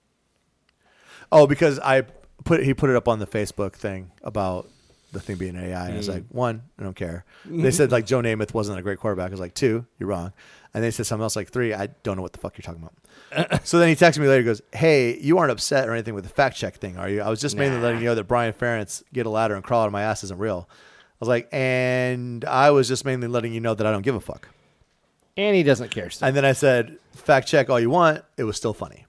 Speaker 4: oh, because I put he put it up on the Facebook thing about the thing being AI, and it's like one, I don't care. They said like Joe Namath wasn't a great quarterback. I was like two, you're wrong, and they said something else like three. I don't know what the fuck you're talking about. so then he texted me later. He goes, "Hey, you aren't upset or anything with the fact check thing, are you? I was just mainly letting you know that Brian Ferentz get a ladder and crawl out of my ass isn't real." I was like, and I was just mainly letting you know that I don't give a fuck.
Speaker 3: And he doesn't care. Still.
Speaker 4: And then I said, fact check all you want. It was still funny.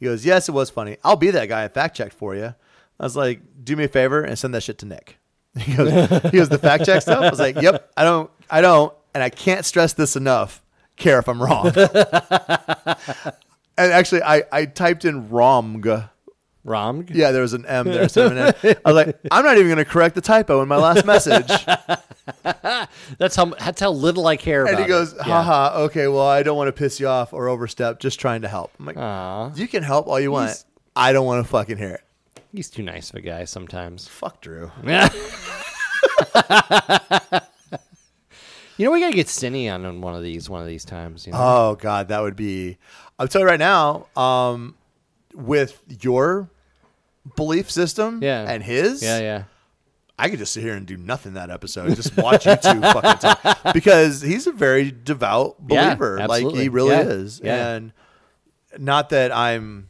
Speaker 4: He goes, yes, it was funny. I'll be that guy I fact checked for you. I was like, do me a favor and send that shit to Nick. He goes, he goes, the fact check stuff. I was like, yep, I don't, I don't, and I can't stress this enough. Care if I'm wrong. and actually, I, I typed in wrong.
Speaker 3: Rom?
Speaker 4: Yeah, there was an M there. So an M. I was like, I'm not even going to correct the typo in my last message.
Speaker 3: That's how that's how little I care about
Speaker 4: And he goes,
Speaker 3: it. Yeah.
Speaker 4: haha, okay, well, I don't want to piss you off or overstep, just trying to help. I'm like, you can help all you want.
Speaker 3: He's-
Speaker 4: I don't want to fucking hear it.
Speaker 3: He's too nice of a guy sometimes.
Speaker 4: Fuck Drew.
Speaker 3: you know we gotta get Cindy on on one of these one of these times. You know?
Speaker 4: Oh, God, that would be. I'll tell you right now, um, with your belief system
Speaker 3: yeah,
Speaker 4: and his,
Speaker 3: Yeah, yeah.
Speaker 4: I could just sit here and do nothing that episode. Just watch you two fucking talk because he's a very devout
Speaker 3: Yeah,
Speaker 4: believer. like he
Speaker 3: absolutely.
Speaker 4: really
Speaker 3: Yeah,
Speaker 4: is.
Speaker 3: yeah.
Speaker 4: And not that I'm.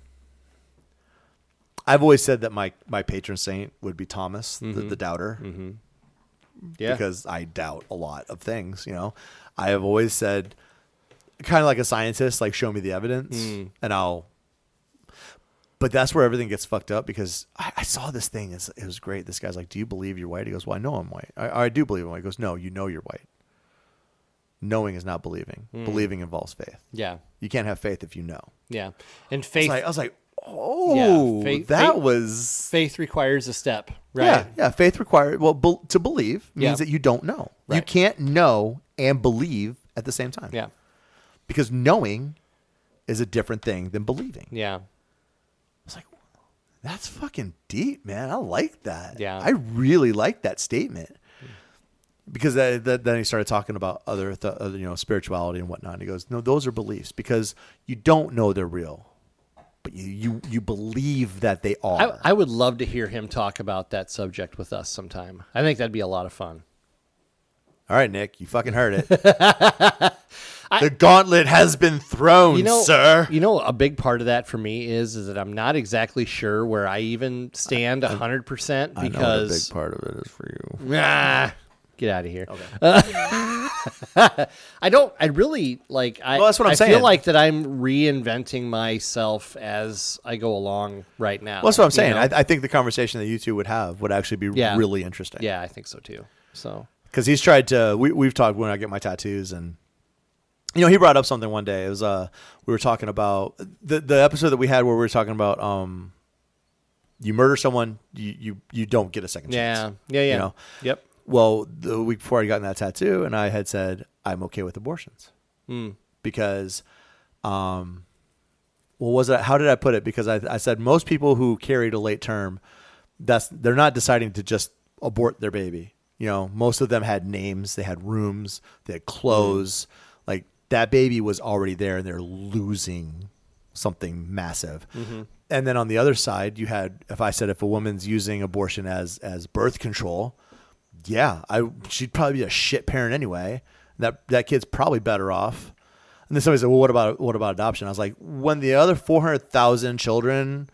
Speaker 4: I've always said that my my patron saint would be Thomas, the,
Speaker 3: Mm-hmm.
Speaker 4: the doubter,
Speaker 3: Yeah.
Speaker 4: because I doubt a lot of things. You know, I have always said, kind of like a scientist, like show me the evidence,
Speaker 3: Hmm.
Speaker 4: and I'll but that's where everything gets fucked up because I, I saw this thing. It's, it was great. This guy's like, "Do you believe you're white?" He goes, "Well, I know I'm white. I, I do believe I'm white." He goes, "No, you know you're white. Knowing is not believing.
Speaker 3: Hmm.
Speaker 4: Believing involves faith.
Speaker 3: yeah.
Speaker 4: You can't have faith if you know."
Speaker 3: Yeah. And
Speaker 4: It's
Speaker 3: faith
Speaker 4: like- I was like, "Oh,
Speaker 3: faith-
Speaker 4: that
Speaker 3: faith-
Speaker 4: was
Speaker 3: faith requires a step, right?
Speaker 4: yeah, yeah. Faith required. Well, bel to believe means
Speaker 3: Yeah.
Speaker 4: that you don't know. You
Speaker 3: Right.
Speaker 4: can't know and believe at the same time.
Speaker 3: Yeah.
Speaker 4: because knowing is a different thing than believing.
Speaker 3: Yeah.
Speaker 4: It's like, that's fucking deep, man. I like that.
Speaker 3: Yeah.
Speaker 4: I really like that statement. Because that, that, then he started talking about other, th- other, you know, spirituality and whatnot. He goes, no, those are beliefs because you don't know they're real, but you you, you believe that they are.
Speaker 3: I, I would love to hear him talk about that subject with us sometime. I think that'd be a lot of fun.
Speaker 4: All right, Nick, you fucking heard it. the gauntlet has been thrown,
Speaker 3: you know,
Speaker 4: sir.
Speaker 3: You know, a big part of that for me is is that I'm not exactly sure where I even stand hundred percent
Speaker 4: I know what a
Speaker 3: because
Speaker 4: big part of it is for you.
Speaker 3: Nah, get out of here. Uh, I don't. I really like. I,
Speaker 4: Well, that's what I'm
Speaker 3: I
Speaker 4: saying.
Speaker 3: feel like that I'm reinventing myself as I go along right now.
Speaker 4: Well, that's what I'm
Speaker 3: you
Speaker 4: saying.
Speaker 3: know?
Speaker 4: I, I think the conversation that you two would have would actually be
Speaker 3: Yeah.
Speaker 4: really interesting.
Speaker 3: yeah, I think so too. So
Speaker 4: because he's tried to. We, we've talked when I get my tattoos, and you know, he brought up something one day. It was uh, we were talking about the the episode that we had where we were talking about um, you murder someone, you you you don't get a second chance.
Speaker 3: yeah, yeah, yeah.
Speaker 4: You know,
Speaker 3: Yep.
Speaker 4: well, the week before I got that tattoo, and I had said I'm okay with abortions because, um, well, was it? How did I put it? Because I, I said most people who carry to late term, that's they're not deciding to just abort their baby. You know, most of them had names, they had rooms, they had clothes. Like that baby was already there, and they're losing something massive. And then on the other side, you had if I said if a woman's using abortion as as birth control, yeah, I she'd probably be a shit parent anyway. That that kid's probably better off. And then somebody said, "Well, what about what about adoption?" I was like, "When the other four hundred thousand children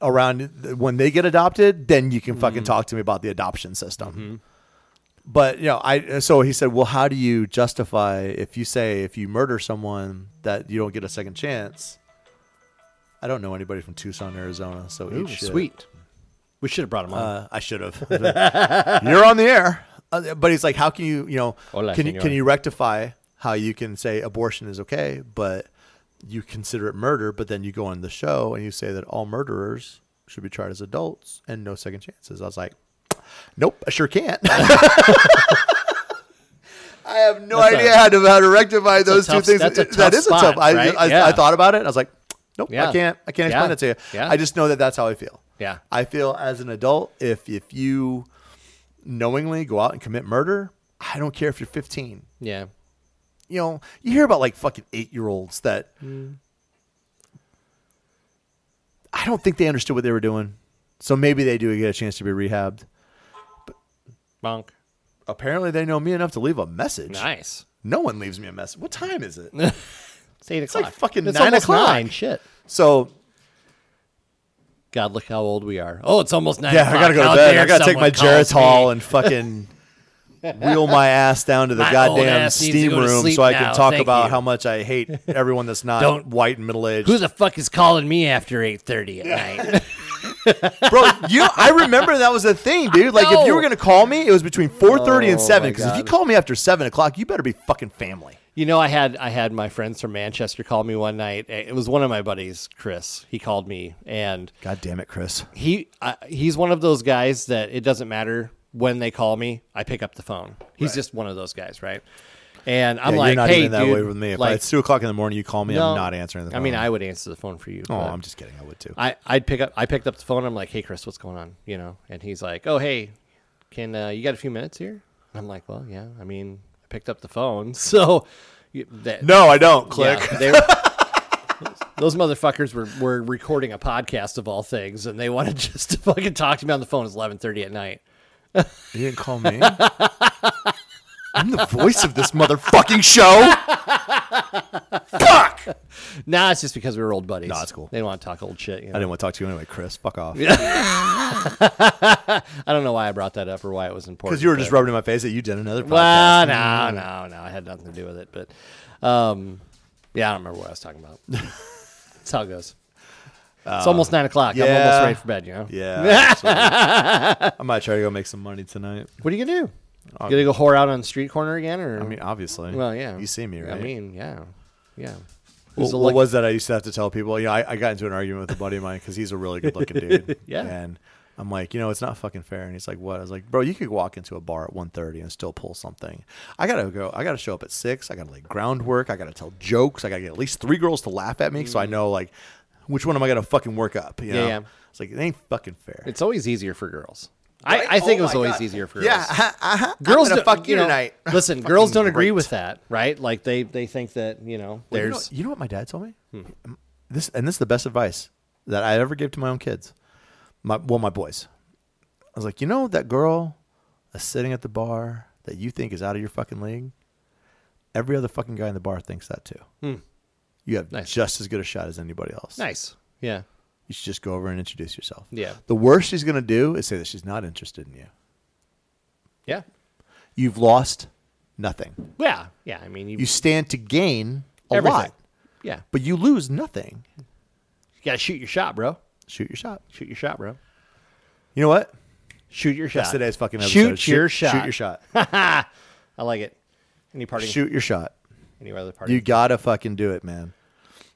Speaker 4: around when they get adopted, then you can
Speaker 3: Mm-hmm.
Speaker 4: fucking talk to me about the adoption system." But you know, I so he said, "Well, how do you justify if you say if you murder someone that you don't get a second chance?" I don't know anybody from Tucson, Arizona, so
Speaker 3: Ooh,
Speaker 4: eat shit.
Speaker 3: sweet. We should have brought him on.
Speaker 4: Uh, I should have. You're on the air. Uh, but he's like, how can you, you know,
Speaker 5: Hola,
Speaker 4: can you,
Speaker 5: señor.
Speaker 4: can you rectify how you can say abortion is okay, but you consider it murder, but then you go on the show and you say that all murderers should be tried as adults and no second chances. I was like, nope, I sure can't. I have no
Speaker 3: That's a-
Speaker 4: idea how, to, how to rectify those two
Speaker 3: tough-
Speaker 4: things.
Speaker 3: that's a
Speaker 4: that
Speaker 3: tough
Speaker 4: is a
Speaker 3: spot,
Speaker 4: tough. I,
Speaker 3: right?
Speaker 4: I, I
Speaker 3: Yeah.
Speaker 4: thought about it. And I was like, nope,
Speaker 3: Yeah.
Speaker 4: I can't. I can't explain
Speaker 3: Yeah.
Speaker 4: it to you.
Speaker 3: Yeah.
Speaker 4: I just know that that's how I feel.
Speaker 3: Yeah.
Speaker 4: I feel as an adult, if if you knowingly go out and commit murder, I don't care if you're 15.
Speaker 3: yeah.
Speaker 4: You know, you hear about like fucking eight year olds that I don't think they understood what they were doing. So maybe they do get a chance to be rehabbed.
Speaker 3: Bonk.
Speaker 4: Apparently, they know me enough to leave a message.
Speaker 3: Nice.
Speaker 4: No one leaves me a message. What time is it?
Speaker 3: It's eight
Speaker 4: like
Speaker 3: o'clock.
Speaker 4: fucking
Speaker 3: It's
Speaker 4: nine
Speaker 3: almost
Speaker 4: o'clock.
Speaker 3: Nine. Shit.
Speaker 4: so
Speaker 3: God, look how old we are. Oh, it's almost nine.
Speaker 4: yeah, I gotta go to
Speaker 3: o'clock. Out
Speaker 4: bed.
Speaker 3: there,
Speaker 4: I gotta take my
Speaker 3: someone calls me.
Speaker 4: Geritol and fucking wheel my ass down to the
Speaker 3: My old
Speaker 4: goddamn
Speaker 3: ass needs to
Speaker 4: steam
Speaker 3: go to
Speaker 4: room
Speaker 3: sleep
Speaker 4: so I
Speaker 3: now,
Speaker 4: can talk
Speaker 3: thank
Speaker 4: about
Speaker 3: you.
Speaker 4: how much I hate everyone that's not
Speaker 3: Don't-
Speaker 4: white and middle aged.
Speaker 3: Who the fuck is calling me after eight thirty at night?
Speaker 4: Bro, you know, I remember that was a thing, dude. Like if you
Speaker 3: know.
Speaker 4: were gonna call me, it was between four thirty and
Speaker 3: Oh,
Speaker 4: seven.
Speaker 3: my
Speaker 4: Because if you
Speaker 3: God.
Speaker 4: call me after seven o'clock, you better be fucking family.
Speaker 3: you know, I had I had my friends from Manchester call me one night. Eh, It was one of my buddies, Chris. He called me, and
Speaker 4: God damn it, Chris.
Speaker 3: he I he's one of those guys that it doesn't matter when they call me, I pick up the phone. He's just one of those guys, right? And I'm
Speaker 4: yeah,
Speaker 3: like,
Speaker 4: you're not
Speaker 3: hey,
Speaker 4: even that
Speaker 3: dude,
Speaker 4: way with me. If I-
Speaker 3: like,
Speaker 4: it's two o'clock in the morning, you call me,
Speaker 3: no.
Speaker 4: I'm not answering the phone.
Speaker 3: I mean, I would answer the phone for you.
Speaker 4: Oh,
Speaker 3: but-
Speaker 4: I'm just kidding, I would too.
Speaker 3: I I'd pick up I picked up the phone. I'm like, hey Chris, what's going on? You know, and he's like, oh hey, can uh, you got a few minutes here? And I'm like, well, yeah. I mean, I picked up the phone, so you- that,
Speaker 4: no, I don't. Click.
Speaker 3: yeah, they were- those motherfuckers were, were recording a podcast of all things, and they wanted just to fucking talk to me on the phone. It's 11:30 at night.
Speaker 4: You didn't call me. I'm the voice of this motherfucking show. Fuck.
Speaker 3: Nah, it's just because we were old buddies.
Speaker 4: Nah, it's cool.
Speaker 3: They want to talk old shit. You
Speaker 4: I
Speaker 3: know?
Speaker 4: didn't want to talk to you anyway, Chris. Fuck off.
Speaker 3: I don't know why I brought that up or why it was important.
Speaker 4: Because you were just
Speaker 3: but-
Speaker 4: rubbing in my face that you did another podcast.
Speaker 3: Well, no, no, no. I had nothing to do with it. But um, yeah, I don't remember what I was talking about. That's how it goes. it's almost nine o'clock. I'm
Speaker 4: Uh, yeah.
Speaker 3: almost ready for bed. You know.
Speaker 4: Yeah. absolutely. I might try to go make some money tonight.
Speaker 3: What are you gonna do? You gonna go whore out on the street corner again, or
Speaker 4: I mean, obviously.
Speaker 3: well, yeah.
Speaker 4: You see me, right?
Speaker 3: I mean, yeah, yeah.
Speaker 4: Well,
Speaker 3: Who's the
Speaker 4: what
Speaker 3: luck-
Speaker 4: was that I used to have to tell people? You know, I, I got into an argument with a buddy of mine because he's a really good looking dude.
Speaker 3: Yeah.
Speaker 4: And I'm like, you know, it's not fucking fair. And he's like, what? I was like, bro, you could walk into a bar at 1.30 and still pull something. I got to go. I got to show up at 6. I got to lay groundwork. I got to tell jokes. I got to get at least three girls to laugh at me so I know, like, which one am I going to fucking work up? You
Speaker 3: Mm. Yeah,
Speaker 4: know?
Speaker 3: yeah.
Speaker 4: It's like, it ain't fucking fair.
Speaker 3: It's always easier for girls. I, I think it was always easier for girls.
Speaker 4: Oh yeah. uh-huh.
Speaker 3: girls
Speaker 4: I'm
Speaker 3: don't
Speaker 4: gonna fuck you,
Speaker 3: know,
Speaker 4: tonight.
Speaker 3: listen, girls
Speaker 4: Fucking
Speaker 3: don't agree
Speaker 4: great.
Speaker 3: with that, right? Like they they think that you know
Speaker 4: Well, you know-
Speaker 3: there's Hmm.
Speaker 4: you know, what my dad told me? This and this is the best advice that I ever gave to my own kids. My well, my boys. I was like, you know that girl that's sitting at the bar that you think is out of your fucking league, every other fucking guy in the bar thinks that too. You have
Speaker 3: Hmm. Nice.
Speaker 4: just as good a shot as anybody else.
Speaker 3: Nice. Yeah.
Speaker 4: You should just go over and introduce yourself.
Speaker 3: Yeah.
Speaker 4: The worst she's gonna do is say that she's not interested in you.
Speaker 3: Yeah.
Speaker 4: You've lost nothing.
Speaker 3: Yeah. Yeah. I mean, you,
Speaker 4: You stand to gain a
Speaker 3: Everything.
Speaker 4: lot,
Speaker 3: yeah.
Speaker 4: but you lose nothing.
Speaker 3: You got to shoot your shot, bro.
Speaker 4: Shoot your shot.
Speaker 3: Shoot your shot, bro.
Speaker 4: You know what?
Speaker 3: Shoot your shot.
Speaker 4: That's today's fucking episode.
Speaker 3: Shoot your shot.
Speaker 4: Shoot your shot.
Speaker 3: I like it. Any party?
Speaker 4: Shoot your shot.
Speaker 3: Any other party?
Speaker 4: You gotta fucking do it, man.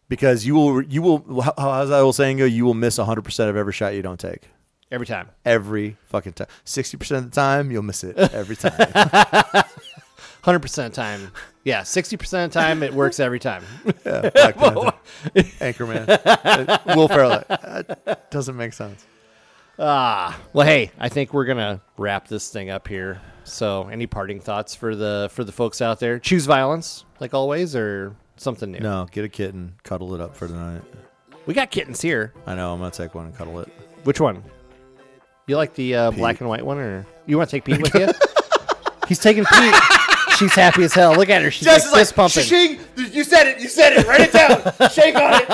Speaker 4: Because you will, you will. How, how's that old saying go? You will miss hundred percent of every shot you don't take.
Speaker 3: Every time.
Speaker 4: Every fucking time. Sixty percent of the time, you'll miss it every time.
Speaker 3: Hundred percent time. Yeah, sixty percent of the time it works every time.
Speaker 4: Black Panther, Anchorman, Uh, Will Ferrell. That doesn't make sense.
Speaker 3: Well, hey, I think we're gonna wrap this thing up here. So, any parting thoughts for the for the folks out there? Choose violence, like always, or something new.
Speaker 4: No, get a kitten, cuddle it up for the night.
Speaker 3: We got kittens here.
Speaker 4: I know. I'm gonna take one and cuddle it.
Speaker 3: Which one? You like the uh, black and white one, or you want to take Pete with you? He's taking Pete. She's happy as hell. Look at her. She's like, fist pumping.
Speaker 4: You said it. You said it. Write it down. Shake on it.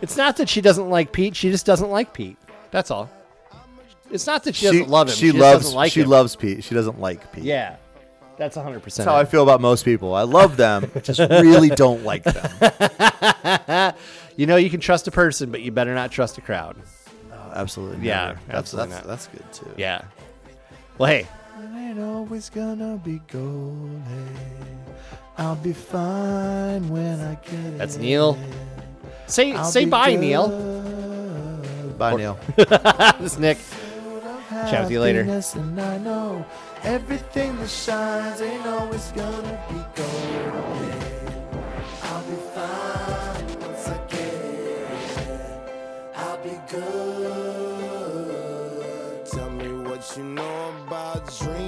Speaker 3: It's not that she doesn't like Pete. She just doesn't like Pete. That's all. It's not that she, doesn't love him.
Speaker 4: She,
Speaker 3: just
Speaker 4: loves.
Speaker 3: doesn't like
Speaker 4: she
Speaker 3: him.
Speaker 4: loves Pete. She doesn't like Pete.
Speaker 3: Yeah, that's hundred percent.
Speaker 4: That's how I feel about most people. I love them, just really don't like them.
Speaker 3: You know, you can trust a person, but you better not trust a crowd.
Speaker 4: Absolutely.
Speaker 3: Yeah,
Speaker 4: never.
Speaker 3: absolutely
Speaker 4: that's, that's, that's good too.
Speaker 3: Yeah. Well, hey,
Speaker 4: It ain't always gonna be golden. I'll be fine when I get it.
Speaker 3: that's Neil. Say
Speaker 4: I'll
Speaker 3: say
Speaker 4: be
Speaker 3: bye,
Speaker 4: good.
Speaker 3: Neil.
Speaker 4: Bye, Neil.
Speaker 3: This is Nick. Chat with you later.
Speaker 4: Happiness And I know everything that shines ain't always gonna be golden. I'll be fine once I get it. I'll be good.
Speaker 6: Tell me what you know about dreams.